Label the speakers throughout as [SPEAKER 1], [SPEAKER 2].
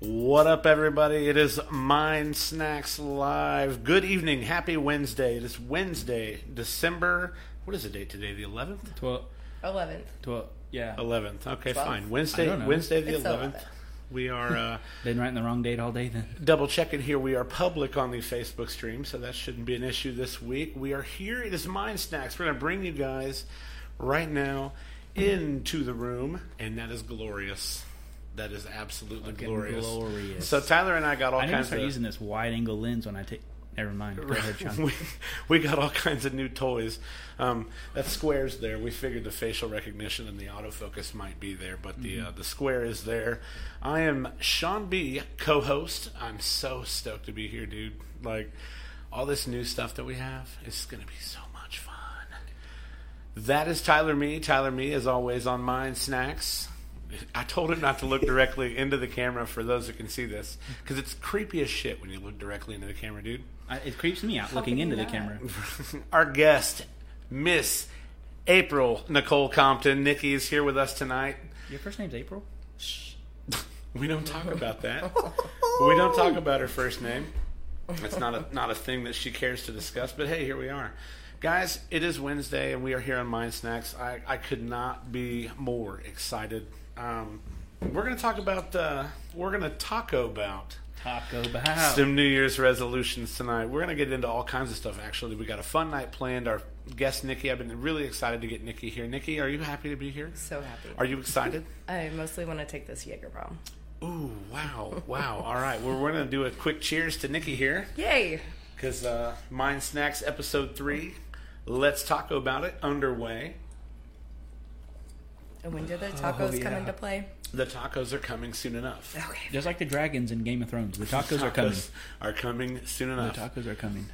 [SPEAKER 1] What up, everybody? It is Mind Snacks Live. Good evening. Happy Wednesday. It is Wednesday, December. What is the date today? The 11th?
[SPEAKER 2] Twelve.
[SPEAKER 3] 11th.
[SPEAKER 2] Twelve. Yeah.
[SPEAKER 1] 11th. Okay,
[SPEAKER 3] Twelfth.
[SPEAKER 1] fine.
[SPEAKER 2] I
[SPEAKER 1] Wednesday,
[SPEAKER 2] don't know.
[SPEAKER 1] Wednesday the
[SPEAKER 3] It's the
[SPEAKER 1] 11th.
[SPEAKER 3] 11th.
[SPEAKER 1] We are uh,
[SPEAKER 2] Been writing the wrong date all day then.
[SPEAKER 1] double checking here. We are public on the Facebook stream, so that shouldn't be an issue this week. We are here. It is Mind Snacks. We're going to bring you guys right now into the room, and that is glorious. That is absolutely
[SPEAKER 2] Fucking
[SPEAKER 1] glorious.
[SPEAKER 2] glorious.
[SPEAKER 1] So Tyler and I got all
[SPEAKER 2] I need to
[SPEAKER 1] kinds
[SPEAKER 2] start
[SPEAKER 1] of
[SPEAKER 2] using this wide angle lens when I take. Never mind. Go ahead, Sean.
[SPEAKER 1] we, we got all kinds of new toys. Um, that square's there. We figured the facial recognition and the autofocus might be there, but the
[SPEAKER 2] Mm-hmm.
[SPEAKER 1] uh, the square is there. I am Sean B, co-host. I'm so stoked to be here, dude. Like all this new stuff that we have is going to be so much fun. That is Tyler Me. Tyler Me is always on Mind Snacks. I told him not to look directly into the camera for those who can see this because it's creepy as shit when you look directly into the camera, dude.
[SPEAKER 2] I, it creeps me out looking
[SPEAKER 3] can
[SPEAKER 2] into the
[SPEAKER 3] you not?
[SPEAKER 2] camera.
[SPEAKER 1] our guest, Miss April Nicole Compton. Nikki is here with us tonight.
[SPEAKER 2] Your first name's April.
[SPEAKER 1] We don't talk about that. we don't talk about her first name. It's not a not a thing that she cares to discuss. But hey, here we are, guys. It is Wednesday, and we are here on Mind Snacks. I, I could not be more excited. Um, we're gonna talk about uh, we're gonna taco about
[SPEAKER 2] Taco Bell.
[SPEAKER 1] some New Year's resolutions tonight. We're going to get into all kinds of stuff, actually. We got a fun night planned. Our guest, Nikki, I've been really excited to get Nikki here. Nikki, are you happy to be here?
[SPEAKER 3] So happy.
[SPEAKER 1] Are you excited?
[SPEAKER 3] I mostly want to take this Jaeger bomb.
[SPEAKER 1] Ooh, wow, wow. All right, well, we're going to do a quick cheers to Nikki here
[SPEAKER 3] Yay!
[SPEAKER 1] because uh, Mind Snacks Episode 3, Let's Talk About It, underway.
[SPEAKER 3] And when do the tacos come
[SPEAKER 2] yeah.
[SPEAKER 3] into play?
[SPEAKER 1] The tacos are coming soon enough.
[SPEAKER 3] Okay.
[SPEAKER 2] Just like the dragons in Game of Thrones, the tacos are coming.
[SPEAKER 1] Tacos Are coming soon
[SPEAKER 2] The
[SPEAKER 1] enough.
[SPEAKER 2] tacos are coming.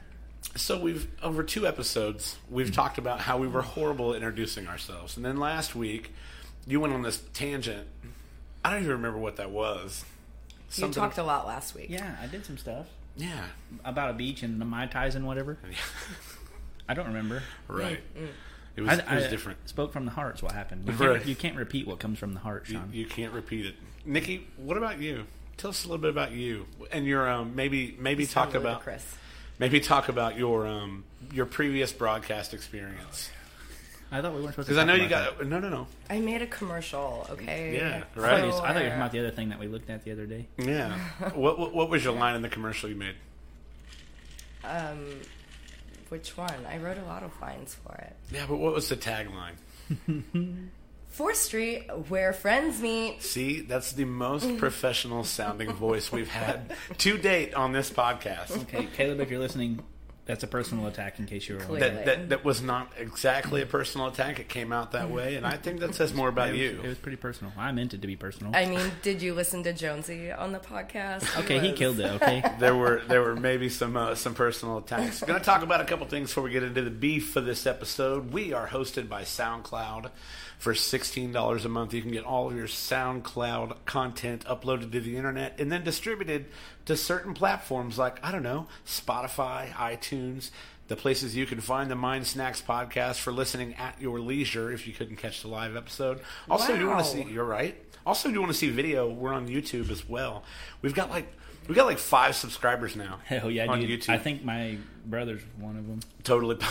[SPEAKER 1] So we've over two episodes we've
[SPEAKER 3] Mm-hmm.
[SPEAKER 1] talked about how we were horrible at introducing ourselves, and then last week you went on this tangent. I don't even remember what that was.
[SPEAKER 3] You
[SPEAKER 1] Something-
[SPEAKER 3] talked a lot last week.
[SPEAKER 2] Yeah, I did some stuff
[SPEAKER 1] yeah,
[SPEAKER 2] about a beach and the mai tais and whatever.
[SPEAKER 3] Mm,
[SPEAKER 2] I don't remember.
[SPEAKER 1] right. It
[SPEAKER 2] I,
[SPEAKER 1] was, it was
[SPEAKER 2] I
[SPEAKER 1] different.
[SPEAKER 2] Spoke from the heart's what happened. You,
[SPEAKER 1] Right.
[SPEAKER 2] can't, you can't repeat what comes from the heart,
[SPEAKER 1] You,
[SPEAKER 2] Sean.
[SPEAKER 1] you can't repeat it, Nikki. What about you? Tell us a little bit about you and your um, maybe maybe
[SPEAKER 3] So
[SPEAKER 1] talk
[SPEAKER 3] ludicrous.
[SPEAKER 1] about maybe talk about your um, your previous broadcast experience
[SPEAKER 2] I thought we weren't supposed to.
[SPEAKER 1] because I know
[SPEAKER 2] Oh, talk
[SPEAKER 1] you
[SPEAKER 2] about that.
[SPEAKER 1] got no no no
[SPEAKER 3] I made a commercial, okay?
[SPEAKER 1] Yeah,
[SPEAKER 3] So,
[SPEAKER 1] right.
[SPEAKER 2] I thought you were talking
[SPEAKER 3] uh,
[SPEAKER 2] about the other thing that we looked at the other day.
[SPEAKER 1] yeah. what, what what was your line in the commercial you made?
[SPEAKER 3] um, which one? I wrote a lot of lines for it.
[SPEAKER 1] Yeah, but what was the tagline?
[SPEAKER 3] 4th Street, where friends meet.
[SPEAKER 1] See, that's the
[SPEAKER 2] Mm.
[SPEAKER 1] most professional sounding voice we've had to date on this podcast.
[SPEAKER 2] Okay, Caleb, if you're listening, that's a personal attack. In case you were wondering.
[SPEAKER 1] That, that that was not exactly a personal attack. It came out that way, and I think that says more about
[SPEAKER 2] Mm. It was, it
[SPEAKER 1] you.
[SPEAKER 2] was pretty personal. I meant it to be personal.
[SPEAKER 3] I mean, did you listen to Jonesy on the podcast?
[SPEAKER 2] okay, he
[SPEAKER 3] was-
[SPEAKER 2] killed it. Okay,
[SPEAKER 1] There were there were maybe some uh, some personal attacks. Going to talk about a couple things before we get into the beef for this episode. We are hosted by SoundCloud. For sixteen dollars a month, you can get all of your SoundCloud content uploaded to the internet and then distributed to certain platforms like I don't know Spotify, iTunes. the places you can find the Mind Snacks podcast for listening at your leisure if you couldn't catch the live episode. Also, if you want
[SPEAKER 3] Wow.
[SPEAKER 1] to see, you're right. Also, if you want to see video, we're on YouTube as well. We've got like we've got like five subscribers now.
[SPEAKER 2] hell Oh, yeah,
[SPEAKER 1] on
[SPEAKER 2] dude.
[SPEAKER 1] YouTube.
[SPEAKER 2] I think my brother's one of them.
[SPEAKER 1] totally.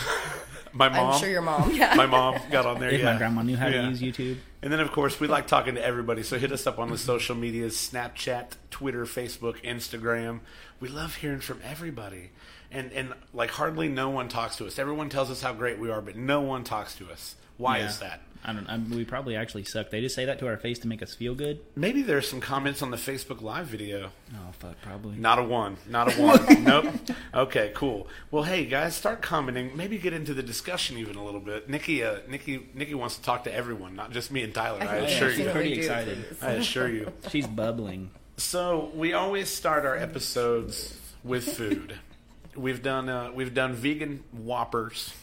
[SPEAKER 1] my
[SPEAKER 3] I'm
[SPEAKER 1] mom,
[SPEAKER 3] sure your mom. Yeah.
[SPEAKER 1] my mom got on there.
[SPEAKER 2] If
[SPEAKER 1] yeah,
[SPEAKER 2] my grandma knew how
[SPEAKER 1] Yeah.
[SPEAKER 2] to use YouTube,
[SPEAKER 1] And then, of course, we like talking to everybody. So hit us up on the social medias Snapchat, Twitter, Facebook, Instagram. We love hearing from everybody. And, and like, hardly no one talks to us. Everyone tells us how great we are, but no one talks to us. Why
[SPEAKER 2] Yeah.
[SPEAKER 1] is that?
[SPEAKER 2] I don't. I mean, we probably actually suck. They just say that to our face to make us feel good.
[SPEAKER 1] Maybe there's some comments on the Facebook Live video.
[SPEAKER 2] Oh fuck, probably.
[SPEAKER 1] Not a one. Not a one. nope. Okay, cool. Well, hey guys, start commenting. Maybe get into the discussion even a little bit. Nikki, uh, Nikki, Nikki wants to talk to everyone, not just me and Tyler. I,
[SPEAKER 3] think
[SPEAKER 2] yeah,
[SPEAKER 1] assure
[SPEAKER 3] she's
[SPEAKER 1] you.
[SPEAKER 2] sure. Pretty
[SPEAKER 3] really do,
[SPEAKER 2] excited.
[SPEAKER 3] please.
[SPEAKER 1] I assure you.
[SPEAKER 2] She's bubbling.
[SPEAKER 1] So we always start our episodes with food. We've done uh, we've done vegan whoppers.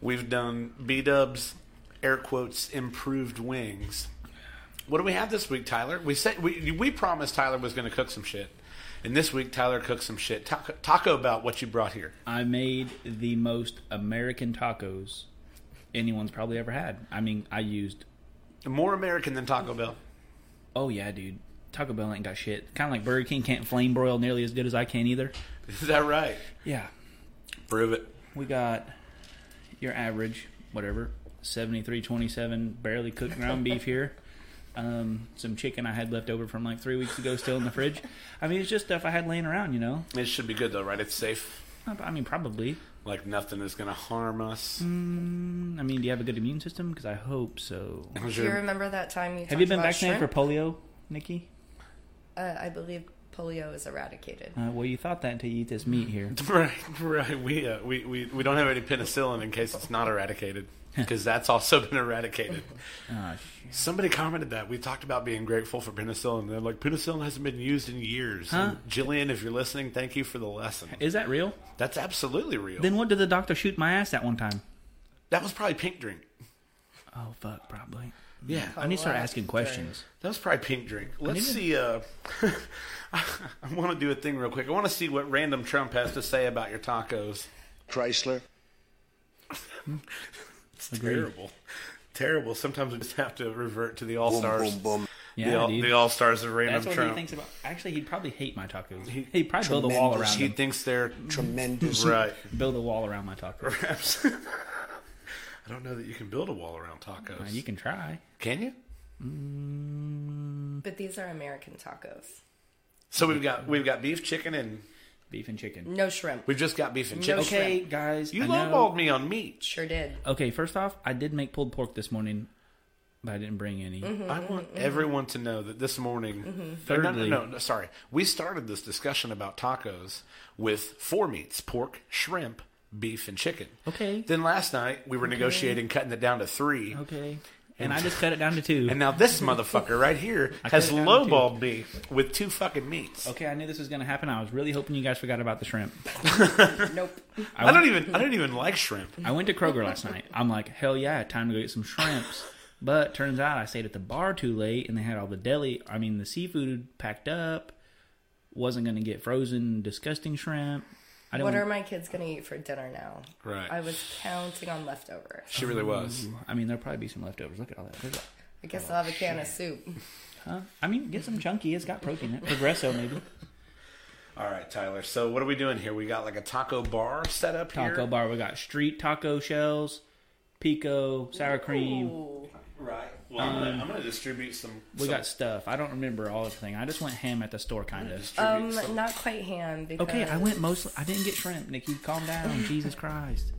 [SPEAKER 1] We've done B Dubs, air quotes improved wings. What do we have this week, Tyler? We said we we promised Tyler was going to cook some shit, and this week Tyler cooked some shit. Taco, taco about what you brought here.
[SPEAKER 2] I made the most American tacos anyone's probably ever had. I mean, I used
[SPEAKER 1] More American than Taco Bell.
[SPEAKER 2] Oh yeah, dude. Taco Bell ain't got shit. Kind of like Burger King can't flame broil nearly as good as I can either.
[SPEAKER 1] Is that right?
[SPEAKER 2] Yeah,
[SPEAKER 1] Prove it.
[SPEAKER 2] we got your average, whatever, seventy three twenty seven, barely cooked ground beef here. Um, some chicken I had left over from like three weeks ago, still in the fridge. I mean, it's just stuff I had laying around, you know.
[SPEAKER 1] It should be good though, right? It's safe.
[SPEAKER 2] I mean, probably.
[SPEAKER 1] Like nothing is gonna harm us.
[SPEAKER 2] Mm, I mean, do you have a good immune system? Because I hope so.
[SPEAKER 1] How's
[SPEAKER 3] Do you
[SPEAKER 1] your-
[SPEAKER 3] remember that time you
[SPEAKER 2] Have you
[SPEAKER 3] talked
[SPEAKER 2] been
[SPEAKER 3] about
[SPEAKER 2] vaccinated
[SPEAKER 3] shrimp?
[SPEAKER 2] for polio, Nikki?
[SPEAKER 3] Uh, I believe polio is eradicated.
[SPEAKER 2] Uh, well, you thought that until you eat this meat here.
[SPEAKER 1] Right, right. We, uh, we we we don't have any penicillin in case it's not eradicated because that's also been eradicated.
[SPEAKER 2] Ah, shit.
[SPEAKER 1] Somebody commented that we talked about being grateful for penicillin. They're like, penicillin hasn't been used in years. And
[SPEAKER 2] Huh?
[SPEAKER 1] Jillian, if you're listening, thank you for the lesson.
[SPEAKER 2] Is that real?
[SPEAKER 1] That's absolutely real.
[SPEAKER 2] Then what did the doctor shoot my ass that one time?
[SPEAKER 1] that was probably pink drink.
[SPEAKER 2] Oh fuck, probably.
[SPEAKER 1] Yeah,
[SPEAKER 2] I need to start
[SPEAKER 3] Polio.
[SPEAKER 2] asking questions.
[SPEAKER 1] that was probably pink drink. Let's
[SPEAKER 2] didn't-
[SPEAKER 1] see. Uh, I want to do a thing real quick. I want to see what random Trump has to say about your tacos.
[SPEAKER 4] Chrysler.
[SPEAKER 1] It's terrible, terrible. Sometimes we just have to revert to the all stars.
[SPEAKER 4] Boom, boom, boom.
[SPEAKER 2] Yeah,
[SPEAKER 1] the, all,
[SPEAKER 2] dude.
[SPEAKER 1] the all-stars of random
[SPEAKER 2] That's what
[SPEAKER 1] Trump.
[SPEAKER 2] he thinks about. Actually, he'd probably hate my tacos. He, would probably build a wall
[SPEAKER 4] tremendous.
[SPEAKER 2] around
[SPEAKER 1] He
[SPEAKER 2] them.
[SPEAKER 1] thinks they're
[SPEAKER 4] Tremendous.
[SPEAKER 1] right.
[SPEAKER 2] Build a wall around my tacos.
[SPEAKER 1] Perhaps. I don't know that you can build a wall around tacos.
[SPEAKER 2] Uh, you can try.
[SPEAKER 1] Can you?
[SPEAKER 3] But these are American tacos.
[SPEAKER 1] So we've got we've got beef, chicken, and
[SPEAKER 2] Beef and chicken.
[SPEAKER 3] No shrimp.
[SPEAKER 1] we've just got beef and
[SPEAKER 3] No
[SPEAKER 1] chicken.
[SPEAKER 3] shrimp.
[SPEAKER 2] Okay, guys.
[SPEAKER 1] You
[SPEAKER 2] I
[SPEAKER 1] lowballed
[SPEAKER 2] know.
[SPEAKER 1] me on meat.
[SPEAKER 3] Sure did.
[SPEAKER 2] Okay, first off, I did make pulled pork this morning, but I didn't bring any.
[SPEAKER 1] I want everyone to know that this morning. or no, no,
[SPEAKER 2] mm-hmm, Thirdly-
[SPEAKER 1] no, no, sorry. We started this discussion about tacos with four meats: pork, shrimp, beef, and chicken.
[SPEAKER 2] Okay.
[SPEAKER 1] Then last night we were negotiating cutting it down to three,
[SPEAKER 2] Okay. And I just cut it down to two.
[SPEAKER 1] and now this motherfucker right here has
[SPEAKER 2] cut it down to two.
[SPEAKER 1] lowballed me with two fucking meats.
[SPEAKER 2] okay, I knew this was going to happen. I was really hoping you guys forgot about the shrimp.
[SPEAKER 3] Nope.
[SPEAKER 1] I don't even I don't even like shrimp.
[SPEAKER 2] I went to Kroger last night. I'm like, hell yeah, time to go get some shrimps. But turns out I stayed at the bar too late and they had all the deli, I mean, the seafood packed up. Wasn't going to get frozen, disgusting shrimp. I
[SPEAKER 3] What
[SPEAKER 2] don't.
[SPEAKER 3] are my kids going to eat for dinner now?
[SPEAKER 1] Right.
[SPEAKER 3] I was counting on leftovers.
[SPEAKER 1] She really was.
[SPEAKER 2] I mean, there'll probably be some leftovers. Look at all that. Look at-
[SPEAKER 3] I
[SPEAKER 2] Oh,
[SPEAKER 3] guess I'll have a can of soup.
[SPEAKER 2] Huh? I mean, get some chunky. It's got protein in it. Progresso, maybe.
[SPEAKER 1] All right, Tyler. So what are we doing here? We got like a taco bar set up here.
[SPEAKER 2] Taco bar. We got street taco shells, pico, sour cream.
[SPEAKER 3] Ooh.
[SPEAKER 1] Right. Well, I'm, gonna, I'm gonna distribute some.
[SPEAKER 2] We
[SPEAKER 1] some-
[SPEAKER 2] got stuff. I don't remember all of the thing. I just went ham at the store, kind of.
[SPEAKER 1] distribute
[SPEAKER 3] Um,
[SPEAKER 1] some-
[SPEAKER 3] not quite ham because
[SPEAKER 2] Okay, I went mostly. I didn't get shrimp, Nikki. Calm down. Jesus Christ.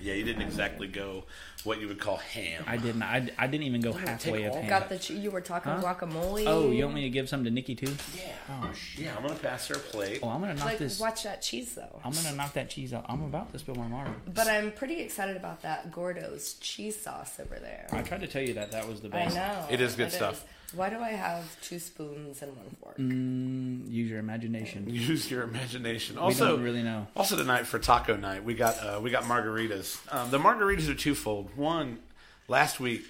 [SPEAKER 1] Yeah, you didn't exactly go what you would call ham.
[SPEAKER 2] I didn't. I, I didn't even go halfway
[SPEAKER 1] take
[SPEAKER 2] of
[SPEAKER 1] all-
[SPEAKER 2] ham.
[SPEAKER 3] Got the ch- you were talking
[SPEAKER 2] Huh?
[SPEAKER 3] guacamole.
[SPEAKER 2] oh, you want me to give some to Nikki too?
[SPEAKER 1] yeah. Oh shit. Yeah, I'm gonna pass her a plate.
[SPEAKER 2] Oh, I'm gonna knock
[SPEAKER 3] like
[SPEAKER 2] this.
[SPEAKER 3] watch that cheese though.
[SPEAKER 2] I'm gonna knock that cheese out. I'm about to spill my marmalade.
[SPEAKER 3] But I'm pretty excited about that Gordo's cheese sauce over there.
[SPEAKER 2] I tried to tell you that that was the
[SPEAKER 3] I
[SPEAKER 2] best.
[SPEAKER 3] know
[SPEAKER 1] It is good stuff.
[SPEAKER 3] is. Why do I have two spoons and one fork?
[SPEAKER 2] Mm. Use your imagination.
[SPEAKER 1] Use your imagination. Also,
[SPEAKER 2] don't really know.
[SPEAKER 1] Also tonight for taco night, we got uh, we got margaritas. Um, the margaritas are twofold. One, last week,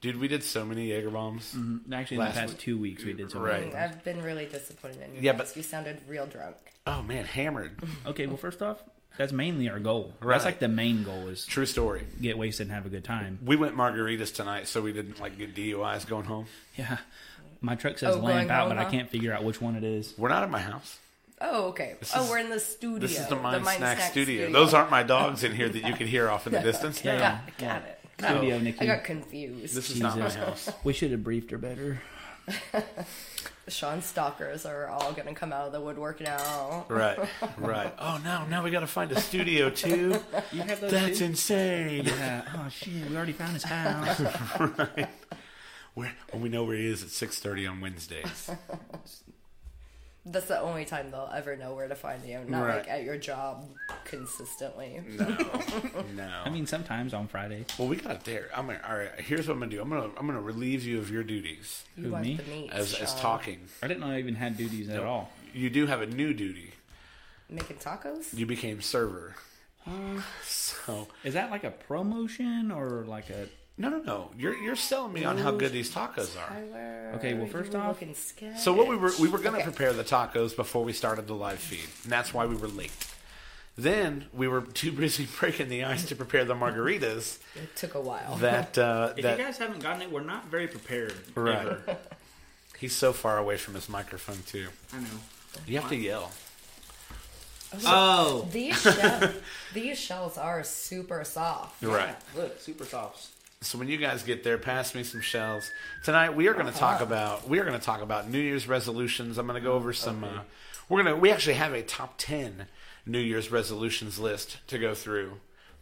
[SPEAKER 1] dude, we did so many Jaeger bombs.
[SPEAKER 2] Actually, in the
[SPEAKER 1] Last
[SPEAKER 2] past
[SPEAKER 1] week.
[SPEAKER 2] two weeks, we did something.
[SPEAKER 1] Right.
[SPEAKER 3] I've been really disappointed in you.
[SPEAKER 1] Yeah,
[SPEAKER 3] guys.
[SPEAKER 1] but-
[SPEAKER 3] you sounded real drunk.
[SPEAKER 1] Oh man, hammered.
[SPEAKER 2] Okay. Well, first off, that's mainly our goal.
[SPEAKER 1] Right.
[SPEAKER 2] That's like the main goal is
[SPEAKER 1] True story.
[SPEAKER 2] get wasted and have a good time.
[SPEAKER 1] We went margaritas tonight, so we didn't like get DUIs going home.
[SPEAKER 2] Yeah. My truck says
[SPEAKER 3] Oh,
[SPEAKER 2] lamp
[SPEAKER 3] going
[SPEAKER 2] out,
[SPEAKER 3] home,
[SPEAKER 2] but I
[SPEAKER 3] huh?
[SPEAKER 2] can't figure out which one it is.
[SPEAKER 1] We're not at my house.
[SPEAKER 3] Oh, okay. oh, we're in the studio.
[SPEAKER 1] This is the Mind, Snack, studio.
[SPEAKER 3] studio.
[SPEAKER 1] Those aren't my dogs in here that you can hear off in the distance. No.
[SPEAKER 3] Got, got it.
[SPEAKER 2] Studio,
[SPEAKER 3] I
[SPEAKER 2] Nikki.
[SPEAKER 3] got confused.
[SPEAKER 1] This is not my
[SPEAKER 2] Jesus.
[SPEAKER 1] house.
[SPEAKER 2] We should have briefed her better.
[SPEAKER 3] Sean stalkers are all gonna come out of the woodwork now.
[SPEAKER 1] Right, right. Oh no, now we got to find a studio too.
[SPEAKER 2] You have those
[SPEAKER 1] That's
[SPEAKER 2] too?
[SPEAKER 1] insane.
[SPEAKER 2] Yeah. Oh shit, we already found his house.
[SPEAKER 1] Where well, we know where he is at six thirty on Wednesdays.
[SPEAKER 3] That's the only time they'll ever know where to find you. Not
[SPEAKER 1] Right.
[SPEAKER 3] like at your job consistently.
[SPEAKER 1] No, no.
[SPEAKER 2] I mean, sometimes on Friday.
[SPEAKER 1] well, we got there. I'm gonna, all right. Here's what I'm gonna do. I'm gonna I'm gonna relieve you of your duties
[SPEAKER 3] You
[SPEAKER 2] Who,
[SPEAKER 3] want
[SPEAKER 2] me?
[SPEAKER 3] the meat.
[SPEAKER 1] as as
[SPEAKER 3] Sean.
[SPEAKER 1] talking.
[SPEAKER 2] I didn't know I even had duties at all.
[SPEAKER 1] You do have a new duty.
[SPEAKER 3] Making tacos?
[SPEAKER 1] You became server. So
[SPEAKER 2] Is that like a promotion or like a?
[SPEAKER 1] no, no, no. You're you're selling me on how good these tacos are.
[SPEAKER 3] Tyler,
[SPEAKER 2] Okay, well,
[SPEAKER 3] you
[SPEAKER 2] first
[SPEAKER 3] were
[SPEAKER 2] off-
[SPEAKER 3] looking sketch.
[SPEAKER 1] So what we were we were gonna
[SPEAKER 3] Okay.
[SPEAKER 1] prepare the tacos before we started the live feed, and that's why we were late. Then we were too busy breaking the ice to prepare the margaritas.
[SPEAKER 3] It took a while.
[SPEAKER 1] That uh,
[SPEAKER 2] If
[SPEAKER 1] that
[SPEAKER 2] you guys haven't gotten it, we're not very prepared.
[SPEAKER 1] right.
[SPEAKER 2] ever.
[SPEAKER 1] He's so far away from his microphone too.
[SPEAKER 4] I know.
[SPEAKER 1] You have to yell.
[SPEAKER 4] Oh,
[SPEAKER 3] These shell, these shells are super soft.
[SPEAKER 1] Right.
[SPEAKER 4] look, super softs.
[SPEAKER 1] So when you guys get there, pass me some shells. Tonight we are going to talk about we are going to talk about New Year's resolutions. I'm going to go over some. Uh, we're gonna we actually have a top ten New Year's resolutions list to go through.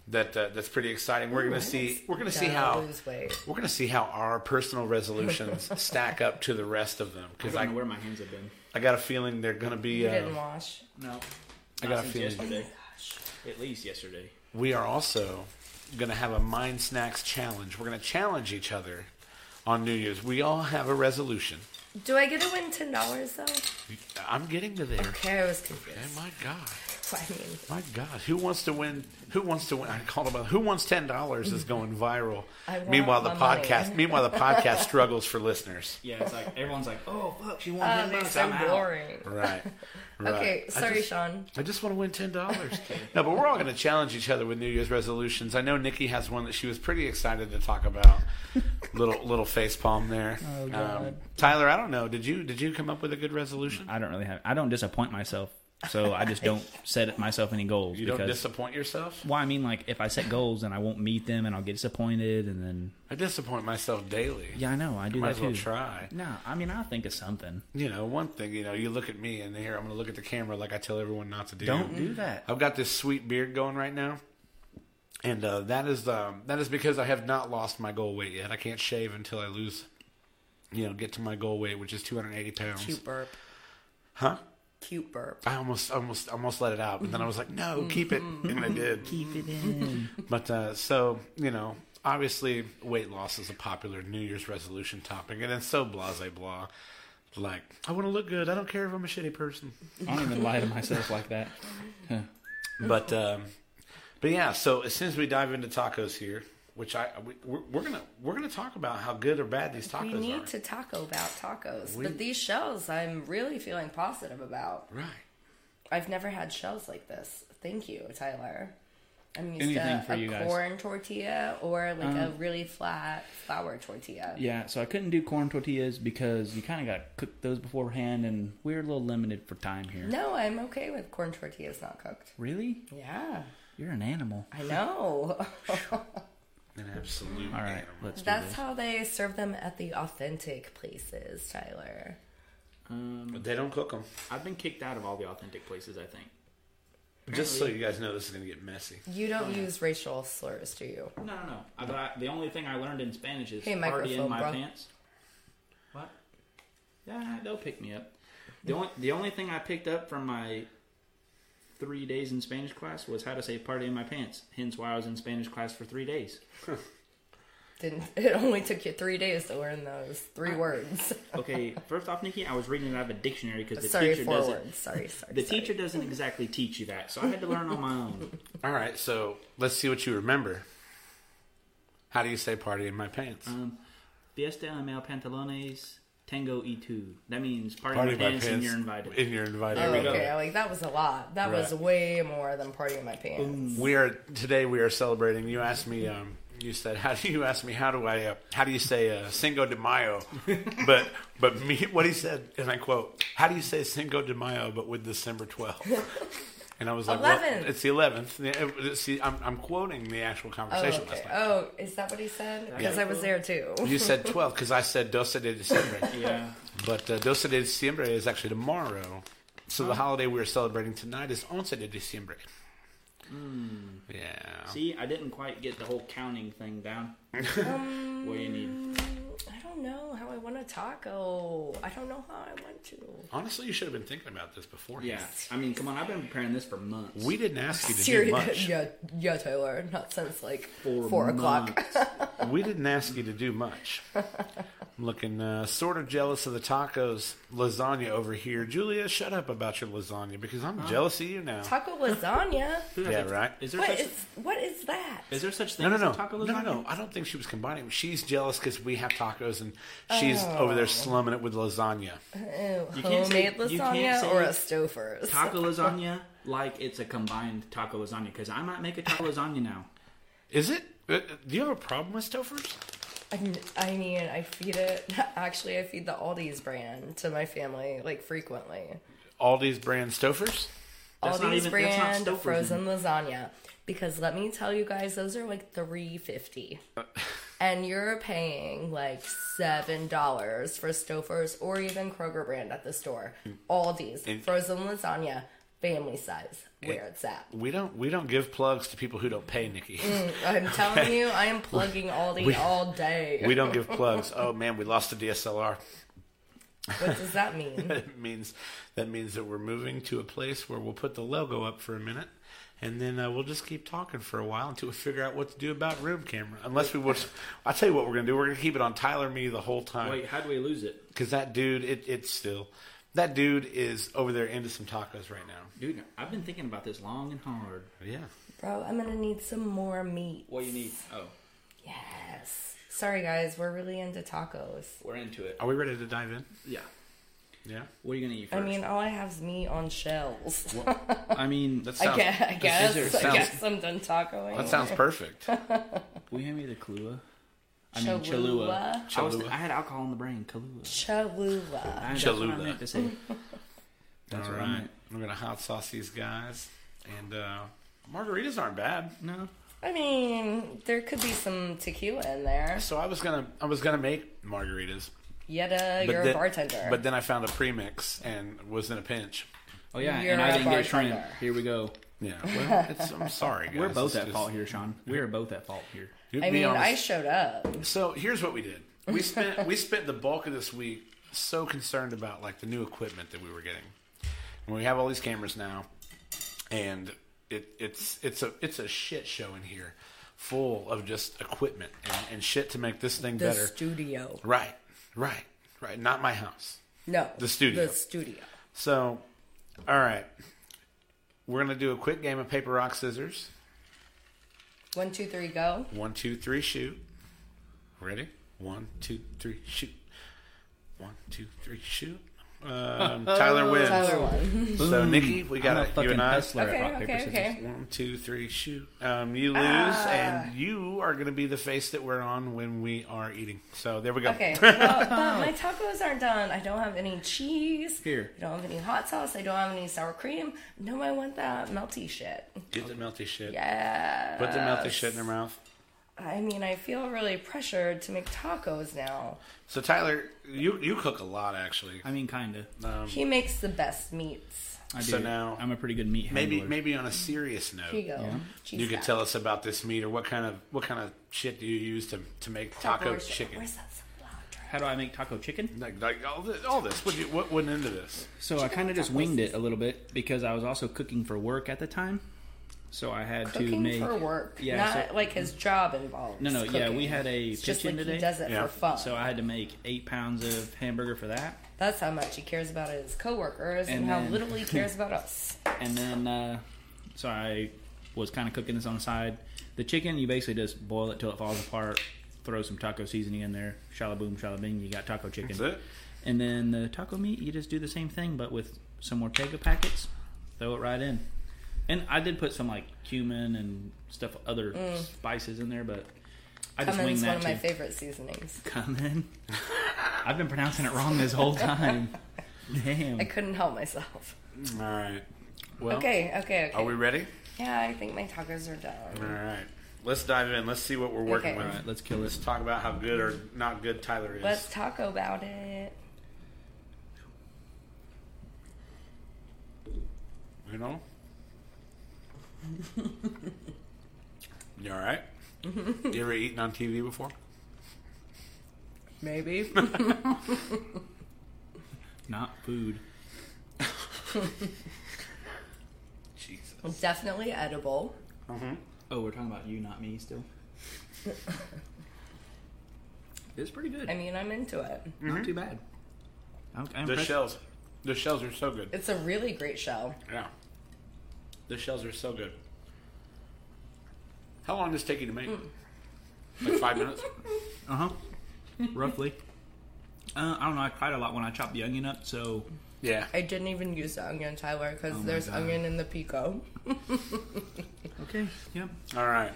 [SPEAKER 1] That uh, that's pretty exciting. We're gonna see we're gonna see
[SPEAKER 3] Gotta
[SPEAKER 1] how
[SPEAKER 3] lose weight.
[SPEAKER 1] we're gonna see how our personal resolutions stack up to the rest of them
[SPEAKER 4] I
[SPEAKER 1] because
[SPEAKER 4] don't know
[SPEAKER 1] I
[SPEAKER 4] where my hands have been.
[SPEAKER 1] I got a feeling they're gonna be.
[SPEAKER 3] You
[SPEAKER 1] uh,
[SPEAKER 3] didn't wash.
[SPEAKER 4] No,
[SPEAKER 1] I
[SPEAKER 4] Not
[SPEAKER 1] got a
[SPEAKER 4] since
[SPEAKER 1] feeling.
[SPEAKER 4] Yesterday, at least yesterday.
[SPEAKER 1] we are also going to have a mind snacks challenge. We're going to challenge each other on New Year's. We all have a resolution.
[SPEAKER 3] Do I get to win ten dollars though?
[SPEAKER 1] I'm getting to there.
[SPEAKER 3] Okay, I was confused.
[SPEAKER 1] Hey, my God,
[SPEAKER 3] I mean,
[SPEAKER 1] my God! Who wants to win? Who wants to win? I called about who wants ten dollars is going viral.
[SPEAKER 3] I want
[SPEAKER 1] Meanwhile, the
[SPEAKER 3] my money.
[SPEAKER 1] podcast. Meanwhile, the podcast struggles for listeners.
[SPEAKER 4] Yeah, it's like everyone's like, "Oh fuck, she won
[SPEAKER 3] oh,
[SPEAKER 2] Um,
[SPEAKER 4] ten
[SPEAKER 3] they're
[SPEAKER 4] bucks.
[SPEAKER 3] so
[SPEAKER 4] I'm out."
[SPEAKER 3] boring.
[SPEAKER 1] Right. right.
[SPEAKER 3] Okay,
[SPEAKER 1] I
[SPEAKER 3] sorry,
[SPEAKER 1] just-
[SPEAKER 3] Sean.
[SPEAKER 1] I just want to win ten dollars. no, but we're all going to challenge each other with New Year's resolutions. I know Nikki has one that she was pretty excited to talk about. little little face palm there.
[SPEAKER 2] Oh,
[SPEAKER 1] Um,
[SPEAKER 2] God.
[SPEAKER 1] Tyler, I don't know. Did you did you come up with a good resolution?
[SPEAKER 2] I don't really have. I don't disappoint myself, so I just don't set myself any goals
[SPEAKER 1] You don't
[SPEAKER 2] because.
[SPEAKER 1] disappoint yourself.
[SPEAKER 2] well, I mean, like if I set goals, then I won't meet them, and I'll get disappointed, and then
[SPEAKER 1] I disappoint myself daily.
[SPEAKER 2] yeah, I know I do
[SPEAKER 1] Might
[SPEAKER 2] that
[SPEAKER 1] as well
[SPEAKER 2] too.
[SPEAKER 1] try.
[SPEAKER 2] No, I mean I'll think of something.
[SPEAKER 1] You know, one thing. You know, you look at me and here I'm going to look at the camera like I tell everyone not to do.
[SPEAKER 2] Don't do that.
[SPEAKER 1] I've got this sweet beard going right now, and uh, that is um, that is because I have not lost my goal weight yet. I can't shave until I lose, you know, get to my goal weight, which is 280 pounds.
[SPEAKER 3] Cute burp.
[SPEAKER 1] Huh?
[SPEAKER 3] Cute burp.
[SPEAKER 1] I almost almost almost let it out, but then I was like, no, keep it, and I did.
[SPEAKER 2] Mm-hmm. Keep it in.
[SPEAKER 1] But uh, so you know, obviously, weight loss is a popular New Year's resolution topic, and it's so blase blah. Like, I want to look good. I don't care if I'm a shitty person.
[SPEAKER 2] I don't even lie to myself like that.
[SPEAKER 1] but um, but yeah. So as soon as we dive into tacos here, which I we, we're, we're gonna we're gonna talk about how good or bad these tacos
[SPEAKER 3] We need
[SPEAKER 1] are.
[SPEAKER 3] to taco about tacos,
[SPEAKER 1] We-
[SPEAKER 3] but these shells I'm really feeling positive about.
[SPEAKER 1] right.
[SPEAKER 3] I've never had shells like this. Thank you, Tyler. I'm used
[SPEAKER 2] Anything
[SPEAKER 3] to
[SPEAKER 2] for
[SPEAKER 3] a
[SPEAKER 2] you guys.
[SPEAKER 3] corn tortilla or like a really flat flour tortilla.
[SPEAKER 2] Yeah, so I couldn't do corn tortillas because you kind of got to cook those beforehand, and we're a little limited for time here.
[SPEAKER 3] No, I'm okay with corn tortillas not cooked.
[SPEAKER 2] Really?
[SPEAKER 3] Yeah,
[SPEAKER 2] You're an animal.
[SPEAKER 3] I know.
[SPEAKER 1] An absolute.
[SPEAKER 2] All right,
[SPEAKER 1] animal.
[SPEAKER 2] let's do
[SPEAKER 3] That's
[SPEAKER 2] this.
[SPEAKER 3] how they serve them at the authentic places, Tyler.
[SPEAKER 4] Um,
[SPEAKER 1] But they don't cook them.
[SPEAKER 4] I've been kicked out of all the authentic places. I think.
[SPEAKER 1] Just so you guys know, this is gonna get messy.
[SPEAKER 3] You don't use racial slurs, do you?
[SPEAKER 4] No, no, no. I, but I, the only thing I learned in Spanish is
[SPEAKER 3] Hey,
[SPEAKER 4] already in
[SPEAKER 3] microphone,
[SPEAKER 4] my
[SPEAKER 3] bro.
[SPEAKER 4] pants. What? Yeah, they'll pick me up. The only the only thing I picked up from my three days in Spanish class was how to say "party in my pants." Hence, why I was in Spanish class for three days.
[SPEAKER 3] Didn't it only took you three days to learn those three words?
[SPEAKER 4] Okay, first off, Nikki, I was reading it out of a dictionary because the
[SPEAKER 3] sorry,
[SPEAKER 4] teacher
[SPEAKER 3] four
[SPEAKER 4] doesn't.
[SPEAKER 3] words. Sorry, sorry.
[SPEAKER 4] The
[SPEAKER 3] sorry.
[SPEAKER 4] teacher doesn't exactly teach you that, so I had to learn on my own.
[SPEAKER 1] All right, so let's see what you remember. How do you say "party in my pants"?
[SPEAKER 4] Um, Fiesta en mel pantalones, tango e two. That means party,
[SPEAKER 1] Party
[SPEAKER 4] in my pants, and you're invited.
[SPEAKER 1] And you're invited.
[SPEAKER 3] Oh,
[SPEAKER 1] There we go.
[SPEAKER 3] okay, like that was a lot. That was
[SPEAKER 1] Right.
[SPEAKER 3] way more than party in my pants.
[SPEAKER 1] We are today. We are celebrating. You asked me. Um, you said, "How do you ask me? How do I? Uh, how do you say uh, Cinco de Mayo?" but but me, what he said, and I quote, "How do you say Cinco de Mayo?" But with December twelfth. And I was like, well,
[SPEAKER 3] 11th.
[SPEAKER 1] it's the eleventh. See, I'm, I'm quoting the actual
[SPEAKER 3] Oh,
[SPEAKER 1] conversation
[SPEAKER 3] okay.
[SPEAKER 1] last night.
[SPEAKER 3] oh, is that what he said? Because
[SPEAKER 4] Yeah.
[SPEAKER 3] I was there too.
[SPEAKER 1] You said twelfth because I said doce de diciembre,
[SPEAKER 4] Yeah.
[SPEAKER 1] but uh, doce de diciembre is actually tomorrow. So the holiday we are celebrating tonight is once de diciembre. Yeah.
[SPEAKER 4] See, I didn't quite get the whole counting thing down. what do you need?
[SPEAKER 3] I don't know how I want a taco. I don't know how I want to.
[SPEAKER 1] Honestly, you should have been thinking about this before.
[SPEAKER 4] Yeah, I mean, come on, I've been preparing this for months.
[SPEAKER 1] We didn't ask you to do
[SPEAKER 3] Serious,
[SPEAKER 1] much.
[SPEAKER 3] yeah, yeah, Tyler. Not since like
[SPEAKER 4] For
[SPEAKER 3] four o'clock.
[SPEAKER 4] months.
[SPEAKER 1] We didn't ask you to do much. I'm looking uh, sort of jealous of the tacos lasagna over here. Julia, shut up about your lasagna because I'm jealous of you now.
[SPEAKER 3] Taco lasagna.
[SPEAKER 1] Yeah, right.
[SPEAKER 4] Uh, Is there
[SPEAKER 3] what
[SPEAKER 4] such
[SPEAKER 3] is what is that?
[SPEAKER 4] is there such thing
[SPEAKER 1] No, no,
[SPEAKER 4] as
[SPEAKER 1] no,
[SPEAKER 4] a taco
[SPEAKER 1] no,
[SPEAKER 4] lasagna?
[SPEAKER 1] no, no. I don't think she was combining. She's jealous because we have tacos and she's over
[SPEAKER 4] Oh.
[SPEAKER 1] there slumming it with lasagna.
[SPEAKER 3] Ew,
[SPEAKER 4] You can't say-
[SPEAKER 3] homemade
[SPEAKER 4] you can't
[SPEAKER 3] lasagna
[SPEAKER 4] say
[SPEAKER 3] or a Stouffer's?
[SPEAKER 4] Taco lasagna, like it's a combined taco lasagna, because I might make a taco lasagna now.
[SPEAKER 1] Is it? uh, uh, Do you have a problem with Stouffer's?
[SPEAKER 3] I'm- I mean, I feed it. Actually, I feed the Aldi's brand to my family like frequently.
[SPEAKER 1] Aldi's brand Stofers.
[SPEAKER 2] That's not
[SPEAKER 3] Aldi's
[SPEAKER 2] even- that's not
[SPEAKER 3] brand
[SPEAKER 2] Stouffer's
[SPEAKER 3] frozen lasagna. Because let me tell you guys, those are like three fifty, and you're paying like seven dollars for Stouffer's or even Kroger brand at the store.
[SPEAKER 2] Hmm.
[SPEAKER 3] Aldi's
[SPEAKER 1] And-
[SPEAKER 3] frozen lasagna, family size, where it's at.
[SPEAKER 1] We don't we don't give plugs to people who don't pay, Nikki.
[SPEAKER 4] Mm.
[SPEAKER 3] I'm telling you, I am plugging Aldi
[SPEAKER 1] We-
[SPEAKER 3] all day.
[SPEAKER 1] we don't give plugs. Oh man, we lost the DSLR.
[SPEAKER 3] What does that mean?
[SPEAKER 1] It means that means that we're moving to a place where we'll put the logo up for a minute, and then uh, we'll just keep talking for a while until we figure out what to do about room camera. Unless we was, I'll tell you what we're gonna do. We're gonna keep it on Tyler me the whole time
[SPEAKER 2] Wait, how do we lose it,
[SPEAKER 1] because that dude, it, it's still that dude is over there into some tacos right now.
[SPEAKER 2] dude? I've been thinking about this long and hard.
[SPEAKER 1] Yeah,
[SPEAKER 3] Bro, I'm gonna need some more meat.
[SPEAKER 2] What you need? Oh,
[SPEAKER 3] Yes. Sorry, guys, we're really into tacos.
[SPEAKER 2] we're into it.
[SPEAKER 1] are we ready to dive in?
[SPEAKER 2] Yeah.
[SPEAKER 1] Yeah,
[SPEAKER 2] What are you gonna eat
[SPEAKER 3] I
[SPEAKER 2] first?
[SPEAKER 3] mean, all I have is meat on shells.
[SPEAKER 2] I mean,
[SPEAKER 1] that
[SPEAKER 3] I
[SPEAKER 1] sounds
[SPEAKER 3] guess, I guess,
[SPEAKER 2] there-
[SPEAKER 3] I
[SPEAKER 1] sounds-
[SPEAKER 3] guess I'm done tacoing.
[SPEAKER 1] that sounds perfect.
[SPEAKER 2] will you hand me the Kahlua? I mean, Cholula. I, was I had alcohol in the brain. Kahlua.
[SPEAKER 3] Cholula.
[SPEAKER 2] I, that's
[SPEAKER 1] Cholula.
[SPEAKER 2] What I meant to say. That's
[SPEAKER 1] All
[SPEAKER 2] what I
[SPEAKER 1] right,
[SPEAKER 2] meant.
[SPEAKER 1] we're gonna hot sauce these guys, and uh, margaritas aren't bad.
[SPEAKER 2] No.
[SPEAKER 3] I mean, there could be some tequila in there.
[SPEAKER 1] So I was gonna I was gonna make margaritas,
[SPEAKER 3] Yetta, uh, you're
[SPEAKER 1] then,
[SPEAKER 3] a bartender.
[SPEAKER 1] But then I found a premix and was in a pinch.
[SPEAKER 2] Oh yeah,
[SPEAKER 3] You're
[SPEAKER 2] and I
[SPEAKER 3] a
[SPEAKER 2] didn't get a shrimp.
[SPEAKER 3] bartender.
[SPEAKER 2] Here we go.
[SPEAKER 1] Yeah, well, it's, I'm sorry, guys.
[SPEAKER 2] We're both
[SPEAKER 1] It's
[SPEAKER 2] at
[SPEAKER 1] just-
[SPEAKER 2] fault here, Sean. We are both at fault here.
[SPEAKER 1] You
[SPEAKER 3] I
[SPEAKER 1] be
[SPEAKER 3] mean, I
[SPEAKER 1] honest.
[SPEAKER 3] showed up.
[SPEAKER 1] so here's what we did. We spent we spent the bulk of this week so concerned about like the new equipment that we were getting, and we have all these cameras now, and it, it's it's a it's a shit show in here, full of just equipment and, and shit to make this thing
[SPEAKER 3] The
[SPEAKER 1] better.
[SPEAKER 3] studio.
[SPEAKER 1] right, right, right. Not my house.
[SPEAKER 3] No.
[SPEAKER 1] The studio.
[SPEAKER 3] The studio.
[SPEAKER 1] So, all right. We're going to do a quick game of paper, rock, scissors.
[SPEAKER 3] One, two, three, go.
[SPEAKER 1] One, two, three, shoot. Ready? One, two, three, shoot. One, two, three, shoot. Um, Tyler wins.
[SPEAKER 3] Tyler won.
[SPEAKER 1] So, Nikki, we
[SPEAKER 2] I'm a
[SPEAKER 1] got it. You
[SPEAKER 2] fucking
[SPEAKER 1] and I.
[SPEAKER 2] hustler at
[SPEAKER 3] Okay,
[SPEAKER 2] rock, paper,
[SPEAKER 3] okay,
[SPEAKER 2] scissors.
[SPEAKER 3] okay.
[SPEAKER 1] One, two, three, shoot. Um, you lose,
[SPEAKER 3] Ah.
[SPEAKER 1] and you are going to be the face that we're on when we are eating. So, there we go.
[SPEAKER 3] Okay, well, but my tacos aren't done. I don't have any cheese.
[SPEAKER 2] Here.
[SPEAKER 3] I don't have any hot sauce. I don't have any sour cream. No, I want that melty shit.
[SPEAKER 1] Get the melty shit.
[SPEAKER 3] Yeah.
[SPEAKER 1] Put the melty shit in her mouth.
[SPEAKER 3] I mean, I feel really pressured to make tacos now.
[SPEAKER 1] So, Tyler, you, you cook a lot, actually.
[SPEAKER 2] I mean, kinda.
[SPEAKER 3] He makes the best meats.
[SPEAKER 2] I do.
[SPEAKER 1] Uh, So now-
[SPEAKER 2] I'm a pretty good meat handler.
[SPEAKER 1] Maybe, maybe on a serious note.
[SPEAKER 3] Here you go. Cheese
[SPEAKER 1] you could
[SPEAKER 3] fat.
[SPEAKER 1] tell us about this meat or what kind of what kind of shit do you use to to make taco
[SPEAKER 3] Tacos.
[SPEAKER 1] chicken?
[SPEAKER 3] Where's that cilantro?
[SPEAKER 2] How do I make taco chicken?
[SPEAKER 1] Like, like all this, all this. What, do you, what went into this?
[SPEAKER 2] So I kind of just winged it a little bit because I was also cooking for work at the time. So I had to
[SPEAKER 3] Cooking
[SPEAKER 2] make
[SPEAKER 3] for work.
[SPEAKER 2] Yeah,
[SPEAKER 3] Not
[SPEAKER 2] so-
[SPEAKER 3] like his job involved.
[SPEAKER 2] No, no, yeah, we had a
[SPEAKER 3] It's just
[SPEAKER 2] pitch-in
[SPEAKER 3] like he
[SPEAKER 2] today.
[SPEAKER 3] does it
[SPEAKER 1] Yeah.
[SPEAKER 3] for fun.
[SPEAKER 2] So I had to make eight pounds of hamburger for that,
[SPEAKER 3] That's how much he cares about his coworkers and,
[SPEAKER 2] And
[SPEAKER 3] how
[SPEAKER 2] then-
[SPEAKER 3] little he cares about us.
[SPEAKER 2] and then uh, so I was kind of cooking this on the side. The chicken, you basically just boil it till it falls apart. Throw some taco seasoning in there. Shala boom, shala bing. You got taco chicken.
[SPEAKER 1] That's it.
[SPEAKER 2] And then the taco meat, you just do the same thing, but with some Ortega packets. Throw it right in. And I did put some like cumin and stuff, other spices in there, but I just winged
[SPEAKER 3] Mm. Cumin's one
[SPEAKER 2] that
[SPEAKER 3] of my
[SPEAKER 2] too.
[SPEAKER 3] favorite seasonings.
[SPEAKER 2] Cumin. I've been pronouncing it wrong this whole time.
[SPEAKER 3] I
[SPEAKER 2] Damn.
[SPEAKER 3] couldn't help myself.
[SPEAKER 1] Mm, All right. Well,
[SPEAKER 3] Okay, okay, okay.
[SPEAKER 1] are we ready?
[SPEAKER 3] yeah, I think my tacos are
[SPEAKER 1] All
[SPEAKER 3] done.
[SPEAKER 1] right. Let's dive in. Let's see what we're working
[SPEAKER 3] Okay.
[SPEAKER 1] with.
[SPEAKER 2] All right, let's kill
[SPEAKER 1] Let's
[SPEAKER 2] this.
[SPEAKER 1] talk about how good or not good Tyler is.
[SPEAKER 3] Let's talk about it.
[SPEAKER 1] You know. you all right? you ever eaten on TV before?
[SPEAKER 3] Maybe.
[SPEAKER 2] Not food.
[SPEAKER 1] Jesus.
[SPEAKER 3] Definitely edible.
[SPEAKER 2] Oh, we're talking about you, not me, still. it's pretty good.
[SPEAKER 3] I mean, I'm into it.
[SPEAKER 2] Not too bad. I'm, I'm
[SPEAKER 1] The
[SPEAKER 2] impressed.
[SPEAKER 1] shells. The shells are so good.
[SPEAKER 3] It's a really great show.
[SPEAKER 1] Yeah. The shells are so good. How long does it take you to make? Like five minutes?
[SPEAKER 2] Uh-huh. Uh huh. Roughly. Uh, I don't know. I cried a lot when I chopped the onion up, so
[SPEAKER 1] Yeah.
[SPEAKER 3] I didn't even use the onion, Tyler, because
[SPEAKER 1] Oh
[SPEAKER 3] there's onion in the pico.
[SPEAKER 2] Okay. Yep.
[SPEAKER 1] All right.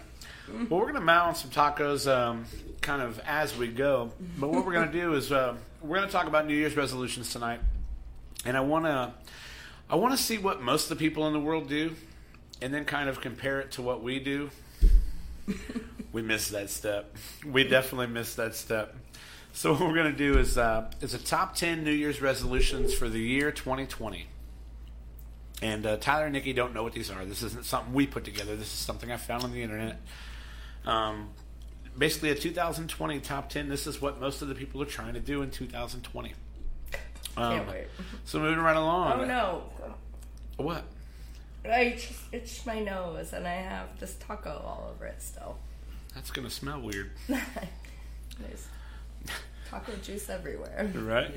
[SPEAKER 1] Well, we're going to mount on some tacos um, kind of as we go. But what we're going to do is uh, we're going to talk about New Year's resolutions tonight. And I want to I want to see what most of the people in the world do and then kind of compare it to what we do. we missed that step. We definitely missed that step. So what we're going to do is uh, is a top 10 New Year's resolutions for the year 2020. And uh, Tyler and Nikki don't know what these are. This isn't something we put together. This is something I found on the internet. Um, basically, a 2020 top 10. This is what most of the people are trying to do in 2020. Um,
[SPEAKER 3] Can't wait.
[SPEAKER 1] So moving right along.
[SPEAKER 3] Oh no,
[SPEAKER 1] What?
[SPEAKER 3] I just itched my nose and I have this taco all over it still.
[SPEAKER 1] That's gonna smell weird,
[SPEAKER 3] There's taco juice everywhere.
[SPEAKER 1] right?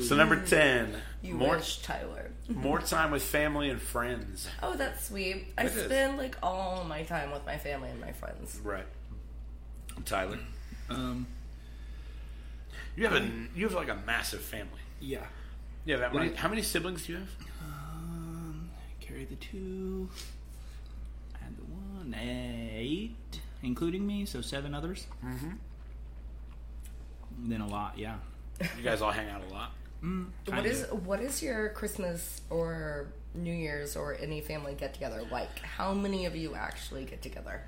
[SPEAKER 1] so number ten.
[SPEAKER 3] You
[SPEAKER 1] more
[SPEAKER 3] wish, Tyler.
[SPEAKER 1] more time with family and friends.
[SPEAKER 3] Oh, that's sweet. I
[SPEAKER 1] It is.
[SPEAKER 3] spend like all my time with my family and my friends.
[SPEAKER 1] Right. Tyler,
[SPEAKER 2] Um.
[SPEAKER 1] you have a you have like a massive family.
[SPEAKER 2] Yeah.
[SPEAKER 1] Yeah. That
[SPEAKER 2] What
[SPEAKER 1] many,
[SPEAKER 2] do you-
[SPEAKER 1] how many siblings do you have?
[SPEAKER 2] Um. Carry the two. Add the one. Eight, including me, so seven others. Mm-hmm. Then a lot. Yeah.
[SPEAKER 1] You guys all hang out a lot.
[SPEAKER 3] What
[SPEAKER 2] Kinda.
[SPEAKER 3] is what is your Christmas or New Year's or any family get together like? How many of you actually get together?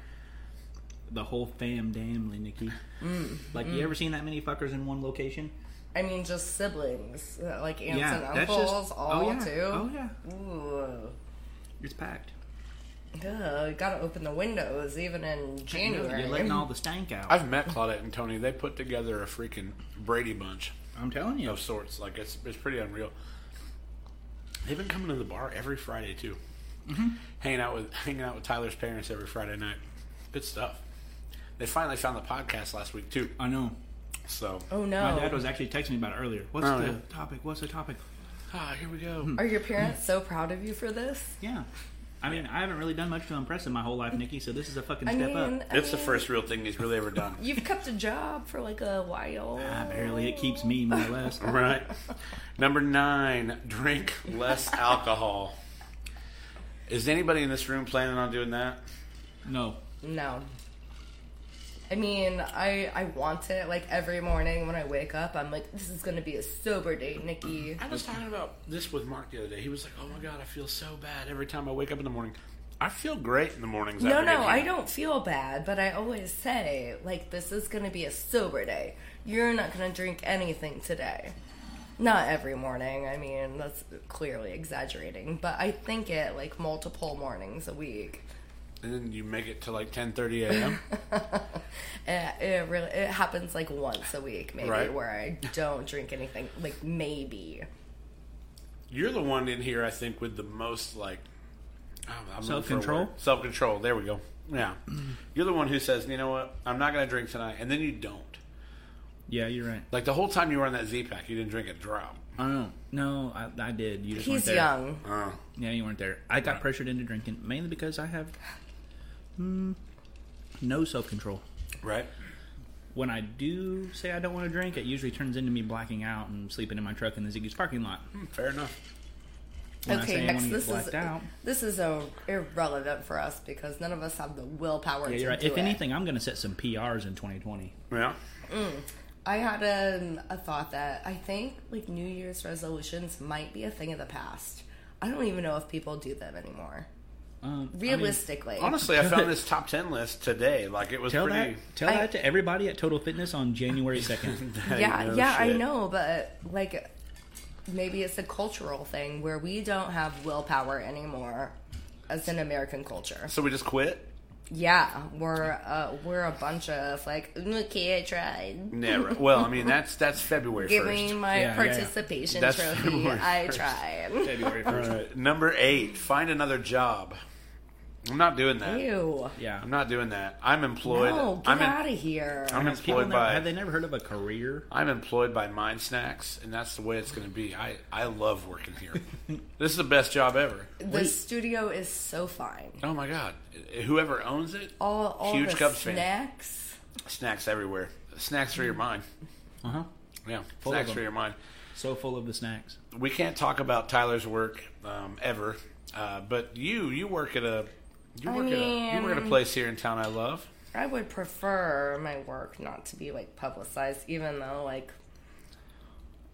[SPEAKER 2] The whole fam damnly, Nikki.
[SPEAKER 3] Mm,
[SPEAKER 2] Like, you ever seen that many fuckers in one location?
[SPEAKER 3] I mean, just siblings, uh, like aunts and
[SPEAKER 2] that's just-
[SPEAKER 3] uncles, all
[SPEAKER 2] oh, yeah.
[SPEAKER 3] too.
[SPEAKER 2] Oh yeah,
[SPEAKER 3] Ooh.
[SPEAKER 2] it's packed.
[SPEAKER 3] Ugh, you gotta open the windows even in January.
[SPEAKER 2] You're letting all the stank out.
[SPEAKER 1] I've met Claudette and Tony. They put together a freaking Brady bunch
[SPEAKER 2] I'm telling you.
[SPEAKER 1] of sorts. Like it's it's pretty unreal. They've been coming to the bar every Friday too, hanging out with hanging out with Tyler's parents every Friday night. Good stuff. They finally found the podcast last week too.
[SPEAKER 2] I know.
[SPEAKER 1] So
[SPEAKER 3] oh no!
[SPEAKER 2] My dad was actually texting me about it earlier. What's
[SPEAKER 1] Oh,
[SPEAKER 2] the
[SPEAKER 1] yeah.
[SPEAKER 2] topic? What's the topic?
[SPEAKER 1] ah, here we go.
[SPEAKER 3] Are your
[SPEAKER 2] Mm.
[SPEAKER 3] parents so proud of you for this?
[SPEAKER 2] Yeah. I mean, I haven't really done much to impress him my whole life, Nikki. So this is a fucking
[SPEAKER 3] I
[SPEAKER 2] step
[SPEAKER 3] mean,
[SPEAKER 2] up.
[SPEAKER 3] I
[SPEAKER 1] It's the
[SPEAKER 3] mean,
[SPEAKER 1] first real thing he's really ever done.
[SPEAKER 3] You've kept a job for like a while.
[SPEAKER 2] Ah, barely. It keeps me more or less.
[SPEAKER 1] right. Number nine: drink less alcohol. Is anybody in this room planning on doing that?
[SPEAKER 2] No.
[SPEAKER 3] No. I mean, I I want it. Like every morning when I wake up, I'm like, this is gonna be a sober day, Nikki.
[SPEAKER 1] I was talking about this with Mark the other day. He was like, "Oh my god, I feel so bad every time I wake up in the morning. I feel great in the mornings."
[SPEAKER 3] No,
[SPEAKER 1] after
[SPEAKER 3] no,
[SPEAKER 1] getting
[SPEAKER 3] I
[SPEAKER 1] here."
[SPEAKER 3] don't feel bad, but I always say, like, this is gonna be a sober day. You're not gonna drink anything today. Not every morning. I mean, that's clearly exaggerating, but I think it like multiple mornings a week.
[SPEAKER 1] And then you make it to like ten thirty a.m.
[SPEAKER 3] It, Eh, it really it happens like once a week, maybe,
[SPEAKER 1] Right.
[SPEAKER 3] where I don't drink anything. Like maybe.
[SPEAKER 1] You're the one in here, I think, with the most like
[SPEAKER 2] Self-control?
[SPEAKER 1] Self control. There we go. Yeah, you're the one who says, "You know what? I'm not going to drink tonight," and then you don't.
[SPEAKER 2] Yeah, you're right.
[SPEAKER 1] Like the whole time you were on that Z pack, you didn't drink a drop.
[SPEAKER 2] I know. No, I, I did. You just weren't
[SPEAKER 3] He's
[SPEAKER 2] there.
[SPEAKER 3] young.
[SPEAKER 1] Uh,
[SPEAKER 2] Yeah, you weren't there. I got pressured into drinking mainly because I have mm, no self control.
[SPEAKER 1] right?
[SPEAKER 2] When I do say I don't want to drink, it usually turns into me blacking out and sleeping in my truck in the Ziggy's parking lot.
[SPEAKER 1] Hmm, Fair enough.
[SPEAKER 2] When I
[SPEAKER 3] okay,
[SPEAKER 2] say I
[SPEAKER 3] next
[SPEAKER 2] wanna get
[SPEAKER 3] this is
[SPEAKER 2] blacked out.
[SPEAKER 3] this is a irrelevant for us because none of us have the willpower
[SPEAKER 2] Yeah,
[SPEAKER 3] to
[SPEAKER 2] you're right.
[SPEAKER 3] do
[SPEAKER 2] If
[SPEAKER 3] it.
[SPEAKER 2] anything, I'm going to set some PRs in 2020.
[SPEAKER 1] Yeah.
[SPEAKER 3] I had um, a thought that I think like New Year's resolutions might be a thing of the past. I don't even know if people do them anymore.
[SPEAKER 2] Um, I mean,
[SPEAKER 3] Realistically,
[SPEAKER 1] Honestly, I found this top ten list today. Like it was
[SPEAKER 2] tell
[SPEAKER 1] pretty.
[SPEAKER 2] that tell
[SPEAKER 3] I-
[SPEAKER 2] that to everybody at Total Fitness on January 2nd.
[SPEAKER 1] Hey,
[SPEAKER 3] yeah,
[SPEAKER 1] no
[SPEAKER 3] yeah, I
[SPEAKER 1] shit.
[SPEAKER 3] know, but like maybe it's a cultural thing where we don't have willpower anymore as an American culture.
[SPEAKER 1] So we just quit.
[SPEAKER 3] Yeah, we're uh, we're a bunch of like "Mm, okay, I tried.
[SPEAKER 1] Yeah. Right. Well, I mean that's that's February
[SPEAKER 3] Give
[SPEAKER 1] first.
[SPEAKER 3] me my
[SPEAKER 2] Yeah, yeah, yeah.
[SPEAKER 3] participation
[SPEAKER 1] That's
[SPEAKER 3] trophy.
[SPEAKER 1] February
[SPEAKER 3] I
[SPEAKER 1] 1st.
[SPEAKER 3] tried.
[SPEAKER 2] February 1st.
[SPEAKER 1] All right, Number eight, find another job. I'm not doing that.
[SPEAKER 3] Ew.
[SPEAKER 2] Yeah.
[SPEAKER 1] I'm not doing that. I'm employed.
[SPEAKER 3] No, Oh, get
[SPEAKER 1] I'm, in-
[SPEAKER 3] out of here.
[SPEAKER 1] I'm
[SPEAKER 2] Have people
[SPEAKER 1] employed
[SPEAKER 2] never-
[SPEAKER 1] by
[SPEAKER 2] Have they never heard of a career?
[SPEAKER 1] I'm employed by Mind Snacks, and that's the way it's going to be. I, I love working here. this is the best job ever.
[SPEAKER 3] the studio is so fine.
[SPEAKER 1] Oh my god! Whoever owns it,
[SPEAKER 3] All all
[SPEAKER 1] huge
[SPEAKER 3] the
[SPEAKER 1] Cubs
[SPEAKER 3] snacks.
[SPEAKER 1] fan. Snacks everywhere. Snacks for your mind.
[SPEAKER 2] Uh huh.
[SPEAKER 1] Yeah,
[SPEAKER 2] Full of
[SPEAKER 1] snacks for
[SPEAKER 2] them.
[SPEAKER 1] your mind.
[SPEAKER 2] So full of the snacks.
[SPEAKER 1] we can't talk about Tyler's work um, ever, uh, but you you work at a you
[SPEAKER 3] I
[SPEAKER 1] work at a you work at a
[SPEAKER 3] mean-
[SPEAKER 1] place here in town I love.
[SPEAKER 3] I would prefer my work not to be like publicized, even though like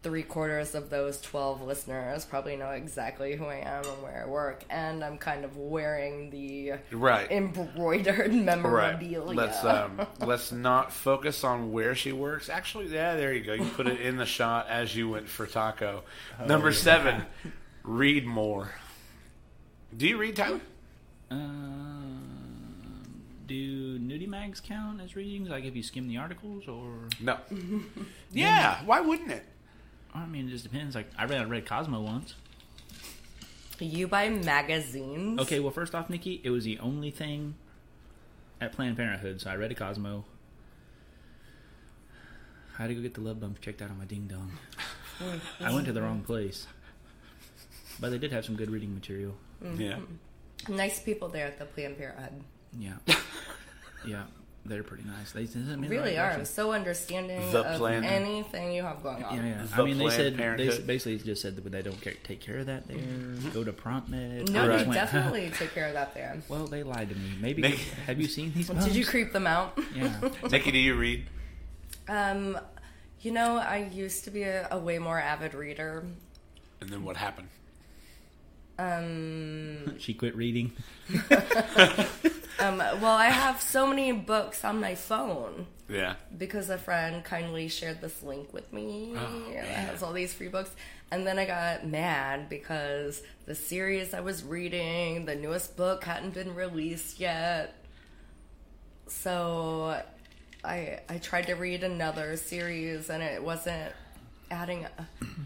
[SPEAKER 3] three quarters of those 12 listeners probably know exactly who I am and where I work, and I'm kind of wearing the
[SPEAKER 1] Right.
[SPEAKER 3] embroidered
[SPEAKER 1] Right.
[SPEAKER 3] memorabilia.
[SPEAKER 1] Let's um, let's not focus on where she works. Actually, yeah, there you go. You put it in the shot as you went for taco. Number seven, read more. Do you read Tyler? Uh,
[SPEAKER 2] Um, do nudie mags count as readings? Like if you skim the articles, or
[SPEAKER 1] No. yeah. Why wouldn't it?
[SPEAKER 2] I mean, it just depends. Like I read I read Cosmo once.
[SPEAKER 3] You buy magazines?
[SPEAKER 2] Okay, well, first off, Nikki, it was the only thing at Planned Parenthood, so I read a Cosmo. I had to go get the love bumps checked out on my ding dong. I went to the wrong place, but they did have some good reading material.
[SPEAKER 1] Yeah.
[SPEAKER 3] Nice people there at the Planned Parenthood.
[SPEAKER 2] Yeah, yeah, they're pretty nice. They sent me in the
[SPEAKER 3] Really
[SPEAKER 2] right
[SPEAKER 3] are.
[SPEAKER 2] direction.
[SPEAKER 3] so understanding
[SPEAKER 1] The
[SPEAKER 3] of
[SPEAKER 1] Planned-
[SPEAKER 3] anything you have going on.
[SPEAKER 2] Yeah, yeah.
[SPEAKER 1] The
[SPEAKER 2] I mean, they
[SPEAKER 1] Planned
[SPEAKER 2] said they s-
[SPEAKER 1] Parenthood.
[SPEAKER 2] basically just said that they don't care, take care of that there. Go to prompt med.
[SPEAKER 3] Mm-hmm. No,
[SPEAKER 2] I
[SPEAKER 3] they
[SPEAKER 2] just went,
[SPEAKER 3] definitely took care of that there.
[SPEAKER 2] well, they lied to me. Maybe.
[SPEAKER 1] Nick-
[SPEAKER 2] have you seen these?
[SPEAKER 3] Did you
[SPEAKER 2] bumps?
[SPEAKER 3] creep them out?
[SPEAKER 2] Yeah.
[SPEAKER 1] Nikki, do you read?
[SPEAKER 3] Um, you know, I used to be a, a way more avid reader.
[SPEAKER 1] And then what happened?
[SPEAKER 3] Um,
[SPEAKER 2] she quit reading.
[SPEAKER 3] um, well, I have so many books on my phone
[SPEAKER 1] Yeah.
[SPEAKER 3] because a friend kindly shared this link with me
[SPEAKER 1] Oh,
[SPEAKER 3] that
[SPEAKER 1] man.
[SPEAKER 3] has all these free books. And then I got mad because the series I was reading, the newest book, hadn't been released yet. So I I tried to read another series and it wasn't adding.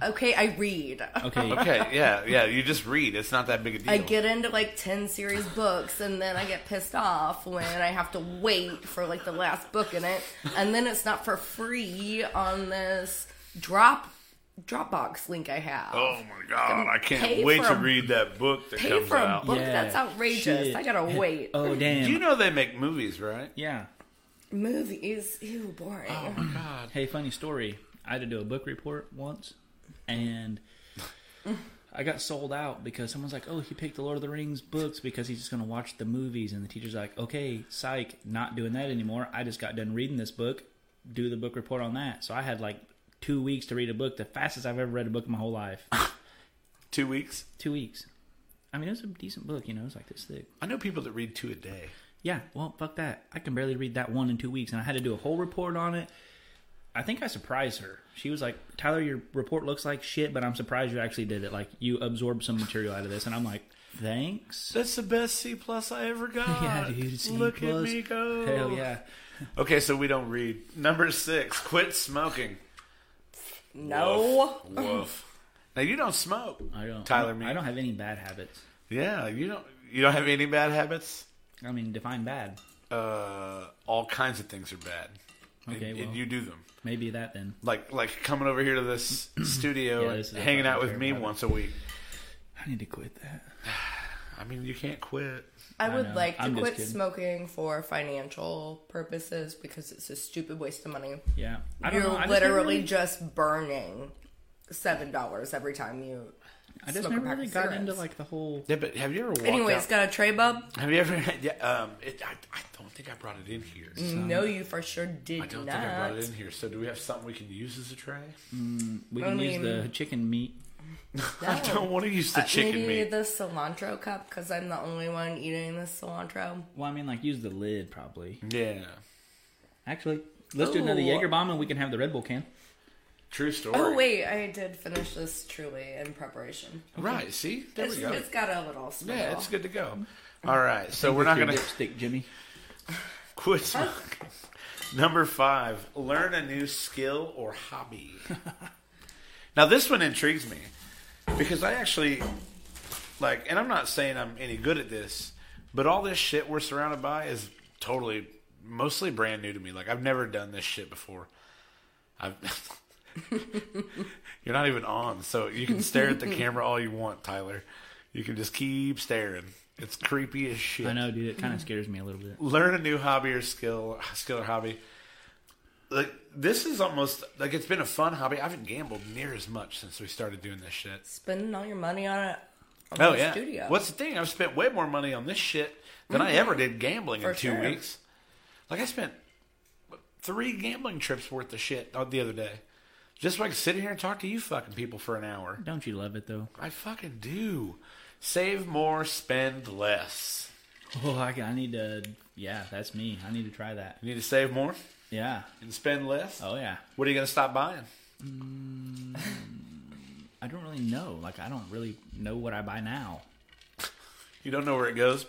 [SPEAKER 3] A, okay, I read.
[SPEAKER 2] Okay.
[SPEAKER 1] Okay. Yeah. Yeah. You just read. It's not that big a deal.
[SPEAKER 3] I get into like 10 series books and then I get pissed off when I have to wait for like the last book in it and then it's not for free on this drop Dropbox link I have.
[SPEAKER 1] Oh my god! I
[SPEAKER 3] Pay
[SPEAKER 1] can't wait
[SPEAKER 3] for
[SPEAKER 1] to
[SPEAKER 3] a-
[SPEAKER 1] read that book that
[SPEAKER 3] Pay
[SPEAKER 1] comes
[SPEAKER 3] for a
[SPEAKER 1] out.
[SPEAKER 3] book
[SPEAKER 2] Yeah.
[SPEAKER 3] that's outrageous.
[SPEAKER 2] Shit.
[SPEAKER 3] I gotta wait.
[SPEAKER 2] Oh damn.
[SPEAKER 1] You know they make movies, right?
[SPEAKER 2] yeah.
[SPEAKER 3] Movies, ew, boring.
[SPEAKER 1] God.
[SPEAKER 2] Hey, funny story. I had to do a book report once, and I got sold out because someone's like, "Oh, he picked the Lord of the Rings books because he's just going to watch the movies." And the teacher's like, "Okay, psych, not doing that anymore. I just got done reading this book. Do the book report on that." So I had like two weeks to read a book, the fastest I've ever read a book in my whole life.
[SPEAKER 1] Two weeks.
[SPEAKER 2] two weeks. I mean, it was a decent book, you know. It was like this thick.
[SPEAKER 1] I know people that read two a day.
[SPEAKER 2] Yeah, well, fuck that. I can barely read that one in two weeks, and I had to do a whole report on it. I think I surprised her. She was like, "Tyler, your report looks like shit, but I'm surprised you actually did it. Like, you absorbed some material out of this." And I'm like, "Thanks."
[SPEAKER 1] That's the best C plus I ever got.
[SPEAKER 2] Yeah, dude. C
[SPEAKER 1] Look
[SPEAKER 2] plus.
[SPEAKER 1] at me go.
[SPEAKER 2] Hell yeah.
[SPEAKER 1] Okay, so we don't read. Number six. Quit smoking.
[SPEAKER 3] No.
[SPEAKER 1] Woof. Woof. now you don't smoke.
[SPEAKER 2] I don't.
[SPEAKER 1] Tyler,
[SPEAKER 2] I don't,
[SPEAKER 1] me.
[SPEAKER 2] I don't have any bad habits.
[SPEAKER 1] Yeah, you don't. You don't have any bad habits.
[SPEAKER 2] I mean, define bad.
[SPEAKER 1] Uh, all kinds of things are bad. And-
[SPEAKER 2] Okay,
[SPEAKER 1] and,
[SPEAKER 2] well.
[SPEAKER 1] you do them.
[SPEAKER 2] Maybe that then.
[SPEAKER 1] Like like coming over here to this studio
[SPEAKER 2] Yeah,
[SPEAKER 1] and
[SPEAKER 2] this is a
[SPEAKER 1] hanging out
[SPEAKER 2] fucking
[SPEAKER 1] with me
[SPEAKER 2] terrible
[SPEAKER 1] once a week.
[SPEAKER 2] I need to quit that.
[SPEAKER 1] I mean, you can't quit.
[SPEAKER 3] I would
[SPEAKER 2] know.
[SPEAKER 3] like to
[SPEAKER 2] I'm just
[SPEAKER 3] quit
[SPEAKER 2] kidding.
[SPEAKER 3] smoking for financial purposes because it's a stupid waste of money.
[SPEAKER 2] Yeah, I don't
[SPEAKER 3] You're
[SPEAKER 2] know. I just never
[SPEAKER 3] literally
[SPEAKER 2] really-
[SPEAKER 3] just burning seven dollars every time you.
[SPEAKER 2] I just
[SPEAKER 3] smoke a
[SPEAKER 2] never
[SPEAKER 3] pack
[SPEAKER 2] really
[SPEAKER 3] of
[SPEAKER 2] got
[SPEAKER 3] cigarettes.
[SPEAKER 2] into like the whole.
[SPEAKER 1] Yeah, but have you ever walked
[SPEAKER 3] Anyways,
[SPEAKER 1] out-
[SPEAKER 3] got a tray, bub?
[SPEAKER 1] Have you ever? Yeah, um, it, I, I don't think I brought it in here.
[SPEAKER 3] No, you for sure did
[SPEAKER 1] I don't
[SPEAKER 3] not.
[SPEAKER 1] think I brought it in here. So do we have something we can use as a tray?
[SPEAKER 2] We can
[SPEAKER 3] I
[SPEAKER 2] use the
[SPEAKER 3] mean-
[SPEAKER 2] chicken meat.
[SPEAKER 1] I don't want to use the chicken
[SPEAKER 3] Uh, Maybe
[SPEAKER 1] meat.
[SPEAKER 3] the cilantro cup because I'm the only one eating this cilantro.
[SPEAKER 2] Well, I mean, like use the lid probably.
[SPEAKER 1] Yeah,
[SPEAKER 2] Actually, let's do another
[SPEAKER 3] Ooh.
[SPEAKER 2] Jaeger bomb and we can have the Red Bull can.
[SPEAKER 1] true story.
[SPEAKER 3] Oh wait, I did finish this truly in preparation.
[SPEAKER 1] right? See, there
[SPEAKER 3] It's,
[SPEAKER 1] we go.
[SPEAKER 3] it's got a little sprinkle.
[SPEAKER 1] yeah, it's good to go. All right, so we're not
[SPEAKER 2] Your
[SPEAKER 1] going to
[SPEAKER 2] dipstick, Jimmy.
[SPEAKER 1] quit smoking. Number five: learn a new skill or hobby. now this one intrigues me because I actually like, and I'm not saying I'm any good at this, but all this shit we're surrounded by is totally, mostly brand new to me. Like I've never done this shit before. I've. You're not even on, so you can stare at the camera all you want, Tyler. You can just keep staring. It's creepy as shit
[SPEAKER 2] I know, dude. It kind of scares me a little bit.
[SPEAKER 1] learn a new hobby or skill skill or hobby like this is almost like it's been a fun hobby. I haven't gambled near as much since we started doing this shit.
[SPEAKER 3] Spending all your money on a on
[SPEAKER 1] Oh
[SPEAKER 3] a
[SPEAKER 1] yeah.
[SPEAKER 3] studio. Mm.
[SPEAKER 1] What's the thing? I've spent way more money on this shit than I ever did gambling
[SPEAKER 3] For
[SPEAKER 1] in two
[SPEAKER 3] sure.
[SPEAKER 1] weeks. Like I spent what, three gambling trips worth of shit uh, the other day, just so I could sit here and talk to you fucking people for an hour.
[SPEAKER 2] Don't you love it though?
[SPEAKER 1] I fucking do. Save more, spend less.
[SPEAKER 2] Oh, I, I need to. Yeah, that's me. I need to try that.
[SPEAKER 1] You need to save more
[SPEAKER 2] Yeah.
[SPEAKER 1] and spend less.
[SPEAKER 2] Oh yeah.
[SPEAKER 1] What are you gonna stop buying?
[SPEAKER 2] I don't really know. Like I don't really know what I buy now.
[SPEAKER 1] You don't know where it goes.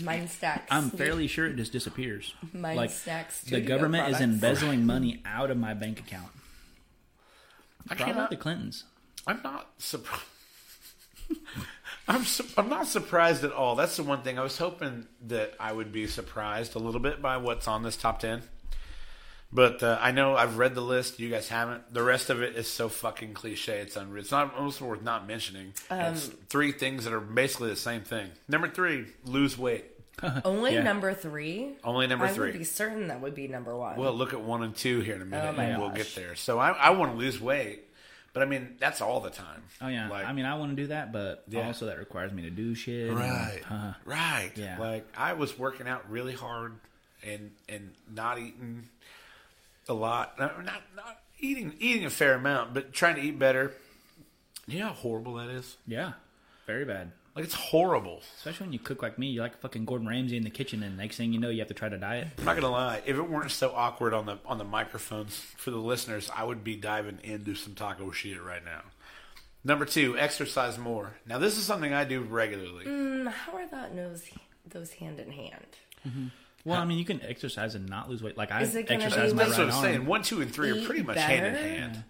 [SPEAKER 3] Mine stacks.
[SPEAKER 2] I'm fairly sure it just disappears.
[SPEAKER 3] Mine
[SPEAKER 2] like
[SPEAKER 3] snacks
[SPEAKER 2] the
[SPEAKER 3] to-go
[SPEAKER 2] government is
[SPEAKER 3] products.
[SPEAKER 2] embezzling money out of my bank account.
[SPEAKER 1] I
[SPEAKER 2] Probably
[SPEAKER 1] cannot.
[SPEAKER 2] the Clintons.
[SPEAKER 1] I'm not surprised. I'm su- I'm not surprised at all. That's the one thing I was hoping that I would be surprised a little bit by what's on this top ten. But uh, I know I've read the list. You guys haven't. The rest of it is so fucking cliche. It's unreal. It's not almost worth not mentioning. it's three things that are basically the same thing. Number three, lose weight.
[SPEAKER 3] Only
[SPEAKER 2] Yeah.
[SPEAKER 3] number three.
[SPEAKER 1] Only number
[SPEAKER 3] I
[SPEAKER 1] three.
[SPEAKER 3] would be certain that would be number one.
[SPEAKER 1] Well, look at one and two here in a minute,
[SPEAKER 3] my
[SPEAKER 1] and we'll
[SPEAKER 3] gosh.
[SPEAKER 1] get there. So I, I want to lose weight, but I mean that's all the time.
[SPEAKER 2] Oh yeah. I mean I want to do that, but also that requires me to do shit. and-
[SPEAKER 1] Right.
[SPEAKER 2] Uh,
[SPEAKER 1] Right.
[SPEAKER 2] Yeah.
[SPEAKER 1] Like I was working out really hard and and not eating a lot. No, Not not eating eating a fair amount, but trying to eat better. You know how horrible that is?
[SPEAKER 2] yeah. Very bad.
[SPEAKER 1] Like it's horrible.
[SPEAKER 2] Especially when you cook like me, you're like fucking Gordon Ramsay in the kitchen, and next thing you know, you have to try to diet.
[SPEAKER 1] I'm not gonna lie. If it weren't so awkward on the on the microphones for the listeners, I would be diving into some taco shit right now. Number two, exercise more. Now this is something I do regularly.
[SPEAKER 3] how are that those those hand in hand?
[SPEAKER 2] Well, I mean, you can exercise and not lose weight. Like I
[SPEAKER 3] Is it gonna
[SPEAKER 2] exercise
[SPEAKER 3] be
[SPEAKER 2] my
[SPEAKER 1] That's
[SPEAKER 2] right
[SPEAKER 1] what I'm
[SPEAKER 2] arm.
[SPEAKER 1] saying. One, two, and three are
[SPEAKER 3] Eat
[SPEAKER 1] pretty much
[SPEAKER 3] better?
[SPEAKER 1] hand in hand.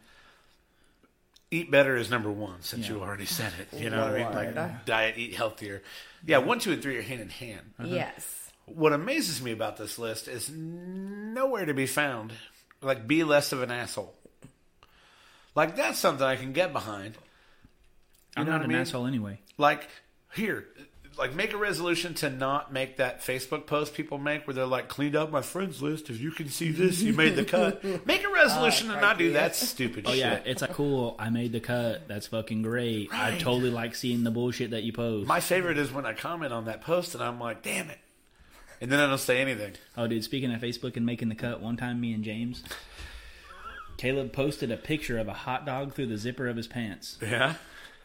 [SPEAKER 1] Eat better is number one, since you
[SPEAKER 2] Yeah.
[SPEAKER 1] already said it. You know what I mean? Like
[SPEAKER 3] Lord.
[SPEAKER 1] diet, eat healthier. Yeah, one, two, and three are hand in hand.
[SPEAKER 3] Yes.
[SPEAKER 1] What amazes me about this list is nowhere to be found. Like, be less of an asshole. Like, that's something I can get behind.
[SPEAKER 2] I'm
[SPEAKER 1] know
[SPEAKER 2] not
[SPEAKER 1] what I
[SPEAKER 2] an
[SPEAKER 1] mean?
[SPEAKER 2] asshole anyway.
[SPEAKER 1] Like, here, like, make a resolution to not make that Facebook post people make where they're like, cleaned up my friends list. If you can see this, you made the cut. Make a resolution to not do that stupid
[SPEAKER 2] Oh
[SPEAKER 1] shit.
[SPEAKER 2] yeah, it's like cool. I made the cut. That's fucking great. I
[SPEAKER 1] Right.
[SPEAKER 2] totally like seeing the bullshit that you post.
[SPEAKER 1] My favorite is when I comment on that post and I'm like, damn it. And then I don't say anything.
[SPEAKER 2] oh, dude, speaking of Facebook and making the cut, one time me and James, Caleb posted a picture of a hot dog through the zipper of his pants,
[SPEAKER 1] Yeah.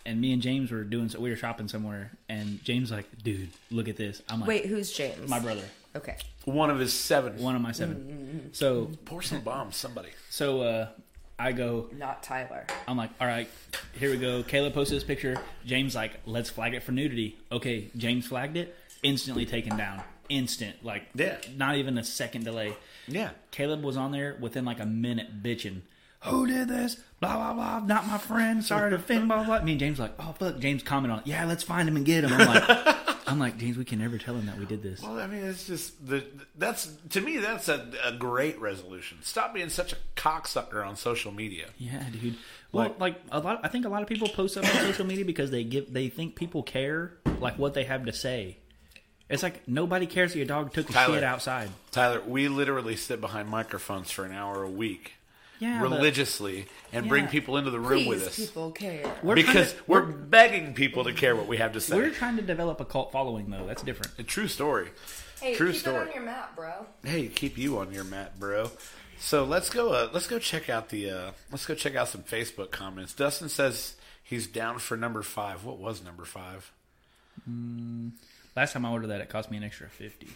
[SPEAKER 2] and me and James were doing. So we were shopping somewhere, and James like, dude, look at this. I'm like,
[SPEAKER 3] Wait, who's James?
[SPEAKER 2] my brother,
[SPEAKER 3] Okay.
[SPEAKER 1] One of his seven.
[SPEAKER 2] one of my seven. So
[SPEAKER 1] Pour some bombs, somebody.
[SPEAKER 2] so uh, I go.
[SPEAKER 3] Not Tyler.
[SPEAKER 2] I'm like, all right, here we go. Caleb posted this picture. James like, let's flag it for nudity. Okay, James flagged it. Instantly taken down. Instant, like,
[SPEAKER 1] Yeah.
[SPEAKER 2] not even a second delay.
[SPEAKER 1] Yeah.
[SPEAKER 2] Caleb was on there within like a minute bitching. Who did this? Blah blah blah. Not my friend. Sorry to offend. Blah blah. blah. Me and James like, oh fuck. James comment on, it. yeah, let's find him and get him. I'm like, I'm like James, we can never tell him that we did this.
[SPEAKER 1] Well, I mean, it's just the that's to me that's a, a great resolution. Stop being such a cocksucker on social media.
[SPEAKER 2] Yeah, dude. Well, like,
[SPEAKER 1] Like-
[SPEAKER 2] a lot, I think a lot of people post up on social media because they give they think people care like what they have to say. It's like nobody cares that your dog took a
[SPEAKER 1] Tyler.
[SPEAKER 2] shit outside.
[SPEAKER 1] Tyler, we literally sit behind microphones for an hour a week
[SPEAKER 2] Yeah, but
[SPEAKER 1] religiously and bring
[SPEAKER 2] Yeah.
[SPEAKER 1] people into the room
[SPEAKER 3] Please,
[SPEAKER 1] with us
[SPEAKER 3] people care.
[SPEAKER 2] we're trying
[SPEAKER 1] because
[SPEAKER 2] to-
[SPEAKER 1] we're, begging people to care what we have to say.
[SPEAKER 2] we're trying to develop a cult following though. That's different.
[SPEAKER 1] a true story.
[SPEAKER 3] Hey,
[SPEAKER 1] True
[SPEAKER 3] keep
[SPEAKER 1] story.
[SPEAKER 3] it on your map, bro.
[SPEAKER 1] Hey, keep you on your mat, bro. So let's go. Uh, let's go check out the. Uh, let's go check out some Facebook comments. Dustin says he's down for number five. What was number five?
[SPEAKER 2] Last time I ordered that, it cost me an extra fifty.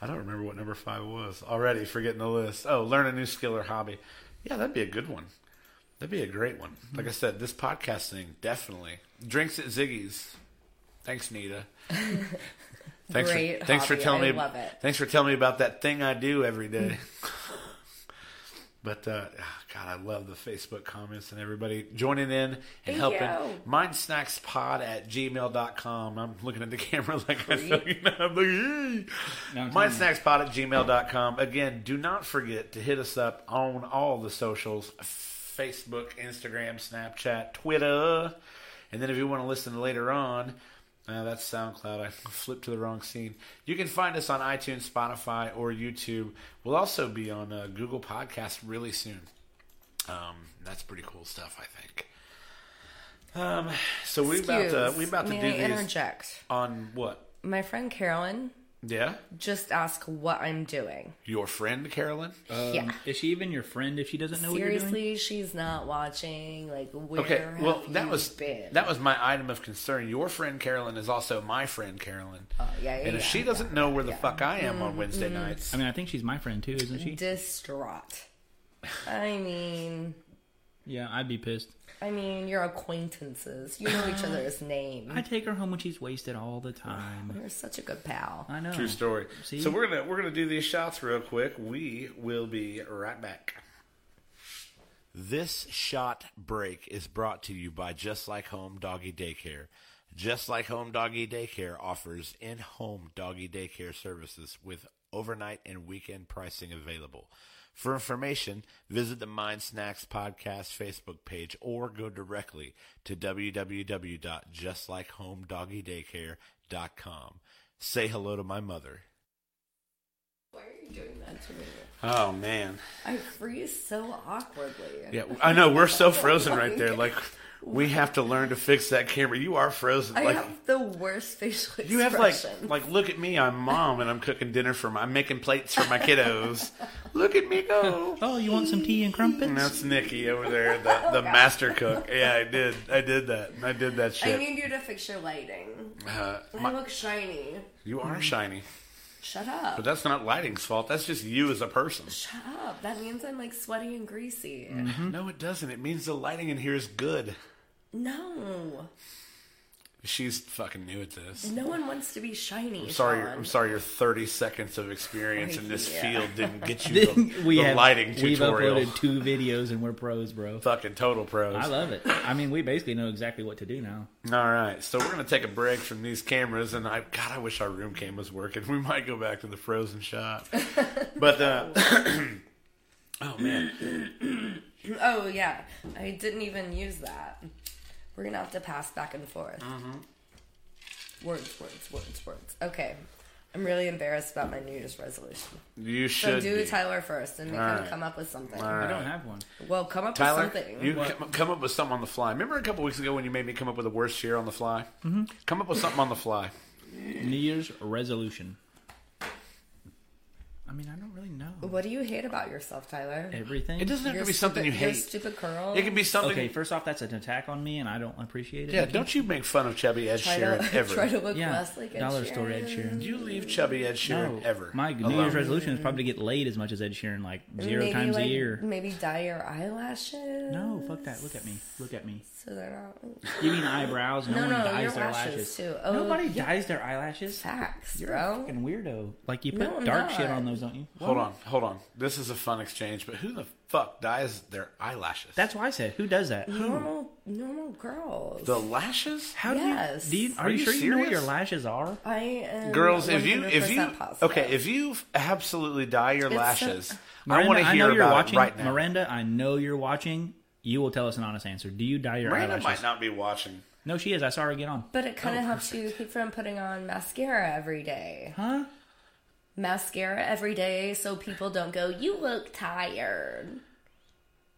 [SPEAKER 1] I don't remember what number five was already. Forgetting the list. Oh, learn a new skill or hobby. Yeah, that'd be a good one. That'd be a great one.
[SPEAKER 3] Mm-hmm.
[SPEAKER 1] Like I said, this podcast thing definitely drinks at Ziggy's. Thanks, Nita. Thanks for
[SPEAKER 3] Great
[SPEAKER 1] thanks for
[SPEAKER 3] hobby.
[SPEAKER 1] telling
[SPEAKER 3] I
[SPEAKER 1] me.
[SPEAKER 3] love it. Mm.
[SPEAKER 1] Thanks for telling me about that thing I do every day. But uh, ah, God, I love the Facebook comments and everybody joining in and helping.
[SPEAKER 3] you.
[SPEAKER 1] Mindsnackspod at gmail.com. I'm looking at the camera like I fucking know. I'm like, "Hey."
[SPEAKER 2] No, it's on
[SPEAKER 1] Mindsnackspod at gmail.com. Again, do not forget to hit us up on all the socials Facebook, Instagram, Snapchat, Twitter. And then if you want to listen later on, Uh, that's SoundCloud. I flipped to the wrong scene. You can find us on iTunes, Spotify, or YouTube. We'll also be on uh, Google Podcast really soon. Um, that's pretty cool stuff, I think. Um, so we about to we about to
[SPEAKER 3] May
[SPEAKER 1] do
[SPEAKER 3] I
[SPEAKER 1] these
[SPEAKER 3] interject?
[SPEAKER 1] on what?
[SPEAKER 3] My friend Carolyn
[SPEAKER 1] Yeah,
[SPEAKER 3] just asked what I'm doing.
[SPEAKER 1] your friend Carolyn.
[SPEAKER 3] yeah.
[SPEAKER 2] Is she even your friend if she doesn't know what you're doing?
[SPEAKER 3] Seriously, she's not watching. Like, where
[SPEAKER 1] Okay,
[SPEAKER 3] have
[SPEAKER 1] well
[SPEAKER 3] you
[SPEAKER 1] that was
[SPEAKER 3] been?
[SPEAKER 1] that was my item of concern. Your friend Carolyn is also my friend Carolyn.
[SPEAKER 3] Oh, yeah,
[SPEAKER 1] and
[SPEAKER 3] yeah,
[SPEAKER 1] if
[SPEAKER 3] yeah, Mm-hmm,
[SPEAKER 1] she doesn't know where the fuck I am on Wednesday nights,
[SPEAKER 2] I mean, I think she's my friend too, isn't she?
[SPEAKER 3] distraught. I mean,
[SPEAKER 2] Yeah, I'd be pissed.
[SPEAKER 3] I mean, you're acquaintances. You know each other's name.
[SPEAKER 2] I take her home when she's wasted all the time.
[SPEAKER 3] You're such a good pal.
[SPEAKER 2] I know.
[SPEAKER 1] True story.
[SPEAKER 2] See?
[SPEAKER 1] So we're gonna we're gonna do these shots real quick. We will be right back. This shot break is brought to you by Just Like Home Doggy Daycare. Just Like Home Doggy Daycare offers in-home doggy daycare services with overnight and weekend pricing available. For information, visit the Mind Snacks Podcast Facebook page or go directly to www.justlikehomedoggydaycare.com. Say hello to my mother.
[SPEAKER 3] Why are you doing that to me?
[SPEAKER 1] Oh man.
[SPEAKER 3] I freeze so awkwardly.
[SPEAKER 1] Yeah, I know we're so frozen right there. Like we have to learn to fix that camera. You are frozen.
[SPEAKER 3] I
[SPEAKER 1] like
[SPEAKER 3] have the worst facial expression.
[SPEAKER 1] you have like like look at me. I'm mom and I'm cooking dinner for my. I'm making plates for my kiddos. look at me go.
[SPEAKER 2] Oh, you want some tea and crumpets?
[SPEAKER 1] And that's Nikki over there, the the master cook. Yeah, I did. I did that. I did that
[SPEAKER 3] I
[SPEAKER 1] shit.
[SPEAKER 3] need you to fix your lighting.
[SPEAKER 1] uh,
[SPEAKER 3] I look shiny.
[SPEAKER 1] you
[SPEAKER 2] Mm-hmm.
[SPEAKER 1] are shiny,
[SPEAKER 3] Shut
[SPEAKER 1] but
[SPEAKER 3] up.
[SPEAKER 1] that's not lighting's fault. That's just you as a person.
[SPEAKER 2] Mm-hmm.
[SPEAKER 3] Shut up. That means I'm like sweaty and greasy.
[SPEAKER 1] No, it doesn't. It means the lighting in here is good.
[SPEAKER 3] No.
[SPEAKER 1] She's fucking new at this.
[SPEAKER 3] No one wants to be shiny.
[SPEAKER 1] Sorry,
[SPEAKER 3] Sean.
[SPEAKER 1] I'm sorry. Your 30 seconds of experience in this
[SPEAKER 3] Yeah.
[SPEAKER 1] field didn't get you the,
[SPEAKER 2] we
[SPEAKER 1] the
[SPEAKER 2] have
[SPEAKER 1] lighting
[SPEAKER 2] we've
[SPEAKER 1] tutorial.
[SPEAKER 2] uploaded two videos and we're pros, bro.
[SPEAKER 1] Fucking total pros.
[SPEAKER 2] I love it. I mean, we basically know exactly what to do now.
[SPEAKER 1] All right, so we're gonna take a break from these cameras, and I God, I wish our room cam was working. We might go back to the frozen shot, but uh, oh man,
[SPEAKER 3] Oh yeah, I didn't even use that. We're gonna have to pass back and forth.
[SPEAKER 1] Mm-hmm.
[SPEAKER 3] Words, words, words, words. Okay, I'm really embarrassed about my New Year's resolution.
[SPEAKER 1] you
[SPEAKER 3] So
[SPEAKER 1] should
[SPEAKER 3] do
[SPEAKER 1] be.
[SPEAKER 3] Tyler first, and make
[SPEAKER 1] All
[SPEAKER 3] him
[SPEAKER 1] right.
[SPEAKER 3] come up with something.
[SPEAKER 1] All
[SPEAKER 2] I
[SPEAKER 1] right.
[SPEAKER 2] don't have one.
[SPEAKER 3] Well, come up
[SPEAKER 1] Tyler,
[SPEAKER 3] with something.
[SPEAKER 1] you come, come up with something on the fly. Remember a couple weeks ago when you made me come up with a worst year on the fly? Mm-hmm. Come up with something on the fly.
[SPEAKER 2] New Year's resolution. I mean, I don't really know
[SPEAKER 3] What do you hate about yourself, Tyler?
[SPEAKER 2] everything.
[SPEAKER 1] It doesn't have to
[SPEAKER 3] Your
[SPEAKER 1] be something you
[SPEAKER 3] stupid- Your
[SPEAKER 1] hate.
[SPEAKER 3] stupid curl.
[SPEAKER 1] It can be something.
[SPEAKER 2] Okay, first off, that's an attack on me, and I don't appreciate it.
[SPEAKER 1] Yeah, don't you make fun of chubby Ed
[SPEAKER 3] try
[SPEAKER 1] Sheeran
[SPEAKER 3] to,
[SPEAKER 1] ever.
[SPEAKER 3] try to look
[SPEAKER 2] Yeah,
[SPEAKER 3] less like Ed
[SPEAKER 2] Dollar
[SPEAKER 3] Sheeran.
[SPEAKER 2] Store Ed Sheeran.
[SPEAKER 1] You leave chubby Ed Sheeran ever.
[SPEAKER 2] My New
[SPEAKER 1] alone.
[SPEAKER 2] Year's resolution is probably to get laid as much as Ed Sheeran, like zero
[SPEAKER 3] Maybe,
[SPEAKER 2] times
[SPEAKER 3] like,
[SPEAKER 2] a year.
[SPEAKER 3] Maybe dye your eyelashes.
[SPEAKER 2] No, fuck that. Look at me. Look at me.
[SPEAKER 3] So they're not
[SPEAKER 2] You mean eyebrows? No,
[SPEAKER 3] No,
[SPEAKER 2] one
[SPEAKER 3] no,
[SPEAKER 2] dyes
[SPEAKER 3] your
[SPEAKER 2] their
[SPEAKER 3] lashes,
[SPEAKER 2] lashes.
[SPEAKER 3] too. Oh,
[SPEAKER 2] Nobody dyes their eyelashes.
[SPEAKER 3] facts,
[SPEAKER 2] You're a
[SPEAKER 3] bro.
[SPEAKER 2] fucking weirdo. Like you put
[SPEAKER 3] No, I'm
[SPEAKER 2] dark shit
[SPEAKER 3] not.
[SPEAKER 2] on those, don't you?
[SPEAKER 1] Hold on, hold on. This is a fun exchange, but who the fuck dyes their eyelashes?
[SPEAKER 2] That's why I said, who does that?
[SPEAKER 3] Normal, normal girls.
[SPEAKER 1] the lashes.
[SPEAKER 2] How do
[SPEAKER 3] Yes.
[SPEAKER 2] you? Do you are,
[SPEAKER 1] Are
[SPEAKER 2] you
[SPEAKER 1] you
[SPEAKER 2] sure you know what your
[SPEAKER 1] serious?
[SPEAKER 2] lashes are?
[SPEAKER 3] I am
[SPEAKER 1] Girls, if you if you
[SPEAKER 3] 100% positive.
[SPEAKER 1] okay, if you absolutely dye your
[SPEAKER 3] so-
[SPEAKER 1] lashes, I
[SPEAKER 2] Miranda,
[SPEAKER 1] want to hear
[SPEAKER 2] know you're
[SPEAKER 1] about
[SPEAKER 2] watching.
[SPEAKER 1] it right now.
[SPEAKER 2] Miranda, I know you're watching. You will tell us an honest answer. Do you dye your
[SPEAKER 1] Miranda might
[SPEAKER 2] eyelashes?
[SPEAKER 1] not be watching.
[SPEAKER 2] No, she is. I saw her get on.
[SPEAKER 3] but it kind of helps you keep from putting on mascara every day.
[SPEAKER 2] Huh?
[SPEAKER 3] Mascara every day, so people don't go. You look tired.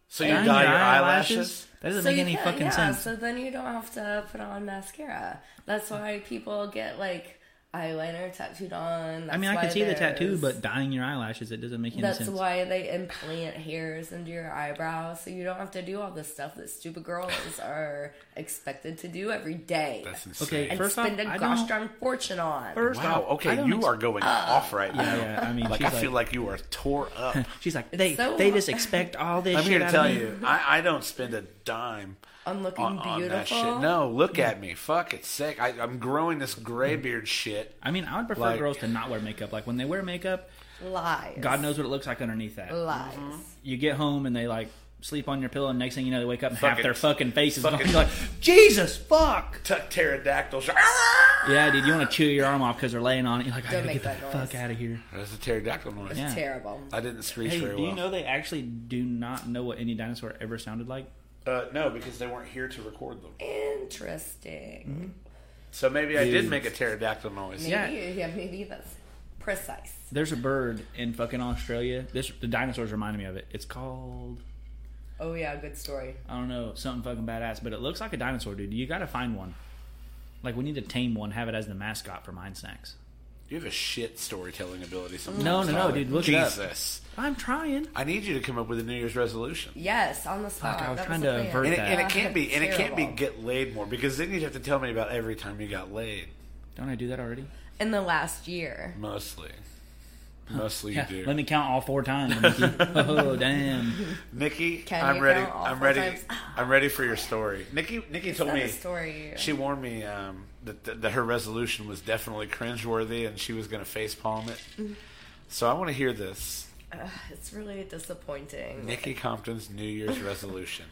[SPEAKER 1] So you
[SPEAKER 2] Dyeing
[SPEAKER 1] dye your eyelashes?
[SPEAKER 2] That doesn't
[SPEAKER 3] so
[SPEAKER 2] make
[SPEAKER 3] you
[SPEAKER 2] any
[SPEAKER 3] can-
[SPEAKER 2] fucking
[SPEAKER 3] yeah,
[SPEAKER 2] sense.
[SPEAKER 3] So then you don't have to put on mascara. That's why people get like eyeliner tattooed on.
[SPEAKER 2] I mean,
[SPEAKER 3] That's
[SPEAKER 2] I can
[SPEAKER 3] why
[SPEAKER 2] see the tattoo,
[SPEAKER 3] there's-
[SPEAKER 2] but dyeing your eyelashes, it doesn't make any
[SPEAKER 3] That's
[SPEAKER 2] sense.
[SPEAKER 3] why they implant hairs into your eyebrows, so you don't have to do all this stuff that stupid girls are expected to do every day.
[SPEAKER 1] That's insane.
[SPEAKER 2] Okay,
[SPEAKER 3] and
[SPEAKER 2] first
[SPEAKER 3] spend
[SPEAKER 2] off,
[SPEAKER 3] a
[SPEAKER 2] I
[SPEAKER 3] gosh
[SPEAKER 2] don't.
[SPEAKER 3] darn fortune on.
[SPEAKER 2] First
[SPEAKER 1] Wow.
[SPEAKER 2] off, I
[SPEAKER 1] Okay,
[SPEAKER 2] don't
[SPEAKER 1] you
[SPEAKER 2] ex-
[SPEAKER 1] are going off right now.
[SPEAKER 2] Yeah, I mean,
[SPEAKER 1] Like
[SPEAKER 2] she's
[SPEAKER 1] I feel like you are tore up.
[SPEAKER 2] she's like they.
[SPEAKER 3] so-
[SPEAKER 2] they just expect all this.
[SPEAKER 1] I'm
[SPEAKER 2] shit
[SPEAKER 1] here to
[SPEAKER 2] out
[SPEAKER 1] tell
[SPEAKER 2] of me.
[SPEAKER 1] you, I, I don't spend a dime
[SPEAKER 3] I'm looking
[SPEAKER 1] on, on
[SPEAKER 3] beautiful.
[SPEAKER 1] that shit. No, look at me. Fuck, it's sick. I, I'm growing this gray beard shit.
[SPEAKER 2] I mean, I would prefer
[SPEAKER 1] Like-
[SPEAKER 2] girls to not wear makeup. Like when they wear makeup,
[SPEAKER 3] Lies.
[SPEAKER 2] God knows Mm-hmm. what it looks like underneath that.
[SPEAKER 3] Lies.
[SPEAKER 2] You get home and they like sleep on your pillow, and next thing you know, they wake up and half
[SPEAKER 1] Fucking-
[SPEAKER 2] their fucking face is gone.
[SPEAKER 1] fucking-
[SPEAKER 2] You're like, Jesus fuck.
[SPEAKER 1] Tuck pterodactyls. Ah!
[SPEAKER 2] Yeah, dude, you want to chew your arm off because they're laying on it. You're like, I
[SPEAKER 3] Don't
[SPEAKER 2] gotta
[SPEAKER 3] make
[SPEAKER 2] get the
[SPEAKER 3] that noise.
[SPEAKER 2] fuck out of here.
[SPEAKER 1] That's a pterodactyl noise.
[SPEAKER 2] Yeah.
[SPEAKER 3] Terrible.
[SPEAKER 1] I didn't screech
[SPEAKER 2] Hey,
[SPEAKER 1] very
[SPEAKER 2] do
[SPEAKER 1] well.
[SPEAKER 2] you know they actually do not know what any dinosaur ever sounded like?
[SPEAKER 1] uh, no, because they weren't here to record them.
[SPEAKER 3] Interesting.
[SPEAKER 1] So maybe I did make a pterodactyl noise.
[SPEAKER 3] Maybe,
[SPEAKER 2] Yeah.
[SPEAKER 3] yeah. maybe that's precise.
[SPEAKER 2] There's a bird in fucking Australia. This the dinosaurs reminded me of it. It's called
[SPEAKER 3] Oh yeah, good story.
[SPEAKER 2] I don't know something fucking badass, but it looks like a dinosaur, dude. You got to find one. Like we need to tame one, have it as the mascot for Mind Snacks.
[SPEAKER 1] You have a shit storytelling ability. Sometimes,
[SPEAKER 2] No, no, no,
[SPEAKER 1] Tyler.
[SPEAKER 2] dude, look it up.
[SPEAKER 1] Jesus.
[SPEAKER 2] I'm trying.
[SPEAKER 1] I need you to come up with a New Year's resolution.
[SPEAKER 3] Yes, on the spot.
[SPEAKER 2] Fuck, I was
[SPEAKER 3] That
[SPEAKER 2] trying
[SPEAKER 3] the
[SPEAKER 2] to
[SPEAKER 3] plan.
[SPEAKER 2] avert
[SPEAKER 1] And it,
[SPEAKER 2] that.
[SPEAKER 1] and it can't be. And it can't be
[SPEAKER 3] Ah, Terrible.
[SPEAKER 1] get laid more because then you'd have to tell me about every time you got laid.
[SPEAKER 2] Don't I do that already?
[SPEAKER 3] in the last year.
[SPEAKER 1] Mostly, mostly
[SPEAKER 2] Yeah.
[SPEAKER 1] you do.
[SPEAKER 2] Let me count all four times. Nikki. oh damn!
[SPEAKER 1] Nikki,
[SPEAKER 3] Can
[SPEAKER 1] I'm
[SPEAKER 3] you
[SPEAKER 1] ready.
[SPEAKER 3] count all
[SPEAKER 1] I'm
[SPEAKER 3] four
[SPEAKER 1] ready.
[SPEAKER 3] times?
[SPEAKER 1] I'm ready for your story. Nikki, Nikki told
[SPEAKER 3] That
[SPEAKER 1] me
[SPEAKER 3] a story.
[SPEAKER 1] she warned me um, that, that that her resolution was definitely cringeworthy and she was going to facepalm
[SPEAKER 3] Mm-hmm.
[SPEAKER 1] it. So I want to hear this.
[SPEAKER 3] It's really disappointing.
[SPEAKER 1] Nikki Compton's New Year's resolution.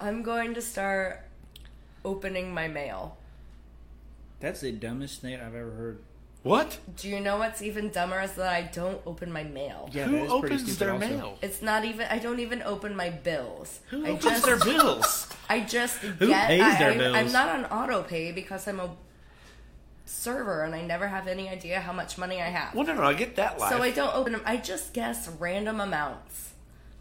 [SPEAKER 3] I'm going to start opening my mail.
[SPEAKER 2] That's the dumbest thing I've ever heard.
[SPEAKER 1] What?
[SPEAKER 3] Do you know what's even dumber is that I don't open my mail.
[SPEAKER 2] Yeah,
[SPEAKER 1] Who opens their mail?
[SPEAKER 3] It's not even. I don't even open my bills.
[SPEAKER 1] Who
[SPEAKER 3] I
[SPEAKER 1] opens
[SPEAKER 3] just,
[SPEAKER 1] their bills?
[SPEAKER 3] I just get.
[SPEAKER 2] pays
[SPEAKER 3] I,
[SPEAKER 2] their
[SPEAKER 3] I,
[SPEAKER 2] bills?
[SPEAKER 3] I'm not on auto pay because I'm a server and I never have any idea how much money I have.
[SPEAKER 1] Well, no, no, I get that life.
[SPEAKER 3] So I don't open them. I just guess random amounts,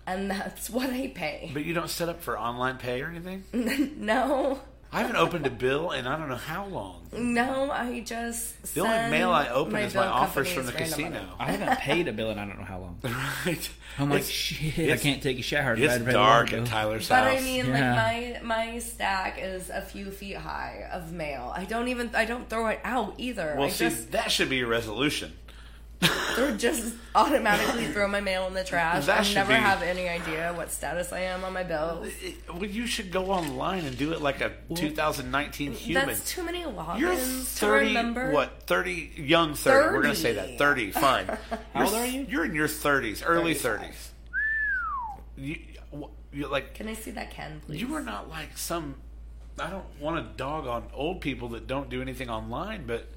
[SPEAKER 3] and that's what I pay.
[SPEAKER 1] but you don't set up for online pay or anything.
[SPEAKER 3] Mm-hmm. No,
[SPEAKER 1] I haven't opened a bill in I don't know how long.
[SPEAKER 3] no, I just.
[SPEAKER 1] The only mail I open is my
[SPEAKER 3] bill
[SPEAKER 1] offers from
[SPEAKER 3] companies
[SPEAKER 1] the
[SPEAKER 3] random
[SPEAKER 1] casino.
[SPEAKER 2] I haven't paid a bill in I don't know how long.
[SPEAKER 1] right?
[SPEAKER 2] I'm like,
[SPEAKER 1] It's-
[SPEAKER 2] shit, I
[SPEAKER 1] it's-
[SPEAKER 2] can't take a shower. but I
[SPEAKER 1] It's
[SPEAKER 2] had to pay a
[SPEAKER 1] dark
[SPEAKER 2] bill.
[SPEAKER 1] at Tyler's
[SPEAKER 3] But
[SPEAKER 1] house.
[SPEAKER 3] I mean,
[SPEAKER 2] Yeah.
[SPEAKER 3] like my my stack is a few feet high of mail. I don't even I don't throw it out either.
[SPEAKER 1] well,
[SPEAKER 3] I
[SPEAKER 1] see,
[SPEAKER 3] just
[SPEAKER 1] that should be your resolution.
[SPEAKER 3] throw, just automatically throw my mail in the trash.
[SPEAKER 1] That
[SPEAKER 3] I
[SPEAKER 1] should
[SPEAKER 3] never
[SPEAKER 1] be-
[SPEAKER 3] have any idea what status I am on my bills.
[SPEAKER 1] It- Well, you should go online and do it like a 2019 human.
[SPEAKER 3] That's too many logins
[SPEAKER 1] You're
[SPEAKER 3] to
[SPEAKER 1] 30,
[SPEAKER 3] remember.
[SPEAKER 1] what, 30, young 30. We're going to say that. 30, fine. How
[SPEAKER 2] old are you?
[SPEAKER 1] You're in your 30s, early
[SPEAKER 3] 35.
[SPEAKER 1] 30s. You, you like,
[SPEAKER 3] Can I see that Ken, please?
[SPEAKER 1] you are not like some, I don't want to dog on old people that don't do anything online, but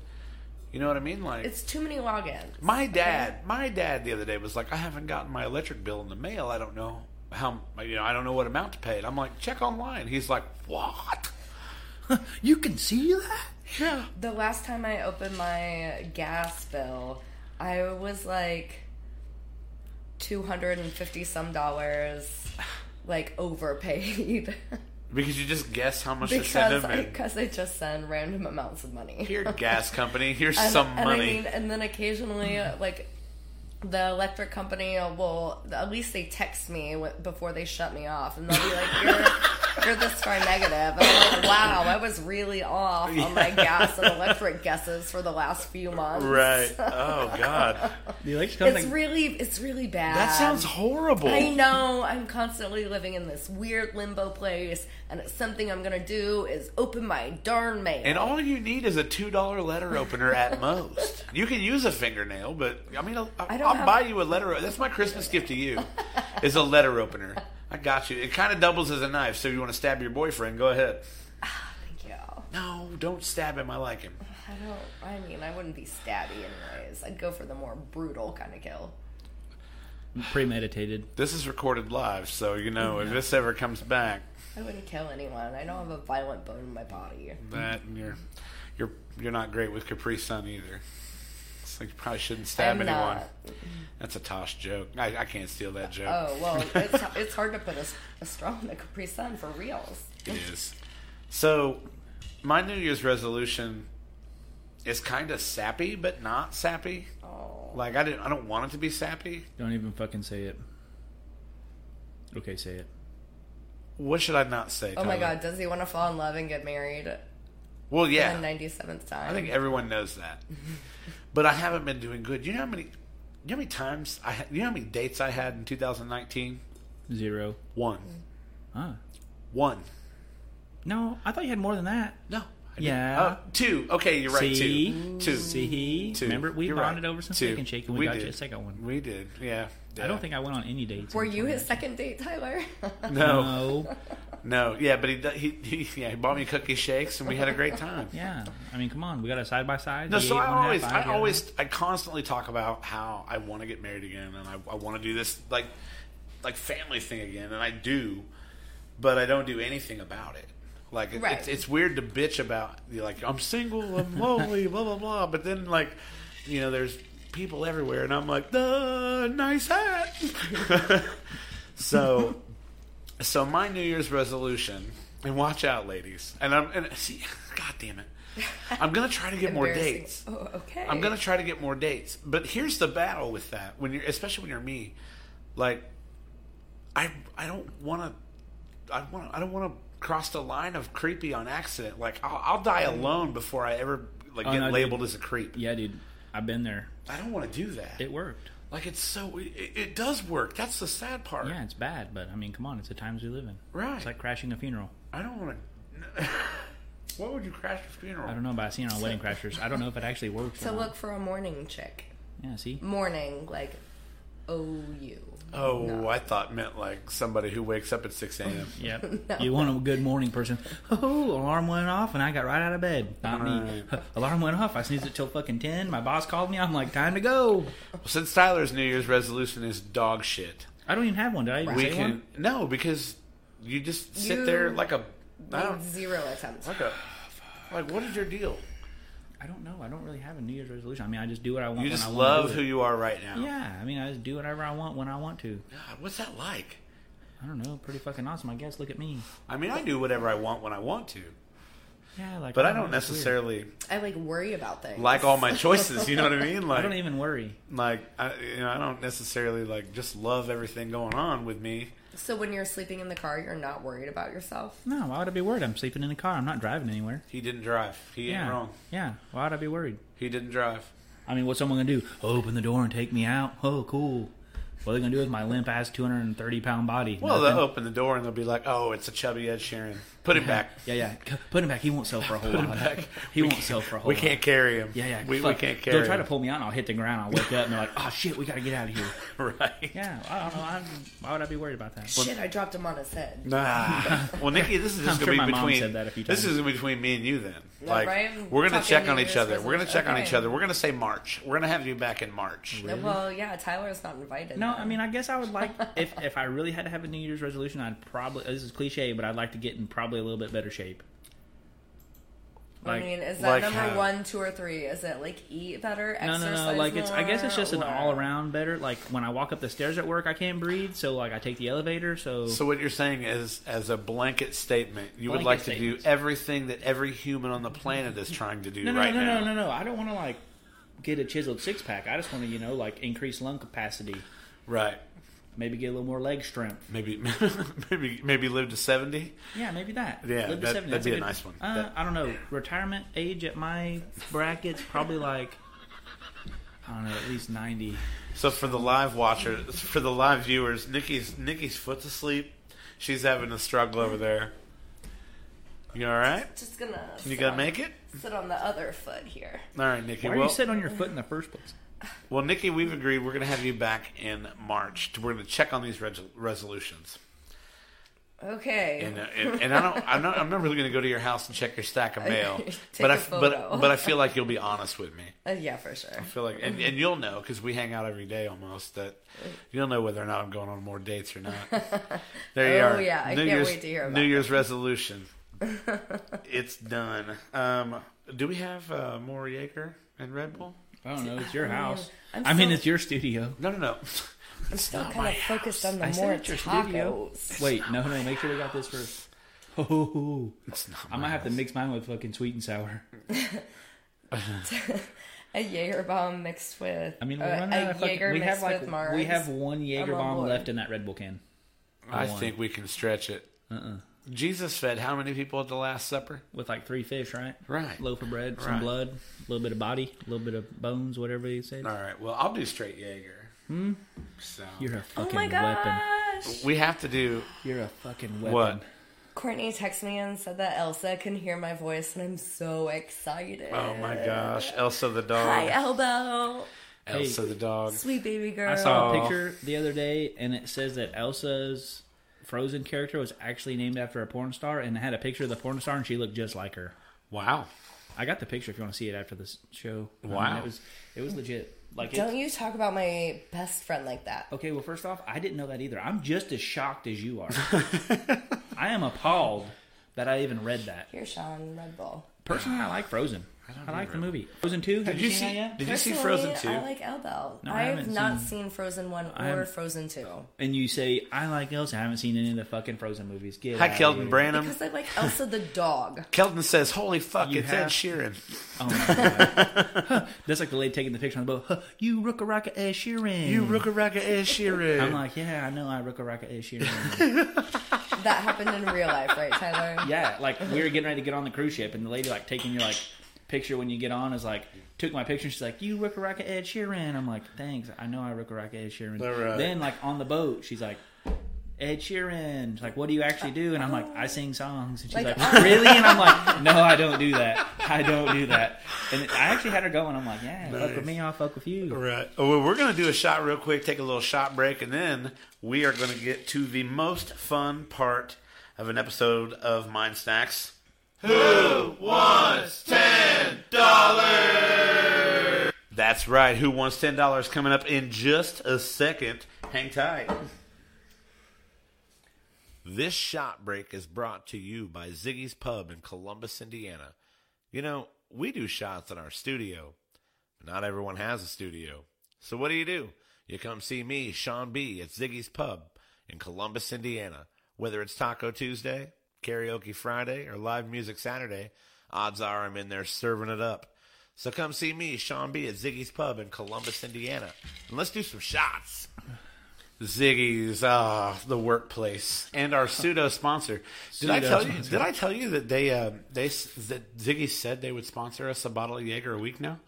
[SPEAKER 1] you know what I mean? Like,
[SPEAKER 3] It's too many logins.
[SPEAKER 1] My dad, my dad, the other day was like, "I haven't gotten my electric bill in the mail. I don't know how, you know, I don't know what amount to pay." And I'm like, "Check online." He's like, "What?
[SPEAKER 2] You can see that?
[SPEAKER 1] Yeah,
[SPEAKER 3] The last time I opened my gas bill, I was like two hundred and fifty some dollars, like overpaid.
[SPEAKER 1] because you just guess how much to send
[SPEAKER 3] because
[SPEAKER 1] them."
[SPEAKER 3] I,
[SPEAKER 1] And
[SPEAKER 3] because I just send random amounts of money.
[SPEAKER 1] here, gas company. Here's
[SPEAKER 3] and,
[SPEAKER 1] some
[SPEAKER 3] and
[SPEAKER 1] money.
[SPEAKER 3] I mean, and then occasionally, like the electric company will at least they text me wh- before they shut me off, and they'll be like, "You're, you're this far negative," and I'm like, "Wow, I was really off on my gas and electric guesses for the last few months."
[SPEAKER 1] right? Oh God,
[SPEAKER 2] The electric
[SPEAKER 3] It's
[SPEAKER 2] company.
[SPEAKER 3] really, it's really bad.
[SPEAKER 1] that sounds horrible.
[SPEAKER 3] I know. I'm constantly living in this weird limbo place, and it's something I'm gonna do is open my darn mail.
[SPEAKER 1] And all you need is a two dollar letter opener at most. You can use a fingernail, but I mean, I'll,
[SPEAKER 3] I
[SPEAKER 1] I
[SPEAKER 3] don't
[SPEAKER 1] will
[SPEAKER 3] have-
[SPEAKER 1] buy you a letter. That's my Christmas gift to you, is a letter opener. I got you. It kind of doubles as a knife, so if you want to stab your boyfriend, go ahead.
[SPEAKER 3] Thank you.
[SPEAKER 1] No, don't stab him. I like him.
[SPEAKER 3] I don't. I mean, I wouldn't be stabby anyways. I'd go for the more brutal kind of kill.
[SPEAKER 2] premeditated.
[SPEAKER 1] This is recorded live, so you know if this ever comes back,
[SPEAKER 3] I wouldn't kill anyone. I don't have a violent bone in my body.
[SPEAKER 1] that and you're you're you're not great with Capri Sun either. It's like you probably shouldn't stab
[SPEAKER 3] I'm
[SPEAKER 1] anyone.
[SPEAKER 3] not.
[SPEAKER 1] That's a Tosh joke. I, I can't steal that joke.
[SPEAKER 3] Oh well, it's it's hard to put a, s- a straw in a Capri Sun for reals.
[SPEAKER 1] It is. So, my New Year's resolution is kind of sappy, but not sappy.
[SPEAKER 3] Oh,
[SPEAKER 1] Like I didn't, I don't want it to be sappy.
[SPEAKER 2] Don't even fucking say it. Okay, say it.
[SPEAKER 1] What should I not say?
[SPEAKER 3] oh my
[SPEAKER 1] Tyler?
[SPEAKER 3] God! Does he want to fall in love and get married
[SPEAKER 1] Well,
[SPEAKER 3] yeah.
[SPEAKER 1] yeah.
[SPEAKER 3] the ninety seventh time?
[SPEAKER 1] I think everyone knows that. but I haven't been doing good. You know how many, you know how many times I, had- you know how many dates I had in 2019?
[SPEAKER 2] Zero.
[SPEAKER 1] One,
[SPEAKER 3] Mm.
[SPEAKER 2] Huh.
[SPEAKER 1] one.
[SPEAKER 2] No, I thought you had more than that.
[SPEAKER 1] No. I didn't.
[SPEAKER 2] Yeah.
[SPEAKER 1] Uh, two. Okay, you're right.
[SPEAKER 2] See?
[SPEAKER 1] Two. Two.
[SPEAKER 2] See,
[SPEAKER 1] Two.
[SPEAKER 2] remember we
[SPEAKER 1] You're
[SPEAKER 2] bonded
[SPEAKER 1] right.
[SPEAKER 2] over some
[SPEAKER 1] Two.
[SPEAKER 2] steak and shake, and we,
[SPEAKER 1] We
[SPEAKER 2] got
[SPEAKER 1] did.
[SPEAKER 2] you a second one.
[SPEAKER 1] We did. Yeah.
[SPEAKER 2] I
[SPEAKER 1] Yeah.
[SPEAKER 2] don't think I went on any dates.
[SPEAKER 3] Were you his second date, Tyler?
[SPEAKER 1] No.
[SPEAKER 2] No.
[SPEAKER 1] No, yeah, but he, do- he he yeah he bought me cookie shakes and we had a great time.
[SPEAKER 2] yeah. I mean, come on. We got a side by side.
[SPEAKER 1] No,
[SPEAKER 2] He
[SPEAKER 1] so
[SPEAKER 2] ate
[SPEAKER 1] I
[SPEAKER 2] one half,
[SPEAKER 1] always
[SPEAKER 2] ate
[SPEAKER 1] I
[SPEAKER 2] the other.
[SPEAKER 1] always I constantly talk about how I want to get married again and I, I want to do this like like family thing again and I do, but I don't do anything about it. Like it,
[SPEAKER 3] Right.
[SPEAKER 1] it's, it's weird to bitch about you know, like I'm single, I'm lonely, blah blah blah. But then like you know, there's people everywhere, and I'm like, the nice hat. so, so my New Year's resolution, and watch out, ladies. And I'm and see, God damn it, I'm gonna try to get more
[SPEAKER 3] Embarrassing.
[SPEAKER 1] dates.
[SPEAKER 3] Oh, okay.
[SPEAKER 1] I'm gonna try to get more dates. But here's the battle with that when you're, especially when you're me, like I I don't want to, I want I don't want to cross the line of creepy on accident. Like I'll, I'll die
[SPEAKER 3] Mm.
[SPEAKER 1] alone before I ever like
[SPEAKER 2] Oh,
[SPEAKER 1] get
[SPEAKER 2] no, dude.
[SPEAKER 1] labeled as a creep.
[SPEAKER 2] Yeah, dude, I've been there.
[SPEAKER 1] I don't want to do that.
[SPEAKER 2] It worked.
[SPEAKER 1] like it's so it, it does work. That's the sad part.
[SPEAKER 2] Yeah, it's bad, but I mean, come on, it's the times we live in.
[SPEAKER 1] Right.
[SPEAKER 2] It's like crashing a funeral.
[SPEAKER 1] I don't want to. what would you crash a funeral?
[SPEAKER 2] I don't know, but I seen it on Wedding Crashers. I don't know if it actually works. or
[SPEAKER 3] So
[SPEAKER 2] not.
[SPEAKER 3] look for a morning chick.
[SPEAKER 2] Yeah, see.
[SPEAKER 3] Morning, like O U.
[SPEAKER 1] Oh, I thought meant like somebody who wakes up at six a.m.
[SPEAKER 2] Yep. You want a good morning person. Oh, alarm went off and I got right out of bed. Not me. Alarm went off. I sneezed it till fucking 10. My boss called me. I'm like, time to go.
[SPEAKER 1] Since Tyler's New Year's resolution is dog shit.
[SPEAKER 2] I don't even have one. Did I even
[SPEAKER 1] we
[SPEAKER 2] say
[SPEAKER 1] can
[SPEAKER 2] one?
[SPEAKER 1] no because you just sit
[SPEAKER 3] You-
[SPEAKER 1] there like a I don't,
[SPEAKER 3] Zero attempts.
[SPEAKER 1] like a like what is your deal?
[SPEAKER 2] I don't know. I don't really have a New Year's resolution. I mean, I just do what I want
[SPEAKER 1] You
[SPEAKER 2] when
[SPEAKER 1] just
[SPEAKER 2] I want
[SPEAKER 1] love
[SPEAKER 2] to
[SPEAKER 1] who
[SPEAKER 2] do it.
[SPEAKER 1] you are right now.
[SPEAKER 2] Yeah. I mean, I just do whatever I want when I want to.
[SPEAKER 1] God, what's that like?
[SPEAKER 2] I don't know. Pretty fucking awesome, I guess. Look at me.
[SPEAKER 1] I mean, I do whatever I want when I want to,
[SPEAKER 2] Yeah, like.
[SPEAKER 1] but I
[SPEAKER 2] know,
[SPEAKER 1] don't
[SPEAKER 2] it's Oh, weird.
[SPEAKER 1] necessarily
[SPEAKER 3] I like worry about things.
[SPEAKER 1] like all my choices. You know what I mean?
[SPEAKER 2] I
[SPEAKER 1] Like,
[SPEAKER 2] don't even worry.
[SPEAKER 1] like I, you know, I don't necessarily like just love everything going on with me.
[SPEAKER 3] so when you're sleeping in the car, you're not worried about yourself.
[SPEAKER 2] No, why would I be worried? I'm sleeping in the car. I'm not driving anywhere.
[SPEAKER 1] He didn't drive. He
[SPEAKER 2] Yeah.
[SPEAKER 1] ain't wrong.
[SPEAKER 2] Yeah. Why would I be worried?
[SPEAKER 1] He didn't drive.
[SPEAKER 2] I mean, what's someone gonna do? Open the door and take me out? Oh, cool. What are they gonna do with my limp ass, two hundred and thirty pound body?
[SPEAKER 1] Well,
[SPEAKER 2] Nothing.
[SPEAKER 1] they'll open the uh, door and they'll be like, "Oh, it's a chubby Ed Sheeran. Put him back.
[SPEAKER 2] yeah, yeah. C- Put him back. He won't sell for a whole lot. He won't sell for a whole.
[SPEAKER 1] We
[SPEAKER 2] lot.
[SPEAKER 1] can't carry him.
[SPEAKER 2] Yeah, yeah.
[SPEAKER 1] We, we
[SPEAKER 2] fuck.
[SPEAKER 1] can't carry."
[SPEAKER 2] They'll try
[SPEAKER 1] him.
[SPEAKER 2] to pull me out, and I'll hit the ground. I'll wake up, and they're like, "Oh shit, we gotta get out of here."
[SPEAKER 1] right.
[SPEAKER 2] Yeah, I don't know. I'm, why would I be worried about that?
[SPEAKER 3] Shit, I dropped him on his head.
[SPEAKER 1] Nah. well, Nikki, this is just
[SPEAKER 2] I'm sure
[SPEAKER 1] gonna
[SPEAKER 2] my
[SPEAKER 1] be
[SPEAKER 2] mom
[SPEAKER 1] between.
[SPEAKER 2] said that a few
[SPEAKER 1] This
[SPEAKER 2] times.
[SPEAKER 1] is between me and you. Then,
[SPEAKER 3] Yeah,
[SPEAKER 1] like,
[SPEAKER 3] right?
[SPEAKER 1] we're gonna
[SPEAKER 3] Talking
[SPEAKER 1] check
[SPEAKER 3] New
[SPEAKER 1] on each
[SPEAKER 3] Year's
[SPEAKER 1] other. We're gonna check on each
[SPEAKER 3] resolution.
[SPEAKER 1] other. We're gonna say March. We're gonna have you back in March.
[SPEAKER 3] Well, yeah, Tyler's not invited.
[SPEAKER 2] No,
[SPEAKER 3] then.
[SPEAKER 2] I mean, I guess I would like if if I really had to have a New Year's resolution, I'd probably this is cliche, but I'd like to get in probably a little bit better shape.
[SPEAKER 3] I
[SPEAKER 2] Like,
[SPEAKER 3] mean, is that
[SPEAKER 1] like
[SPEAKER 3] number
[SPEAKER 1] how-
[SPEAKER 3] one, two, or three? Is it like eat better,
[SPEAKER 2] no,
[SPEAKER 3] exercise
[SPEAKER 2] no, no. Like it's I guess it's just an
[SPEAKER 3] more, or-
[SPEAKER 2] all around better. Like when I walk up the stairs at work, I can't breathe, so like I take the elevator. So,
[SPEAKER 1] So what you're saying is, as a blanket statement, you would
[SPEAKER 2] Blanket
[SPEAKER 1] like to
[SPEAKER 2] statements.
[SPEAKER 1] do everything that every human on the planet is trying to do
[SPEAKER 2] no, no,
[SPEAKER 1] right
[SPEAKER 2] no,
[SPEAKER 1] now.
[SPEAKER 2] no, no, no. I don't want to like get a chiseled six pack. I just want to you know like increase lung capacity,
[SPEAKER 1] Right?
[SPEAKER 2] maybe get a little more leg strength.
[SPEAKER 1] Maybe, maybe, maybe live to seventy.
[SPEAKER 2] Yeah, maybe that.
[SPEAKER 1] Yeah,
[SPEAKER 2] Live to
[SPEAKER 1] that-
[SPEAKER 2] 70.
[SPEAKER 1] that'd
[SPEAKER 2] That's
[SPEAKER 1] be a
[SPEAKER 2] good-
[SPEAKER 1] nice one.
[SPEAKER 2] Uh,
[SPEAKER 1] That-
[SPEAKER 2] I don't know. Retirement age at my brackets probably like I don't know, at least ninety.
[SPEAKER 1] So for the live watchers, for the live viewers, Nikki's Nikki's foot's asleep. She's having a struggle over there. You all right?
[SPEAKER 3] Just gonna.
[SPEAKER 1] You
[SPEAKER 3] sit
[SPEAKER 1] gonna
[SPEAKER 3] on-
[SPEAKER 1] make it?
[SPEAKER 3] Sit on the other foot here.
[SPEAKER 1] All right, Nikki.
[SPEAKER 2] Why are
[SPEAKER 1] well,
[SPEAKER 2] you sitting on your foot in the first place?
[SPEAKER 1] Well, Nikki, we've agreed we're going to have you back in March. We're going to check on these res- resolutions,
[SPEAKER 3] Okay.
[SPEAKER 1] and, uh, and and I don't, I'm not, I'm not really going to go to your house and check your stack of mail,
[SPEAKER 3] Take
[SPEAKER 1] but
[SPEAKER 3] a
[SPEAKER 1] I f- but
[SPEAKER 3] photo.
[SPEAKER 1] but I feel like you'll be honest with me.
[SPEAKER 3] Uh, yeah, for sure.
[SPEAKER 1] I feel like, and, and you'll know because we hang out every day almost. That you'll know whether or not I'm going on more dates or not. There you
[SPEAKER 3] Oh,
[SPEAKER 1] are.
[SPEAKER 3] yeah, I can't
[SPEAKER 1] Year's,
[SPEAKER 3] wait to hear about
[SPEAKER 1] New Year's resolution. it's done. Um, do we have uh, more Jaeger and Red Bull?
[SPEAKER 2] I don't know. It's your house.
[SPEAKER 3] I'm
[SPEAKER 2] I mean,
[SPEAKER 3] so-
[SPEAKER 2] it's your studio.
[SPEAKER 1] No, no, no.
[SPEAKER 3] I'm still
[SPEAKER 1] my
[SPEAKER 3] kind of focused on the
[SPEAKER 2] I said
[SPEAKER 3] more
[SPEAKER 2] it's your studio.
[SPEAKER 3] tacos.
[SPEAKER 2] Wait, no, no. Make sure we got this first. Oh,
[SPEAKER 1] It's not
[SPEAKER 2] I might have to mix mine with fucking sweet and sour.
[SPEAKER 3] A Jaeger bomb mixed with.
[SPEAKER 2] I mean, we're
[SPEAKER 3] uh,
[SPEAKER 2] running out
[SPEAKER 3] a
[SPEAKER 2] of fucking.
[SPEAKER 3] Jaeger
[SPEAKER 2] we
[SPEAKER 3] mixed
[SPEAKER 2] have like
[SPEAKER 3] with Mars.
[SPEAKER 2] we have one Jaeger
[SPEAKER 3] I'm on
[SPEAKER 2] bomb
[SPEAKER 3] board.
[SPEAKER 2] left in that Red Bull can.
[SPEAKER 1] I
[SPEAKER 2] one. Uh-uh.
[SPEAKER 1] think we can stretch it. Jesus fed how many people at the Last Supper?
[SPEAKER 2] with like three fish, right?
[SPEAKER 1] Right.
[SPEAKER 2] Loaf of bread, some
[SPEAKER 1] Right.
[SPEAKER 2] blood, a little bit of body, a little bit of bones, whatever they said.
[SPEAKER 1] All right. Well, I'll do straight Jaeger. Hmm. So
[SPEAKER 2] You're a
[SPEAKER 3] Oh
[SPEAKER 2] fucking
[SPEAKER 3] my
[SPEAKER 2] weapon.
[SPEAKER 3] gosh!
[SPEAKER 1] we have to do
[SPEAKER 2] You're a fucking weapon.
[SPEAKER 1] What?
[SPEAKER 3] Courtney texted me and said that Elsa can hear my voice, and I'm so excited.
[SPEAKER 1] Oh my gosh, Elsa the dog.
[SPEAKER 3] Hi, Elbo,
[SPEAKER 1] Elsa the dog.
[SPEAKER 3] sweet baby girl.
[SPEAKER 2] I saw
[SPEAKER 1] Oh.
[SPEAKER 2] a picture the other day, and it says that Elsa's Frozen character was actually named after a porn star, and it had a picture of the porn star, and she looked just like her.
[SPEAKER 1] Wow.
[SPEAKER 2] I got the picture if you want to see it after this show. I mean,
[SPEAKER 1] Wow.
[SPEAKER 2] it was it was legit. Like, it's-
[SPEAKER 3] Don't you talk about my best friend like that?
[SPEAKER 2] okay, well, first off, I didn't know that either. I'm just as shocked as you are. I am appalled that I even read that.
[SPEAKER 3] Here, Sean, Red Bull.
[SPEAKER 2] Personally, I like Frozen.
[SPEAKER 1] don't
[SPEAKER 2] I, like
[SPEAKER 1] need
[SPEAKER 2] the
[SPEAKER 1] Red
[SPEAKER 2] movie. Frozen two. Have
[SPEAKER 1] Did
[SPEAKER 2] you,
[SPEAKER 1] you
[SPEAKER 2] seen
[SPEAKER 1] see?
[SPEAKER 2] that yet?
[SPEAKER 1] Did you see
[SPEAKER 3] Personally,
[SPEAKER 1] Frozen two?
[SPEAKER 3] I like Elbow.
[SPEAKER 2] No, I
[SPEAKER 3] I, have
[SPEAKER 2] haven't
[SPEAKER 3] not
[SPEAKER 2] seen-
[SPEAKER 3] seen Frozen one or
[SPEAKER 2] haven't-
[SPEAKER 3] Frozen two
[SPEAKER 2] And you say I like Elsa. I haven't seen any of the fucking Frozen movies. Get
[SPEAKER 1] Hi,
[SPEAKER 2] outta
[SPEAKER 1] Kelton
[SPEAKER 2] here.
[SPEAKER 1] Branham.
[SPEAKER 3] because I like Elsa the dog.
[SPEAKER 1] Kelton says, "Holy fuck,
[SPEAKER 2] You
[SPEAKER 1] it's Ed
[SPEAKER 2] have-
[SPEAKER 1] Sheeran."
[SPEAKER 2] Oh my god. Huh. That's like the lady taking the picture on the boat. Huh, you Rooka Raka Ed Sheeran.
[SPEAKER 1] You rooka raka Ed Sheeran.
[SPEAKER 2] I'm like, yeah, I know I Rooka Raka Ed Sheeran.
[SPEAKER 3] That happened in real life, right, Tyler?
[SPEAKER 2] yeah, like we were getting ready to get on the cruise ship, and the lady like taking your like picture when you get on is like took my picture. She's like, "You Rooka Raka Ed Sheeran." I'm like, "Thanks, I know I Rooka Raka Ed Sheeran."
[SPEAKER 1] All right.
[SPEAKER 2] Then like on the boat, she's like. Ed Sheeran, She's like, what do you actually do? And I'm like, I sing songs. And she's like,
[SPEAKER 3] Like,
[SPEAKER 2] really? And I'm like, no, I don't do that. I don't do that. And I actually had her going. I'm like, yeah, fuck with me, I'll fuck with you.
[SPEAKER 1] Right. Oh, Well, we're going to do a shot real quick, take a little shot break, and then we are going to get to the most fun part of an episode of Mind Snacks. Who wants $10? That's right. Who wants $10 coming up in just a second? Hang tight. This shot break is brought to you by Ziggy's Pub in Columbus, Indiana. You know, we do shots in our studio. Not everyone has a studio. So what do you do? You come see me, Sean B, at Ziggy's Pub in Columbus, Indiana. Whether it's Taco Tuesday, Karaoke Friday, or Live Music Saturday, odds are I'm in there serving it up. So come see me, Sean B, at Ziggy's Pub in Columbus, Indiana. And let's do some shots. Ziggy's, ah, the workplace, and our pseudo sponsor. Did I tell you?
[SPEAKER 2] Pseudo-sponsor.
[SPEAKER 1] Did I tell you that they, uh, they, s- that Ziggy said they would sponsor us a bottle of Jaeger a week now?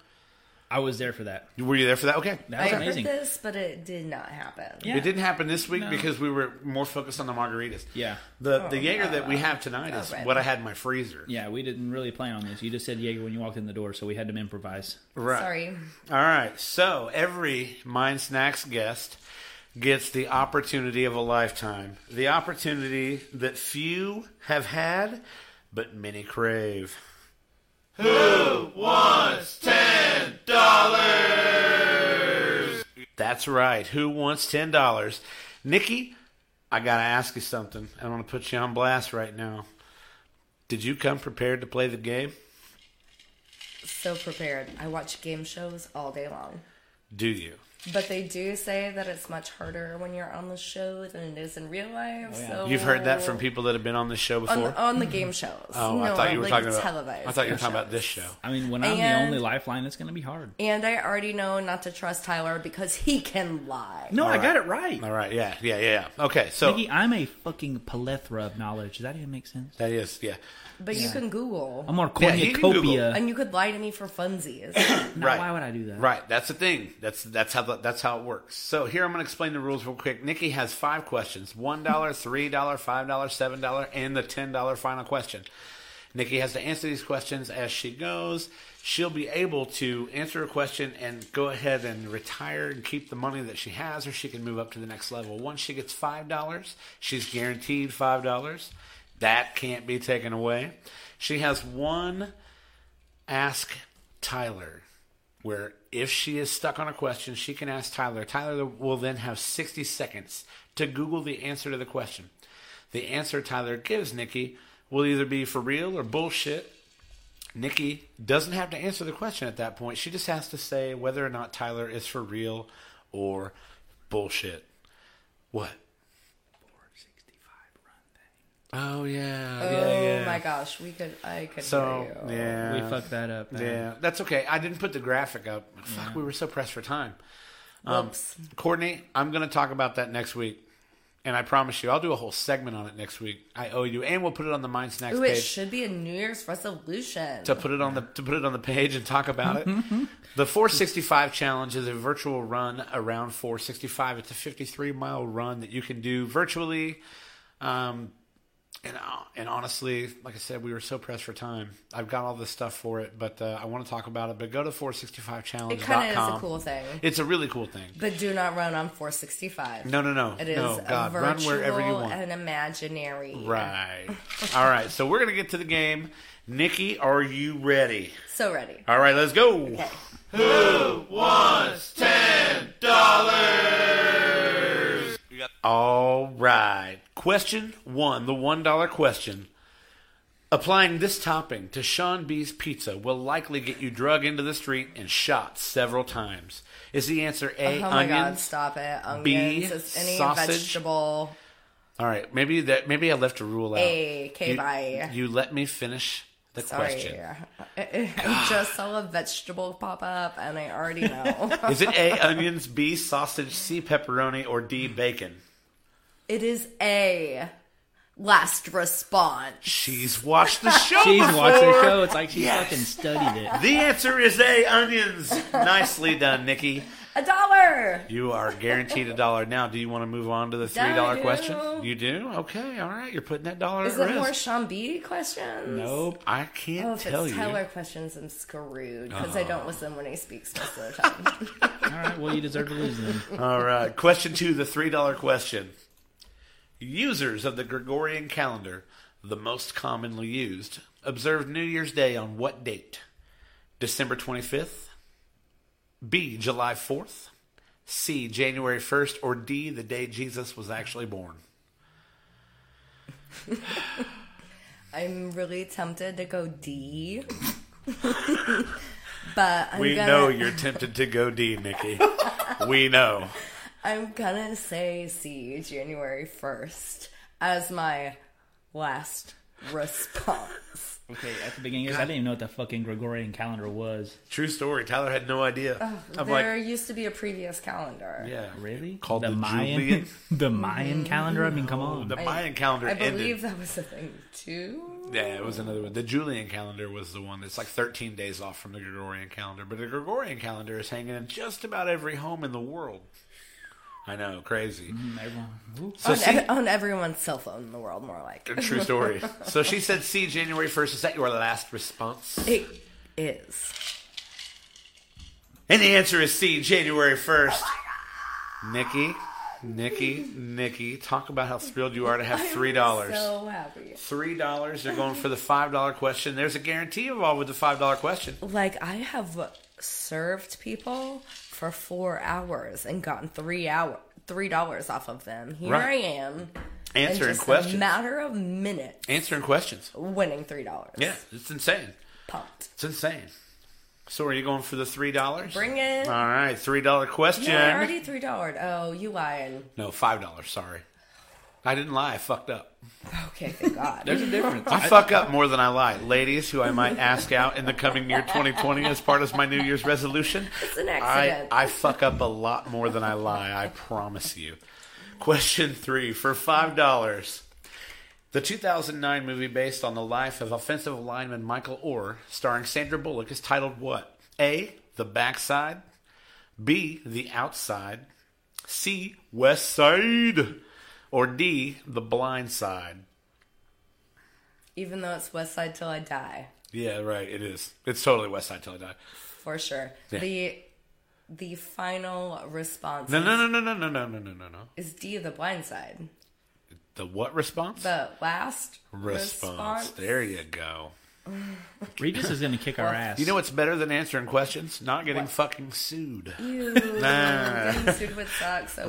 [SPEAKER 2] I was there for that.
[SPEAKER 1] Were you there for that? Okay.
[SPEAKER 2] That
[SPEAKER 3] I
[SPEAKER 2] was
[SPEAKER 3] heard
[SPEAKER 2] amazing.
[SPEAKER 3] this, but it did not happen.
[SPEAKER 2] Yeah.
[SPEAKER 1] It didn't happen this week
[SPEAKER 2] No.
[SPEAKER 1] because we were more focused on the margaritas.
[SPEAKER 2] Yeah.
[SPEAKER 1] The the Jaeger that we have tonight is
[SPEAKER 3] Alright.
[SPEAKER 1] what I had in my freezer.
[SPEAKER 2] Yeah, we didn't really plan on this. You just said Jaeger when you walked in the door, so we had to improvise.
[SPEAKER 1] Right.
[SPEAKER 3] Sorry.
[SPEAKER 1] All right. So every Mind Snacks guest gets the opportunity of a lifetime, the opportunity that few have had, but many crave. Who wants ten dollars? That's right. Who wants ten dollars? Nikki, I gotta ask you something. I'm gonna put you on blast right now. Did you come prepared to play the game?
[SPEAKER 3] So prepared. I watch game shows all day long.
[SPEAKER 1] Do you?
[SPEAKER 3] But they do say that it's much harder when you're on the show than it is in real life.
[SPEAKER 2] yeah.
[SPEAKER 3] So
[SPEAKER 1] Oh, You've heard that
[SPEAKER 3] Oh.
[SPEAKER 1] from people that have been on this show
[SPEAKER 3] on
[SPEAKER 1] before.
[SPEAKER 3] the, on the game shows.
[SPEAKER 1] Oh, I
[SPEAKER 3] No,
[SPEAKER 1] thought you were
[SPEAKER 3] like
[SPEAKER 1] talking
[SPEAKER 3] the
[SPEAKER 1] about.
[SPEAKER 3] televised
[SPEAKER 1] I thought you were
[SPEAKER 3] game
[SPEAKER 1] talking about
[SPEAKER 3] shows.
[SPEAKER 1] this show.
[SPEAKER 2] I mean, when I'm the
[SPEAKER 3] And-
[SPEAKER 2] only lifeline, it's going to be hard.
[SPEAKER 3] And I already know not to trust Tyler because he can lie.
[SPEAKER 2] No, I
[SPEAKER 1] right.
[SPEAKER 2] got it right.
[SPEAKER 1] All right, yeah, yeah, yeah. yeah. Okay, so
[SPEAKER 2] Mickey, I'm a fucking plethora of knowledge. Does that even make sense?
[SPEAKER 1] that is yeah.
[SPEAKER 3] But you can Google.
[SPEAKER 2] I'm more
[SPEAKER 1] you can
[SPEAKER 2] cornucopia.
[SPEAKER 3] And you could lie to me for funsies.
[SPEAKER 2] Now,
[SPEAKER 1] right.
[SPEAKER 2] Why would I do that?
[SPEAKER 1] Right, that's the thing. That's that's how the, that's how it works. So here I'm going to explain the rules real quick. Nikki has five questions: one dollar, three dollar, five dollar, seven dollar, and the ten dollar final question. Nikki has to answer these questions as she goes. She'll be able to answer a question and go ahead and retire and keep the money that she has, or she can move up to the next level. Once she gets five dollars, she's guaranteed five dollars. That can't be taken away. She has one ask Tyler, where if she is stuck on a question, she can ask Tyler. Tyler will then have 60 seconds to Google the answer to the question. The answer Tyler gives Nikki will either be for real or bullshit. Nikki doesn't have to answer the question at that point. She just has to say whether or not Tyler is for real or bullshit. What? Oh yeah.
[SPEAKER 3] oh
[SPEAKER 1] yeah, yeah.
[SPEAKER 3] my gosh, we could. I could
[SPEAKER 1] So
[SPEAKER 3] hear you.
[SPEAKER 1] yeah.
[SPEAKER 2] We fucked that up. man.
[SPEAKER 1] Yeah, that's okay. I didn't put the graphic up. Fuck, we were so pressed for time. Um,
[SPEAKER 3] Whoops.
[SPEAKER 1] Courtney, I'm going to talk about that next week. And I promise you, I'll do a whole segment on it next week. I owe you. And we'll put it on the Mind Snacks
[SPEAKER 3] Ooh, it
[SPEAKER 1] page.
[SPEAKER 3] should be a New Year's resolution.
[SPEAKER 1] to put it on the to put it on the page and talk about it. the 465 challenge is a virtual run around 465. It's a 53 mile run that you can do virtually. Um, and uh, and honestly, like I said, we were so pressed for time. I've got all this stuff for it, but uh, I want to talk about it. But go to 465challenge.com.
[SPEAKER 3] it kind of is a cool thing.
[SPEAKER 1] It's a really cool thing.
[SPEAKER 3] But do not run on 465.
[SPEAKER 1] No, no, no.
[SPEAKER 3] It is
[SPEAKER 1] no, God,
[SPEAKER 3] a
[SPEAKER 1] run
[SPEAKER 3] virtual
[SPEAKER 1] wherever you want.
[SPEAKER 3] and imaginary.
[SPEAKER 1] Right. All right. So we're gonna get to the game. Nikki, are you ready?
[SPEAKER 3] So ready.
[SPEAKER 1] All right, let's go.
[SPEAKER 3] Okay.
[SPEAKER 1] All right. Question one, the one dollar question. Applying this topping to Sean B's pizza will likely get you drug into the street and shot several times. Is the answer A,
[SPEAKER 3] oh my god,
[SPEAKER 1] onions?
[SPEAKER 3] stop it. Onions,
[SPEAKER 1] B,
[SPEAKER 3] it's any
[SPEAKER 1] sausage,
[SPEAKER 3] vegetable.
[SPEAKER 1] All right, maybe that maybe I left a rule out.
[SPEAKER 3] A, okay,
[SPEAKER 1] You-
[SPEAKER 3] bye.
[SPEAKER 1] You let me finish the
[SPEAKER 3] Sorry.
[SPEAKER 1] question.
[SPEAKER 3] I just saw a vegetable pop up and I already know.
[SPEAKER 1] Is it A, onions, B, sausage, C, pepperoni, or D, bacon?
[SPEAKER 3] it is a last response.
[SPEAKER 1] She's watched the show.
[SPEAKER 2] She's watched the
[SPEAKER 1] before.
[SPEAKER 2] show. It's like she
[SPEAKER 1] Yes.
[SPEAKER 2] fucking studied it.
[SPEAKER 1] The answer is A, onions. Nicely done, Nikki.
[SPEAKER 3] A dollar.
[SPEAKER 1] You are guaranteed a dollar. Now, do you want to move on to the
[SPEAKER 3] Yeah, I
[SPEAKER 1] three dollar
[SPEAKER 3] do.
[SPEAKER 1] question? You do? Okay, all right. You're putting that dollar
[SPEAKER 3] Is
[SPEAKER 1] at
[SPEAKER 3] it more
[SPEAKER 1] rest.
[SPEAKER 3] Shambi questions?
[SPEAKER 1] nope, I can't
[SPEAKER 3] Oh, if
[SPEAKER 1] tell
[SPEAKER 3] it's
[SPEAKER 1] you. Uh-huh.
[SPEAKER 3] Tyler questions, I'm screwed because I don't listen when he speaks most of the time.
[SPEAKER 2] All right, well, you deserve to lose then.
[SPEAKER 1] All right. Question two, the three dollar question. Users of the Gregorian calendar, the most commonly used, observe New Year's Day on what date? December twenty fifth, B July fourth, C January first, or D the day Jesus was actually born.
[SPEAKER 3] I'm really tempted to go D, but I'm
[SPEAKER 1] We
[SPEAKER 3] gonna,
[SPEAKER 1] know you're tempted to go D, Nikki. we know.
[SPEAKER 3] I'm gonna say C, January first, as my last response.
[SPEAKER 2] Okay, at the beginning of this, I didn't even know what the fucking Gregorian calendar was.
[SPEAKER 1] True story. Tyler had no idea. I'm
[SPEAKER 3] Oh, there
[SPEAKER 1] like,
[SPEAKER 3] used to be a previous calendar.
[SPEAKER 1] yeah,
[SPEAKER 2] Really?
[SPEAKER 1] Called the,
[SPEAKER 2] Mayan,
[SPEAKER 1] Julian.
[SPEAKER 2] the Mayan calendar. I mean, come on.
[SPEAKER 1] The Mayan calendar
[SPEAKER 3] I
[SPEAKER 1] ended.
[SPEAKER 3] believe that was a thing too.
[SPEAKER 1] Yeah, it was another one. The Julian calendar was the one that's like 13 days off from the Gregorian calendar, but the Gregorian calendar is hanging in just about every home in the world. I know, crazy.
[SPEAKER 3] Mm-hmm.
[SPEAKER 2] Everyone- Ooh.
[SPEAKER 1] So
[SPEAKER 3] on,
[SPEAKER 1] see,
[SPEAKER 3] ev- on everyone's cell phone in the world, more like
[SPEAKER 1] true story. So she said, "See, January 1st. Is that your last response?"
[SPEAKER 3] it is.
[SPEAKER 1] And the answer is C, January 1st. Nikki, Nikki, Nikki, talk about how thrilled you are to have $3.
[SPEAKER 3] So happy.
[SPEAKER 1] $3, they're going for the $5 question. There's a guarantee involved with the $5 question.
[SPEAKER 3] Like I have served people for four hours and gotten three hour three dollars off of them. Here
[SPEAKER 1] Right.
[SPEAKER 3] I am. in
[SPEAKER 1] Answering
[SPEAKER 3] just A
[SPEAKER 1] questions.
[SPEAKER 3] matter of minutes,
[SPEAKER 1] Answering questions.
[SPEAKER 3] winning three dollars.
[SPEAKER 1] Yeah, it's insane.
[SPEAKER 3] Pumped.
[SPEAKER 1] It's insane. So are you going for the $3?
[SPEAKER 3] Bring it.
[SPEAKER 1] All right, $3 question.
[SPEAKER 3] Yeah, I already three dollared. Oh, you lying.
[SPEAKER 1] no, $5, sorry. I didn't lie, I fucked up.
[SPEAKER 3] Okay, thank God.
[SPEAKER 4] There's a difference.
[SPEAKER 1] I fuck up more than I lie. Ladies who I might ask out in the coming year 2020 as part of my New Year's resolution.
[SPEAKER 3] It's an
[SPEAKER 1] I,
[SPEAKER 3] accident.
[SPEAKER 1] I fuck up a lot more than I lie, I promise you. Question three for $5. The 2009 movie based on the life of offensive lineman Michael Orr, starring Sandra Bullock, is titled what? A. The Backside. B. The Outside. C. West Side. Or D. The Blind Side.
[SPEAKER 3] Even though it's West Side till I die,
[SPEAKER 1] Yeah, right. It is. It's totally West Side Till I Die.
[SPEAKER 3] for sure.
[SPEAKER 1] Yeah.
[SPEAKER 3] The the final response
[SPEAKER 1] No, no, no, no, no, no, no, no, no, no, no.
[SPEAKER 3] is D the blind side.
[SPEAKER 1] The what response?
[SPEAKER 3] The last
[SPEAKER 1] response.
[SPEAKER 3] response.
[SPEAKER 1] There you go.
[SPEAKER 2] Regis is gonna kick our ass.
[SPEAKER 1] You know what's better than answering questions? Not getting fucking sued.
[SPEAKER 3] Ew,
[SPEAKER 1] Nah.
[SPEAKER 3] getting sued would suck so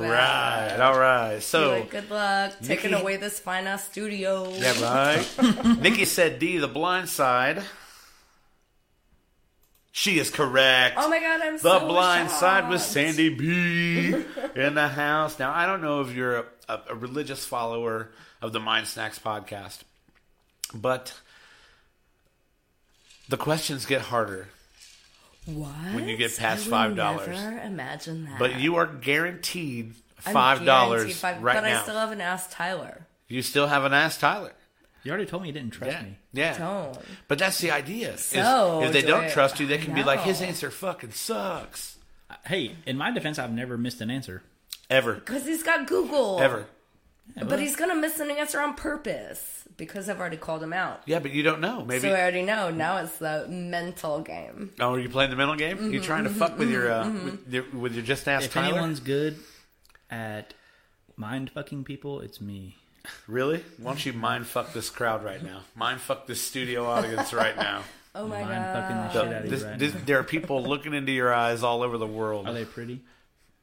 [SPEAKER 3] bad.
[SPEAKER 1] Right. All right. So.
[SPEAKER 3] Like, uh, good luck taking
[SPEAKER 1] Nikki-
[SPEAKER 3] away this fine ass studio.
[SPEAKER 1] Yeah, right. Nikki said D, the blind side. She is correct.
[SPEAKER 3] Oh my god, I'm
[SPEAKER 1] The
[SPEAKER 3] so
[SPEAKER 1] Blind
[SPEAKER 3] shocked.
[SPEAKER 1] Side with Sandy B in the house. Now, I don't know if you're a, a, a religious follower of the Mind Snacks podcast, but the questions get harder.
[SPEAKER 3] What?
[SPEAKER 1] you get past
[SPEAKER 3] I would
[SPEAKER 1] $5.
[SPEAKER 3] Never imagine that.
[SPEAKER 1] But you are guaranteed
[SPEAKER 3] Uh, I'm
[SPEAKER 1] five
[SPEAKER 3] guaranteed
[SPEAKER 1] dollars
[SPEAKER 3] five-
[SPEAKER 1] right
[SPEAKER 3] But
[SPEAKER 1] now.
[SPEAKER 3] I still haven't asked Tyler.
[SPEAKER 1] you still haven't asked Tyler.
[SPEAKER 2] You already told me you didn't trust
[SPEAKER 1] Yeah,
[SPEAKER 2] me.
[SPEAKER 1] yeah.
[SPEAKER 3] Don't.
[SPEAKER 1] But that's the idea. is
[SPEAKER 3] So,
[SPEAKER 1] if they
[SPEAKER 3] do
[SPEAKER 1] don't
[SPEAKER 3] I-
[SPEAKER 1] trust you, they can be like,
[SPEAKER 3] No.
[SPEAKER 1] "His answer fucking sucks."
[SPEAKER 2] Hey, in my defense, I've never missed an answer.
[SPEAKER 1] Ever,
[SPEAKER 3] Because he's got Google.
[SPEAKER 1] ever.
[SPEAKER 3] But he's going to miss an answer on purpose because I've already called him out.
[SPEAKER 1] Yeah, but you don't know. Maybe
[SPEAKER 3] So I already know. Now it's the mental game.
[SPEAKER 1] Oh, are you playing the mental game?
[SPEAKER 3] Mm-hmm,
[SPEAKER 1] you trying to fuck with your, uh, with your with your just ask
[SPEAKER 2] If
[SPEAKER 1] Tyler?
[SPEAKER 2] anyone's good at mind fucking people, it's me.
[SPEAKER 1] Really? Why don't you mind fuck this crowd right now? Mind fuck this studio audience right now.
[SPEAKER 3] Oh my
[SPEAKER 2] mind
[SPEAKER 3] god.
[SPEAKER 2] fucking the
[SPEAKER 1] The-
[SPEAKER 2] shit out of
[SPEAKER 1] this-
[SPEAKER 2] you right
[SPEAKER 1] this-
[SPEAKER 2] now.
[SPEAKER 1] there are people looking into your eyes all over the world.
[SPEAKER 2] Are they pretty?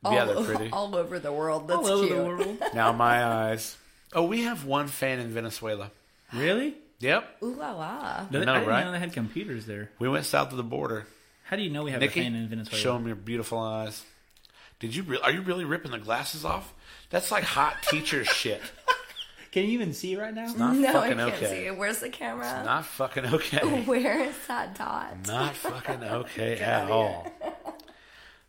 [SPEAKER 1] yeah,
[SPEAKER 3] all,
[SPEAKER 1] they're pretty.
[SPEAKER 3] all over the world. That's
[SPEAKER 2] All over
[SPEAKER 3] cute.
[SPEAKER 2] the world.
[SPEAKER 1] now my eyes. Oh, we have one fan in Venezuela.
[SPEAKER 2] Really?
[SPEAKER 1] Yep.
[SPEAKER 3] Ooh la la.
[SPEAKER 2] Do they-
[SPEAKER 1] I know,
[SPEAKER 2] I didn't
[SPEAKER 1] right?
[SPEAKER 2] know they had computers there.
[SPEAKER 1] We went south of the border.
[SPEAKER 2] How do you know we have
[SPEAKER 1] Nikki,
[SPEAKER 2] a fan in Venezuela?
[SPEAKER 1] show them your beautiful eyes. Did you? Re- are you really ripping the glasses off? That's like hot teacher shit.
[SPEAKER 2] Can you even see right now?
[SPEAKER 1] Not
[SPEAKER 3] no, I
[SPEAKER 1] fucking
[SPEAKER 3] can't
[SPEAKER 1] okay.
[SPEAKER 3] see it. Oh, Where's the camera?
[SPEAKER 1] Not fucking okay.
[SPEAKER 3] Where is that dot?
[SPEAKER 1] Not fucking okay at all.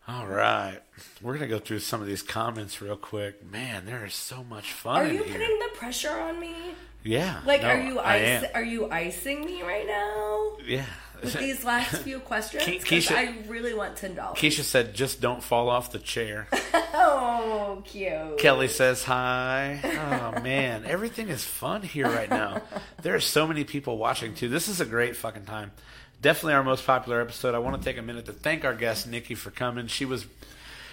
[SPEAKER 1] All right, we're gonna go through some of these comments real quick. Man, there is so much fun
[SPEAKER 3] Are
[SPEAKER 1] in
[SPEAKER 3] you
[SPEAKER 1] here.
[SPEAKER 3] putting the pressure on me?
[SPEAKER 1] yeah,
[SPEAKER 3] Like,
[SPEAKER 1] no,
[SPEAKER 3] are you
[SPEAKER 1] I
[SPEAKER 3] ice-
[SPEAKER 1] am.
[SPEAKER 3] are you icing me right now
[SPEAKER 1] Yeah.
[SPEAKER 3] with these last few questions?
[SPEAKER 1] Ke-
[SPEAKER 3] 'Cause
[SPEAKER 1] Keisha-
[SPEAKER 3] I really want ten dollars.
[SPEAKER 1] Keisha said, "Just don't fall off the chair."
[SPEAKER 3] Oh, cute.
[SPEAKER 1] Kelly says hi. Oh man, everything is fun here right now. There are so many people watching too. This is a great fucking time. Definitely our most popular episode. I want to take a minute to thank our guest Nikki for coming. She was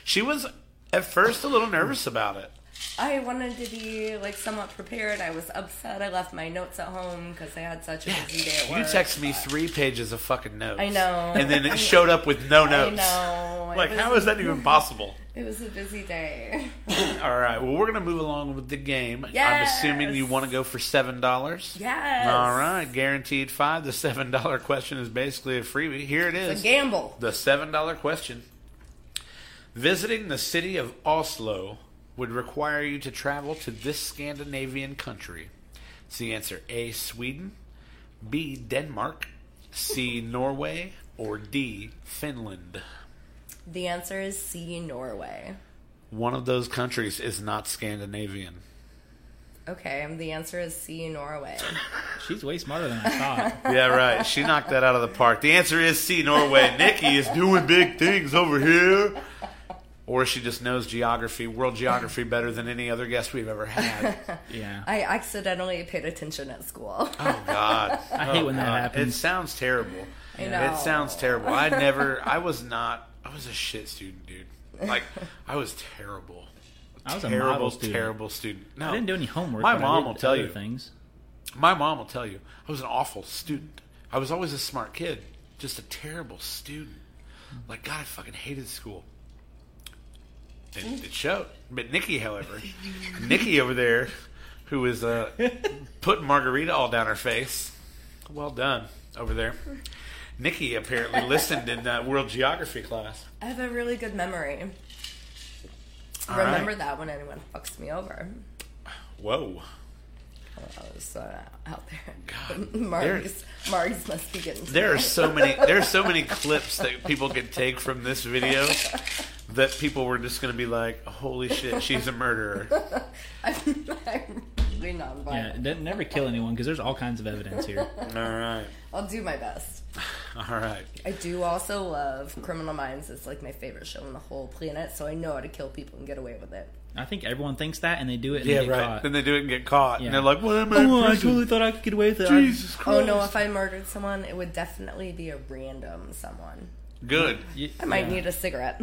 [SPEAKER 1] she was at first a little nervous about it.
[SPEAKER 3] I wanted to be like somewhat prepared. I was upset. I left my notes at home because I had such a busy day at work.
[SPEAKER 1] You text me three pages of fucking notes.
[SPEAKER 3] I know.
[SPEAKER 1] And then it showed up with no notes.
[SPEAKER 3] know. It
[SPEAKER 1] Like,
[SPEAKER 3] was-
[SPEAKER 1] how is that even possible?
[SPEAKER 3] It was a busy day.
[SPEAKER 1] All right. Well, we're going to move along with the game. I'm
[SPEAKER 3] Yes.
[SPEAKER 1] assuming you want to go for $7.
[SPEAKER 3] Yes.
[SPEAKER 1] All right, guaranteed five. The seven dollar question is basically a freebie. Here it
[SPEAKER 3] A
[SPEAKER 1] is.
[SPEAKER 3] gamble.
[SPEAKER 1] the seven dollar question. Visiting the city of Oslo would require you to travel to this Scandinavian country. It's the answer A Sweden, B Denmark, C Norway, or D Finland.
[SPEAKER 3] The answer is C, Norway.
[SPEAKER 1] One of those countries is not Scandinavian.
[SPEAKER 3] Okay, um, the answer is C, Norway.
[SPEAKER 2] She's way smarter than I thought.
[SPEAKER 1] Yeah, right. She knocked that out of the park. The answer is C, Norway. Nikki is doing big things over here. Or she just knows geography, world geography, better than any other guest we've ever had.
[SPEAKER 2] yeah.
[SPEAKER 3] I accidentally paid attention at school.
[SPEAKER 1] Oh God! I
[SPEAKER 2] hate when that happens.
[SPEAKER 1] It sounds terrible.
[SPEAKER 3] I know.
[SPEAKER 1] It sounds terrible. I never. I was not. I was a shit student, dude. Like I was terrible.
[SPEAKER 2] I was a
[SPEAKER 1] terrible,
[SPEAKER 2] model student.
[SPEAKER 1] terrible student. No,
[SPEAKER 2] I didn't do any homework.
[SPEAKER 1] My
[SPEAKER 2] but I
[SPEAKER 1] mom
[SPEAKER 2] did
[SPEAKER 1] will tell
[SPEAKER 2] other
[SPEAKER 1] you.
[SPEAKER 2] things.
[SPEAKER 1] My mom will tell you, I was an awful student. I was always a smart kid, just a terrible student. Like, God, I fucking hated school. And it showed. But Nikki, however, Nikki over there, who was uh, putting margarita all down her face, well done over there. Nikki apparently listened in uh, world geography class.
[SPEAKER 3] I have a really good memory.
[SPEAKER 1] All right.
[SPEAKER 3] Remember that when anyone fucks me over.
[SPEAKER 1] Whoa.
[SPEAKER 3] I was uh, out there.
[SPEAKER 1] God,
[SPEAKER 3] Margs, Margs must be getting.
[SPEAKER 1] There are so many. There are so many clips that people could take from this video that people were just going to be like, "Holy shit, she's a murderer."
[SPEAKER 3] I'm, I'm really nonviolent.
[SPEAKER 2] Yeah, it doesn't- never kill anyone because there's all kinds of evidence here.
[SPEAKER 1] All right,
[SPEAKER 3] I'll do my best.
[SPEAKER 1] all right.
[SPEAKER 3] I do also love Criminal Minds. It's like my favorite show on the whole planet, so I know how to kill people and get away with it.
[SPEAKER 2] I think everyone thinks that and they do it and
[SPEAKER 1] Yeah,
[SPEAKER 2] they get
[SPEAKER 1] right.
[SPEAKER 2] caught.
[SPEAKER 1] Then they do it and get caught,
[SPEAKER 2] Yeah.
[SPEAKER 1] and they're like, "What am I?" in
[SPEAKER 2] Oh, I
[SPEAKER 1] prison?
[SPEAKER 2] totally thought I could get away with it.
[SPEAKER 1] Jesus Christ.
[SPEAKER 3] Oh no, if I murdered someone, it would definitely be a random someone.
[SPEAKER 1] Good,
[SPEAKER 2] You-
[SPEAKER 3] I might
[SPEAKER 2] yeah.
[SPEAKER 3] need a cigarette.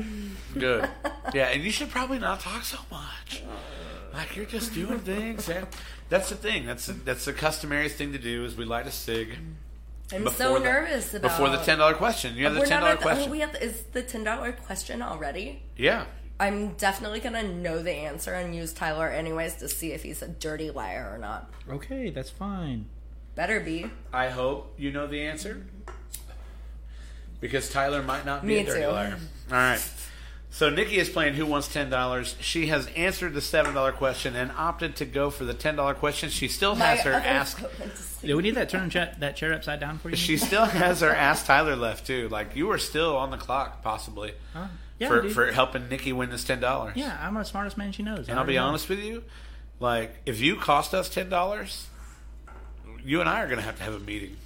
[SPEAKER 1] good. Yeah, and you should probably not talk so much. Like you're just doing things. Yeah. That's the thing. That's the, that's the customary thing to do is we light a cig
[SPEAKER 3] I'm so
[SPEAKER 1] before the-
[SPEAKER 3] nervous about
[SPEAKER 1] before the ten dollar question. You have the
[SPEAKER 3] We're
[SPEAKER 1] ten
[SPEAKER 3] not
[SPEAKER 1] dollar
[SPEAKER 3] at the,
[SPEAKER 1] question.
[SPEAKER 3] oh, we have is the ten dollar question already?
[SPEAKER 1] yeah.
[SPEAKER 3] I'm definitely gonna know the answer and use Tyler anyways to see if he's a dirty liar or not.
[SPEAKER 2] Okay, that's fine.
[SPEAKER 3] Better be.
[SPEAKER 1] I hope you know the answer. Because Tyler might not be
[SPEAKER 3] Me
[SPEAKER 1] a dirty
[SPEAKER 3] too.
[SPEAKER 1] liar. All right. So Nikki is playing Who Wants Ten Dollars. She has answered the seven dollar question and opted to go for the ten dollar question. She still has her
[SPEAKER 3] other
[SPEAKER 1] ask.
[SPEAKER 3] phone went to sleep.
[SPEAKER 2] Do we need that turn cha- that chair upside down for you?
[SPEAKER 1] She still has her ask Tyler left too. Like you are still on the clock, possibly,
[SPEAKER 2] Huh? yeah,
[SPEAKER 1] for
[SPEAKER 2] dude.
[SPEAKER 1] for helping Nikki win this ten dollars.
[SPEAKER 2] yeah, I'm the smartest man she knows.
[SPEAKER 1] And I'll be honest with you, like if you cost us ten dollars, you and I are going to have to have a meeting.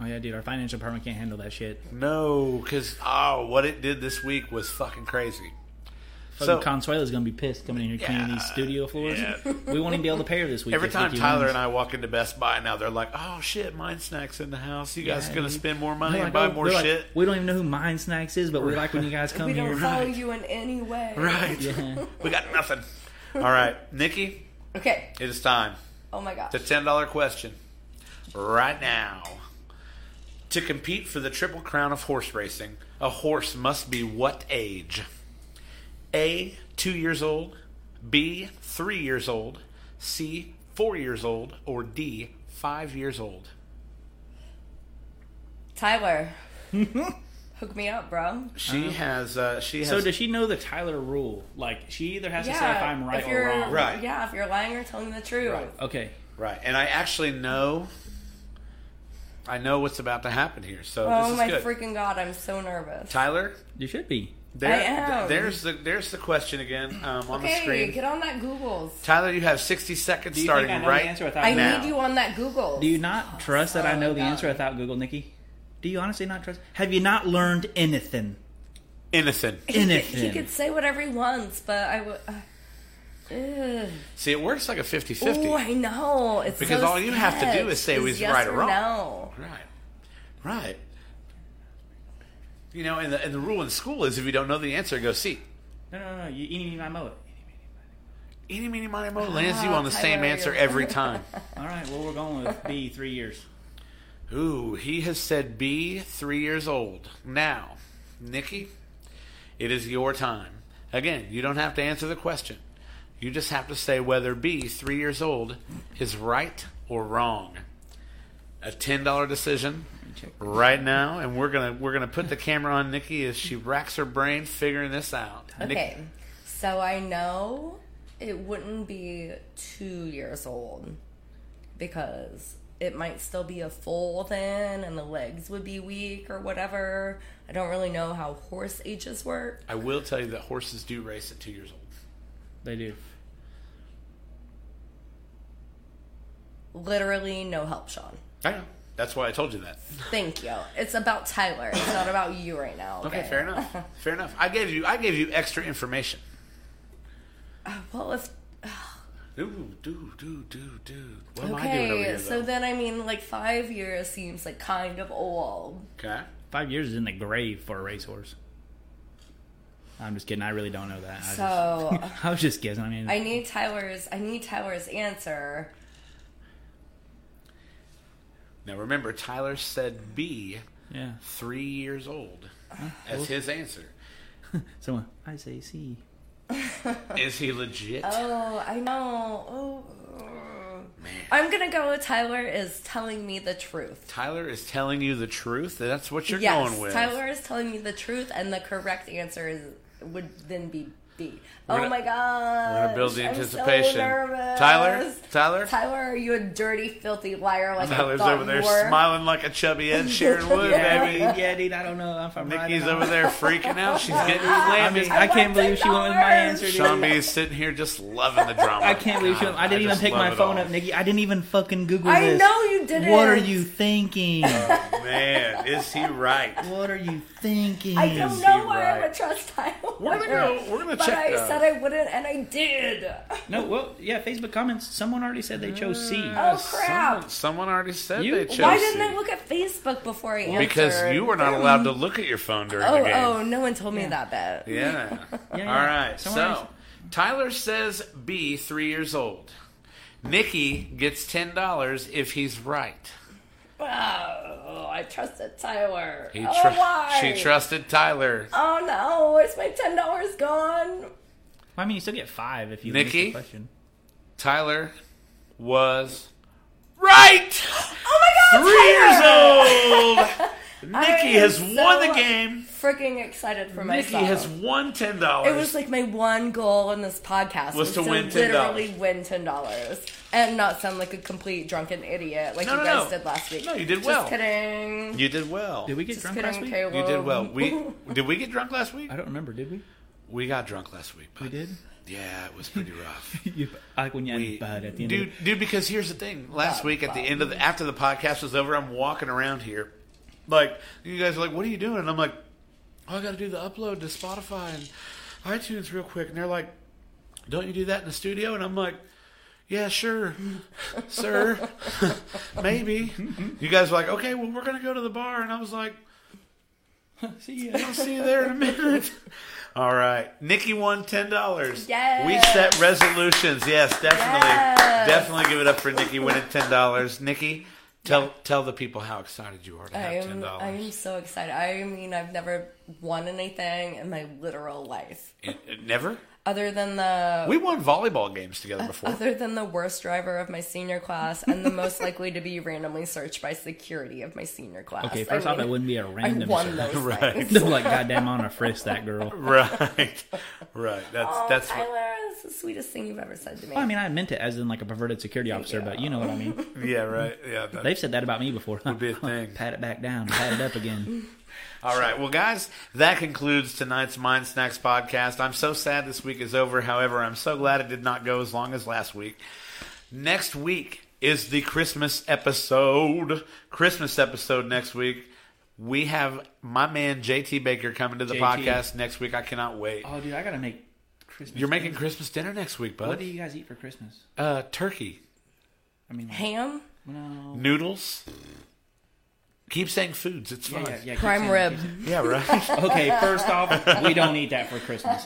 [SPEAKER 2] Oh yeah, dude, our financial department can't handle that shit.
[SPEAKER 1] No, because oh, what it did this week was fucking crazy.
[SPEAKER 2] Fucking Consuela's gonna be pissed coming in here cleaning these
[SPEAKER 1] Yeah,
[SPEAKER 2] studio floors.
[SPEAKER 1] yeah.
[SPEAKER 2] We won't even be able to pay her this week.
[SPEAKER 1] Every
[SPEAKER 2] if
[SPEAKER 1] time
[SPEAKER 2] Nikki
[SPEAKER 1] Tyler
[SPEAKER 2] wins.
[SPEAKER 1] and I walk into Best Buy now, they're like, "Oh shit, Mind Snacks in the house. You guys
[SPEAKER 2] Yeah,
[SPEAKER 1] gonna
[SPEAKER 2] dude.
[SPEAKER 1] spend more money
[SPEAKER 2] They're
[SPEAKER 1] and
[SPEAKER 2] like,
[SPEAKER 1] buy
[SPEAKER 2] oh,
[SPEAKER 1] more
[SPEAKER 2] they're like,
[SPEAKER 1] shit?"
[SPEAKER 2] we don't even know who Mind Snacks is, but we like when you guys come
[SPEAKER 3] We
[SPEAKER 2] here.
[SPEAKER 3] don't follow you in any way.
[SPEAKER 1] right?
[SPEAKER 2] Yeah.
[SPEAKER 1] we got nothing. All right, Nikki,
[SPEAKER 3] Okay.
[SPEAKER 1] it is time.
[SPEAKER 3] Oh my gosh.
[SPEAKER 1] The ten dollar question, right now. To compete for the triple crown of horse racing, a horse must be what age? A. Two years old. B. Three years old. C. Four years old. Or D. five years old.
[SPEAKER 3] Tyler, hook me up, bro.
[SPEAKER 1] She has. Uh, she has.
[SPEAKER 2] So does she know the Tyler rule? Like she either has to say if I'm right or
[SPEAKER 3] you're,
[SPEAKER 2] wrong.
[SPEAKER 1] Right.
[SPEAKER 3] Yeah, if you're lying or telling the truth.
[SPEAKER 1] Right.
[SPEAKER 2] Okay.
[SPEAKER 1] right, and I actually know. I know what's about to happen here, so this
[SPEAKER 3] Oh
[SPEAKER 1] is
[SPEAKER 3] my
[SPEAKER 1] good.
[SPEAKER 3] freaking god, I'm so nervous.
[SPEAKER 1] Tyler,
[SPEAKER 2] You should be.
[SPEAKER 1] there,
[SPEAKER 3] I am.
[SPEAKER 1] there's the there's the question again um, on the
[SPEAKER 3] Okay,
[SPEAKER 1] screen.
[SPEAKER 3] get on that Google's.
[SPEAKER 1] Tyler, you have 60 seconds
[SPEAKER 2] Do you
[SPEAKER 1] starting
[SPEAKER 2] think I know
[SPEAKER 1] right
[SPEAKER 2] the answer without
[SPEAKER 3] I
[SPEAKER 1] now.
[SPEAKER 3] need you on that Google.
[SPEAKER 2] Do you not trust that I know the
[SPEAKER 3] God.
[SPEAKER 2] answer without Google, Nikki? Do you honestly not trust? Have you not learned anything?
[SPEAKER 1] Innocent.
[SPEAKER 2] Anything?
[SPEAKER 3] He could say whatever he wants, but I would. Uh,
[SPEAKER 1] See, it works like a 50 50.
[SPEAKER 3] oh, I know. It's
[SPEAKER 1] Because
[SPEAKER 3] so
[SPEAKER 1] all you have to do is say
[SPEAKER 3] sketch,
[SPEAKER 1] was
[SPEAKER 3] yes
[SPEAKER 1] right or wrong.
[SPEAKER 3] No.
[SPEAKER 1] Right. Right. You know, and the, and the rule in school is if you don't know the answer, go see.
[SPEAKER 2] no, no, no. You eeny, meeny, miny, moe.
[SPEAKER 1] Eeny, meeny, miny, moe lands you
[SPEAKER 3] Ah,
[SPEAKER 1] on the same
[SPEAKER 3] Tyler.
[SPEAKER 1] answer every time.
[SPEAKER 2] All right. Well, we're going with B. Three years.
[SPEAKER 1] Ooh, he has said B, three years old. Now, Nikki, it is your time. Again, you don't have to answer the question. You just have to say whether B, three years old, is right or wrong. A ten dollar decision right now, and we're gonna we're gonna put the camera on Nikki as she racks her brain figuring this out. Nikki-
[SPEAKER 3] Okay, so I know it wouldn't be two years old because it might still be a foal then, and the legs would be weak or whatever. I don't really know how horse ages work.
[SPEAKER 1] I will tell you that horses do race at two years old.
[SPEAKER 2] They do.
[SPEAKER 3] Literally, no help, Sean.
[SPEAKER 1] I know. That's why I told you that.
[SPEAKER 3] Thank you. It's about Tyler. It's not about you right now.
[SPEAKER 1] Okay, fair enough. Fair enough. I gave you I gave you extra information.
[SPEAKER 3] Uh, Well, if
[SPEAKER 1] Dude, dude, dude, dude, dude. What am I doing over
[SPEAKER 3] okay,
[SPEAKER 1] here?
[SPEAKER 3] so
[SPEAKER 1] though?
[SPEAKER 3] then I mean, like five years seems like kind of old.
[SPEAKER 1] okay.
[SPEAKER 2] Five years is in the grave for a racehorse. I'm just kidding. I really don't know that. I,
[SPEAKER 3] So
[SPEAKER 2] just, I was just guessing. I mean,
[SPEAKER 3] I need Tyler's. I need Tyler's answer.
[SPEAKER 1] Now remember, Tyler said B,
[SPEAKER 2] yeah.
[SPEAKER 1] three years old,
[SPEAKER 3] Uh,
[SPEAKER 1] as his answer.
[SPEAKER 2] Someone. I say C.
[SPEAKER 1] Is he legit?
[SPEAKER 3] Oh, I know. Oh,
[SPEAKER 1] Man.
[SPEAKER 3] I'm gonna go with Tyler is telling me the truth.
[SPEAKER 1] Tyler is telling you the truth. That's what you're
[SPEAKER 3] yes,
[SPEAKER 1] going with.
[SPEAKER 3] Tyler is telling me the truth, and the correct answer is would then be B.
[SPEAKER 1] We're
[SPEAKER 3] oh
[SPEAKER 1] gonna-
[SPEAKER 3] my god!
[SPEAKER 1] We're gonna build the anticipation. Tyler, Tyler,
[SPEAKER 3] Tyler, are you a dirty, filthy liar like
[SPEAKER 1] Tyler's
[SPEAKER 3] I thought
[SPEAKER 1] over there
[SPEAKER 3] you were?
[SPEAKER 1] smiling like a chubby Ed Sheeran would,
[SPEAKER 2] Yeah,
[SPEAKER 1] baby.
[SPEAKER 2] dude, yeah, dude. I don't know if I'm right.
[SPEAKER 1] Nikki's
[SPEAKER 2] or not.
[SPEAKER 1] over there freaking out. She's getting
[SPEAKER 2] I'm just,
[SPEAKER 1] lammy.
[SPEAKER 2] I can't believe she went with my
[SPEAKER 3] $10.
[SPEAKER 2] answer, dude.
[SPEAKER 1] Sean B is sitting here just loving the drama.
[SPEAKER 2] I can't believe she.
[SPEAKER 1] God,
[SPEAKER 2] I didn't even
[SPEAKER 1] just
[SPEAKER 2] pick
[SPEAKER 1] love
[SPEAKER 2] my
[SPEAKER 1] it
[SPEAKER 2] phone
[SPEAKER 1] all.
[SPEAKER 2] up, Nikki. I didn't even fucking Google
[SPEAKER 3] I
[SPEAKER 2] this.
[SPEAKER 3] know you didn't.
[SPEAKER 2] What are you thinking?
[SPEAKER 1] Man, is he right?
[SPEAKER 2] what are you thinking?
[SPEAKER 3] I don't
[SPEAKER 1] Is
[SPEAKER 3] know
[SPEAKER 1] he
[SPEAKER 3] why
[SPEAKER 1] right?
[SPEAKER 3] I would trust Tyler.
[SPEAKER 1] We're gonna go- we're gonna
[SPEAKER 3] but
[SPEAKER 1] check
[SPEAKER 3] I
[SPEAKER 1] that.
[SPEAKER 3] said I wouldn't, and I did.
[SPEAKER 2] No, well, yeah. Facebook comments. Someone already said they chose C.
[SPEAKER 3] Oh crap!
[SPEAKER 1] Someone, someone already said
[SPEAKER 2] You-
[SPEAKER 1] they chose
[SPEAKER 3] Why didn't
[SPEAKER 1] you.
[SPEAKER 3] I look at Facebook before I answered?
[SPEAKER 1] Because you were not allowed to look at your phone during
[SPEAKER 3] Oh,
[SPEAKER 1] the game.
[SPEAKER 3] oh, no one told me that bet.
[SPEAKER 1] Yeah.
[SPEAKER 2] yeah.
[SPEAKER 1] All right.
[SPEAKER 2] Someone
[SPEAKER 1] so
[SPEAKER 2] else-
[SPEAKER 1] Tyler says B, three years old. Nikki gets ten dollars if he's right.
[SPEAKER 3] Oh, I trusted Tyler.
[SPEAKER 1] He
[SPEAKER 3] oh,
[SPEAKER 1] tru-
[SPEAKER 3] why?
[SPEAKER 1] She trusted Tyler.
[SPEAKER 3] Oh no, is my ten dollars gone?
[SPEAKER 2] I mean, you still get five if you
[SPEAKER 1] Nikki?
[SPEAKER 2] miss the question.
[SPEAKER 1] Tyler was right.
[SPEAKER 3] Oh my god,
[SPEAKER 1] Three years old. Nikki
[SPEAKER 3] am
[SPEAKER 1] has won
[SPEAKER 3] so-
[SPEAKER 1] the game.
[SPEAKER 3] Freaking excited for
[SPEAKER 1] Nikki
[SPEAKER 3] myself.
[SPEAKER 1] has won ten
[SPEAKER 3] It was
[SPEAKER 1] dollars.
[SPEAKER 3] like my one goal in this podcast
[SPEAKER 1] Was to win
[SPEAKER 3] literally
[SPEAKER 1] $10.
[SPEAKER 3] win ten dollars and not sound like a complete drunken idiot like
[SPEAKER 1] No,
[SPEAKER 3] you
[SPEAKER 1] no,
[SPEAKER 3] guys
[SPEAKER 1] no.
[SPEAKER 3] did last week.
[SPEAKER 1] No, you did
[SPEAKER 3] Just
[SPEAKER 1] well.
[SPEAKER 3] kidding.
[SPEAKER 1] You did well.
[SPEAKER 2] Did we get
[SPEAKER 3] Just
[SPEAKER 2] drunk
[SPEAKER 3] kidding,
[SPEAKER 2] last week?
[SPEAKER 3] Caleb.
[SPEAKER 1] You did well. We did we get drunk last week?
[SPEAKER 2] I don't remember. Did we?
[SPEAKER 1] We got drunk last week. But
[SPEAKER 2] We did.
[SPEAKER 1] Yeah, it was pretty rough.
[SPEAKER 2] you, I like when you
[SPEAKER 1] We-
[SPEAKER 2] add bud at the end.
[SPEAKER 1] dude,
[SPEAKER 2] of
[SPEAKER 1] dude, because here's the thing. Last week at the end of the after the podcast was over, I'm walking around here, like you guys are like, "What are you doing?" And I'm like, "Oh, I got to do the upload to Spotify and iTunes real quick." And they're like, "Don't you do that in the studio?" And I'm like. Yeah, sure, sir. Maybe you guys were like, okay, well, we're gonna go to the bar, and I was like,
[SPEAKER 2] it. See ya.
[SPEAKER 1] I'll see you there in a minute. All right. Nikki won ten dollars.
[SPEAKER 3] Yes.
[SPEAKER 1] We set resolutions. Yes, definitely.
[SPEAKER 3] Yes.
[SPEAKER 1] Definitely give it up for Nikki winning ten dollars. Nikki, tell tell the people how excited you are to
[SPEAKER 3] I
[SPEAKER 1] have ten
[SPEAKER 3] am, I am
[SPEAKER 1] dollars.
[SPEAKER 3] so excited. I mean, I've never won anything in my literal life.
[SPEAKER 1] Never?
[SPEAKER 3] Other than the
[SPEAKER 1] We won volleyball games together before.
[SPEAKER 3] other than the worst driver of my senior class and the most likely to be randomly searched by security of my senior class.
[SPEAKER 2] Okay, first off,
[SPEAKER 3] mean,
[SPEAKER 2] it wouldn't be a
[SPEAKER 3] I
[SPEAKER 2] random.
[SPEAKER 3] won
[SPEAKER 2] search.
[SPEAKER 3] those
[SPEAKER 1] Right.
[SPEAKER 3] things.
[SPEAKER 2] They're like, goddamn, I'm gonna frisk that girl.
[SPEAKER 1] right, right. That's
[SPEAKER 3] Oh,
[SPEAKER 1] that's what,
[SPEAKER 3] Tyler, that's the sweetest thing you've ever said to me.
[SPEAKER 2] Well, I mean, I meant it as in like a perverted security officer, but you know what I mean.
[SPEAKER 1] yeah, right, yeah. that-
[SPEAKER 2] They've said that about me before. Would
[SPEAKER 1] be a thing.
[SPEAKER 2] pat it back down, pat it up again.
[SPEAKER 1] All right. Well, guys, that concludes tonight's Mind Snacks podcast. I'm so sad this week is over. However, I'm so glad it did not go as long as last week. Next week is the Christmas episode. Christmas episode next week. We have my man JT Baker coming to the
[SPEAKER 4] JT.
[SPEAKER 1] podcast next week. I cannot wait.
[SPEAKER 4] Oh, dude, I gotta make Christmas.
[SPEAKER 1] You're making
[SPEAKER 4] dinner.
[SPEAKER 1] Christmas dinner next week,
[SPEAKER 4] What
[SPEAKER 1] bud.
[SPEAKER 4] do you guys eat for Christmas?
[SPEAKER 1] Uh, turkey,
[SPEAKER 4] I mean, like,
[SPEAKER 3] ham,
[SPEAKER 4] no.
[SPEAKER 1] noodles. Keep saying foods. It's
[SPEAKER 4] Yeah,
[SPEAKER 1] fun.
[SPEAKER 4] yeah, yeah, keep
[SPEAKER 3] prime
[SPEAKER 4] saying-
[SPEAKER 3] rib.
[SPEAKER 1] yeah right.
[SPEAKER 4] Okay, first off, we don't eat that for Christmas.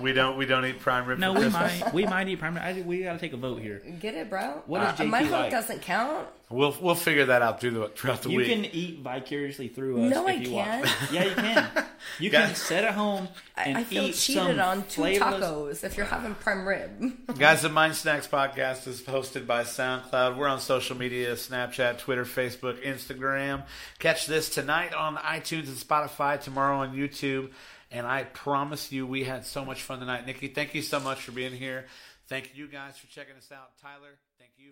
[SPEAKER 1] we don't. We don't eat prime rib.
[SPEAKER 2] No,
[SPEAKER 1] for
[SPEAKER 2] we
[SPEAKER 1] Christmas.
[SPEAKER 2] might, we might eat primary. I, think we gotta take a vote here.
[SPEAKER 3] Get it, bro?
[SPEAKER 4] What does
[SPEAKER 3] Uh, My
[SPEAKER 4] JT
[SPEAKER 3] vote
[SPEAKER 4] like?
[SPEAKER 3] doesn't count.
[SPEAKER 1] We'll we'll figure that out through the throughout the
[SPEAKER 4] You
[SPEAKER 1] week.
[SPEAKER 4] can eat vicariously through us.
[SPEAKER 3] No,
[SPEAKER 4] if
[SPEAKER 3] I
[SPEAKER 4] you want.
[SPEAKER 3] can't.
[SPEAKER 4] Yeah, you can. You can
[SPEAKER 1] Guys-
[SPEAKER 4] sit at home
[SPEAKER 3] I,
[SPEAKER 4] and
[SPEAKER 3] I feel
[SPEAKER 4] eat some
[SPEAKER 3] cheated on two
[SPEAKER 4] flavorless.
[SPEAKER 3] tacos if you're having prime rib.
[SPEAKER 1] Guys, the Mind Snacks podcast is hosted by SoundCloud. We're on social media Snapchat, Twitter, Facebook, Instagram. Catch this tonight on iTunes and Spotify, tomorrow on YouTube. And I promise you, we had so much fun tonight. Nikki, thank you so much for being here. Thank you guys for checking us out. Tyler, thank you.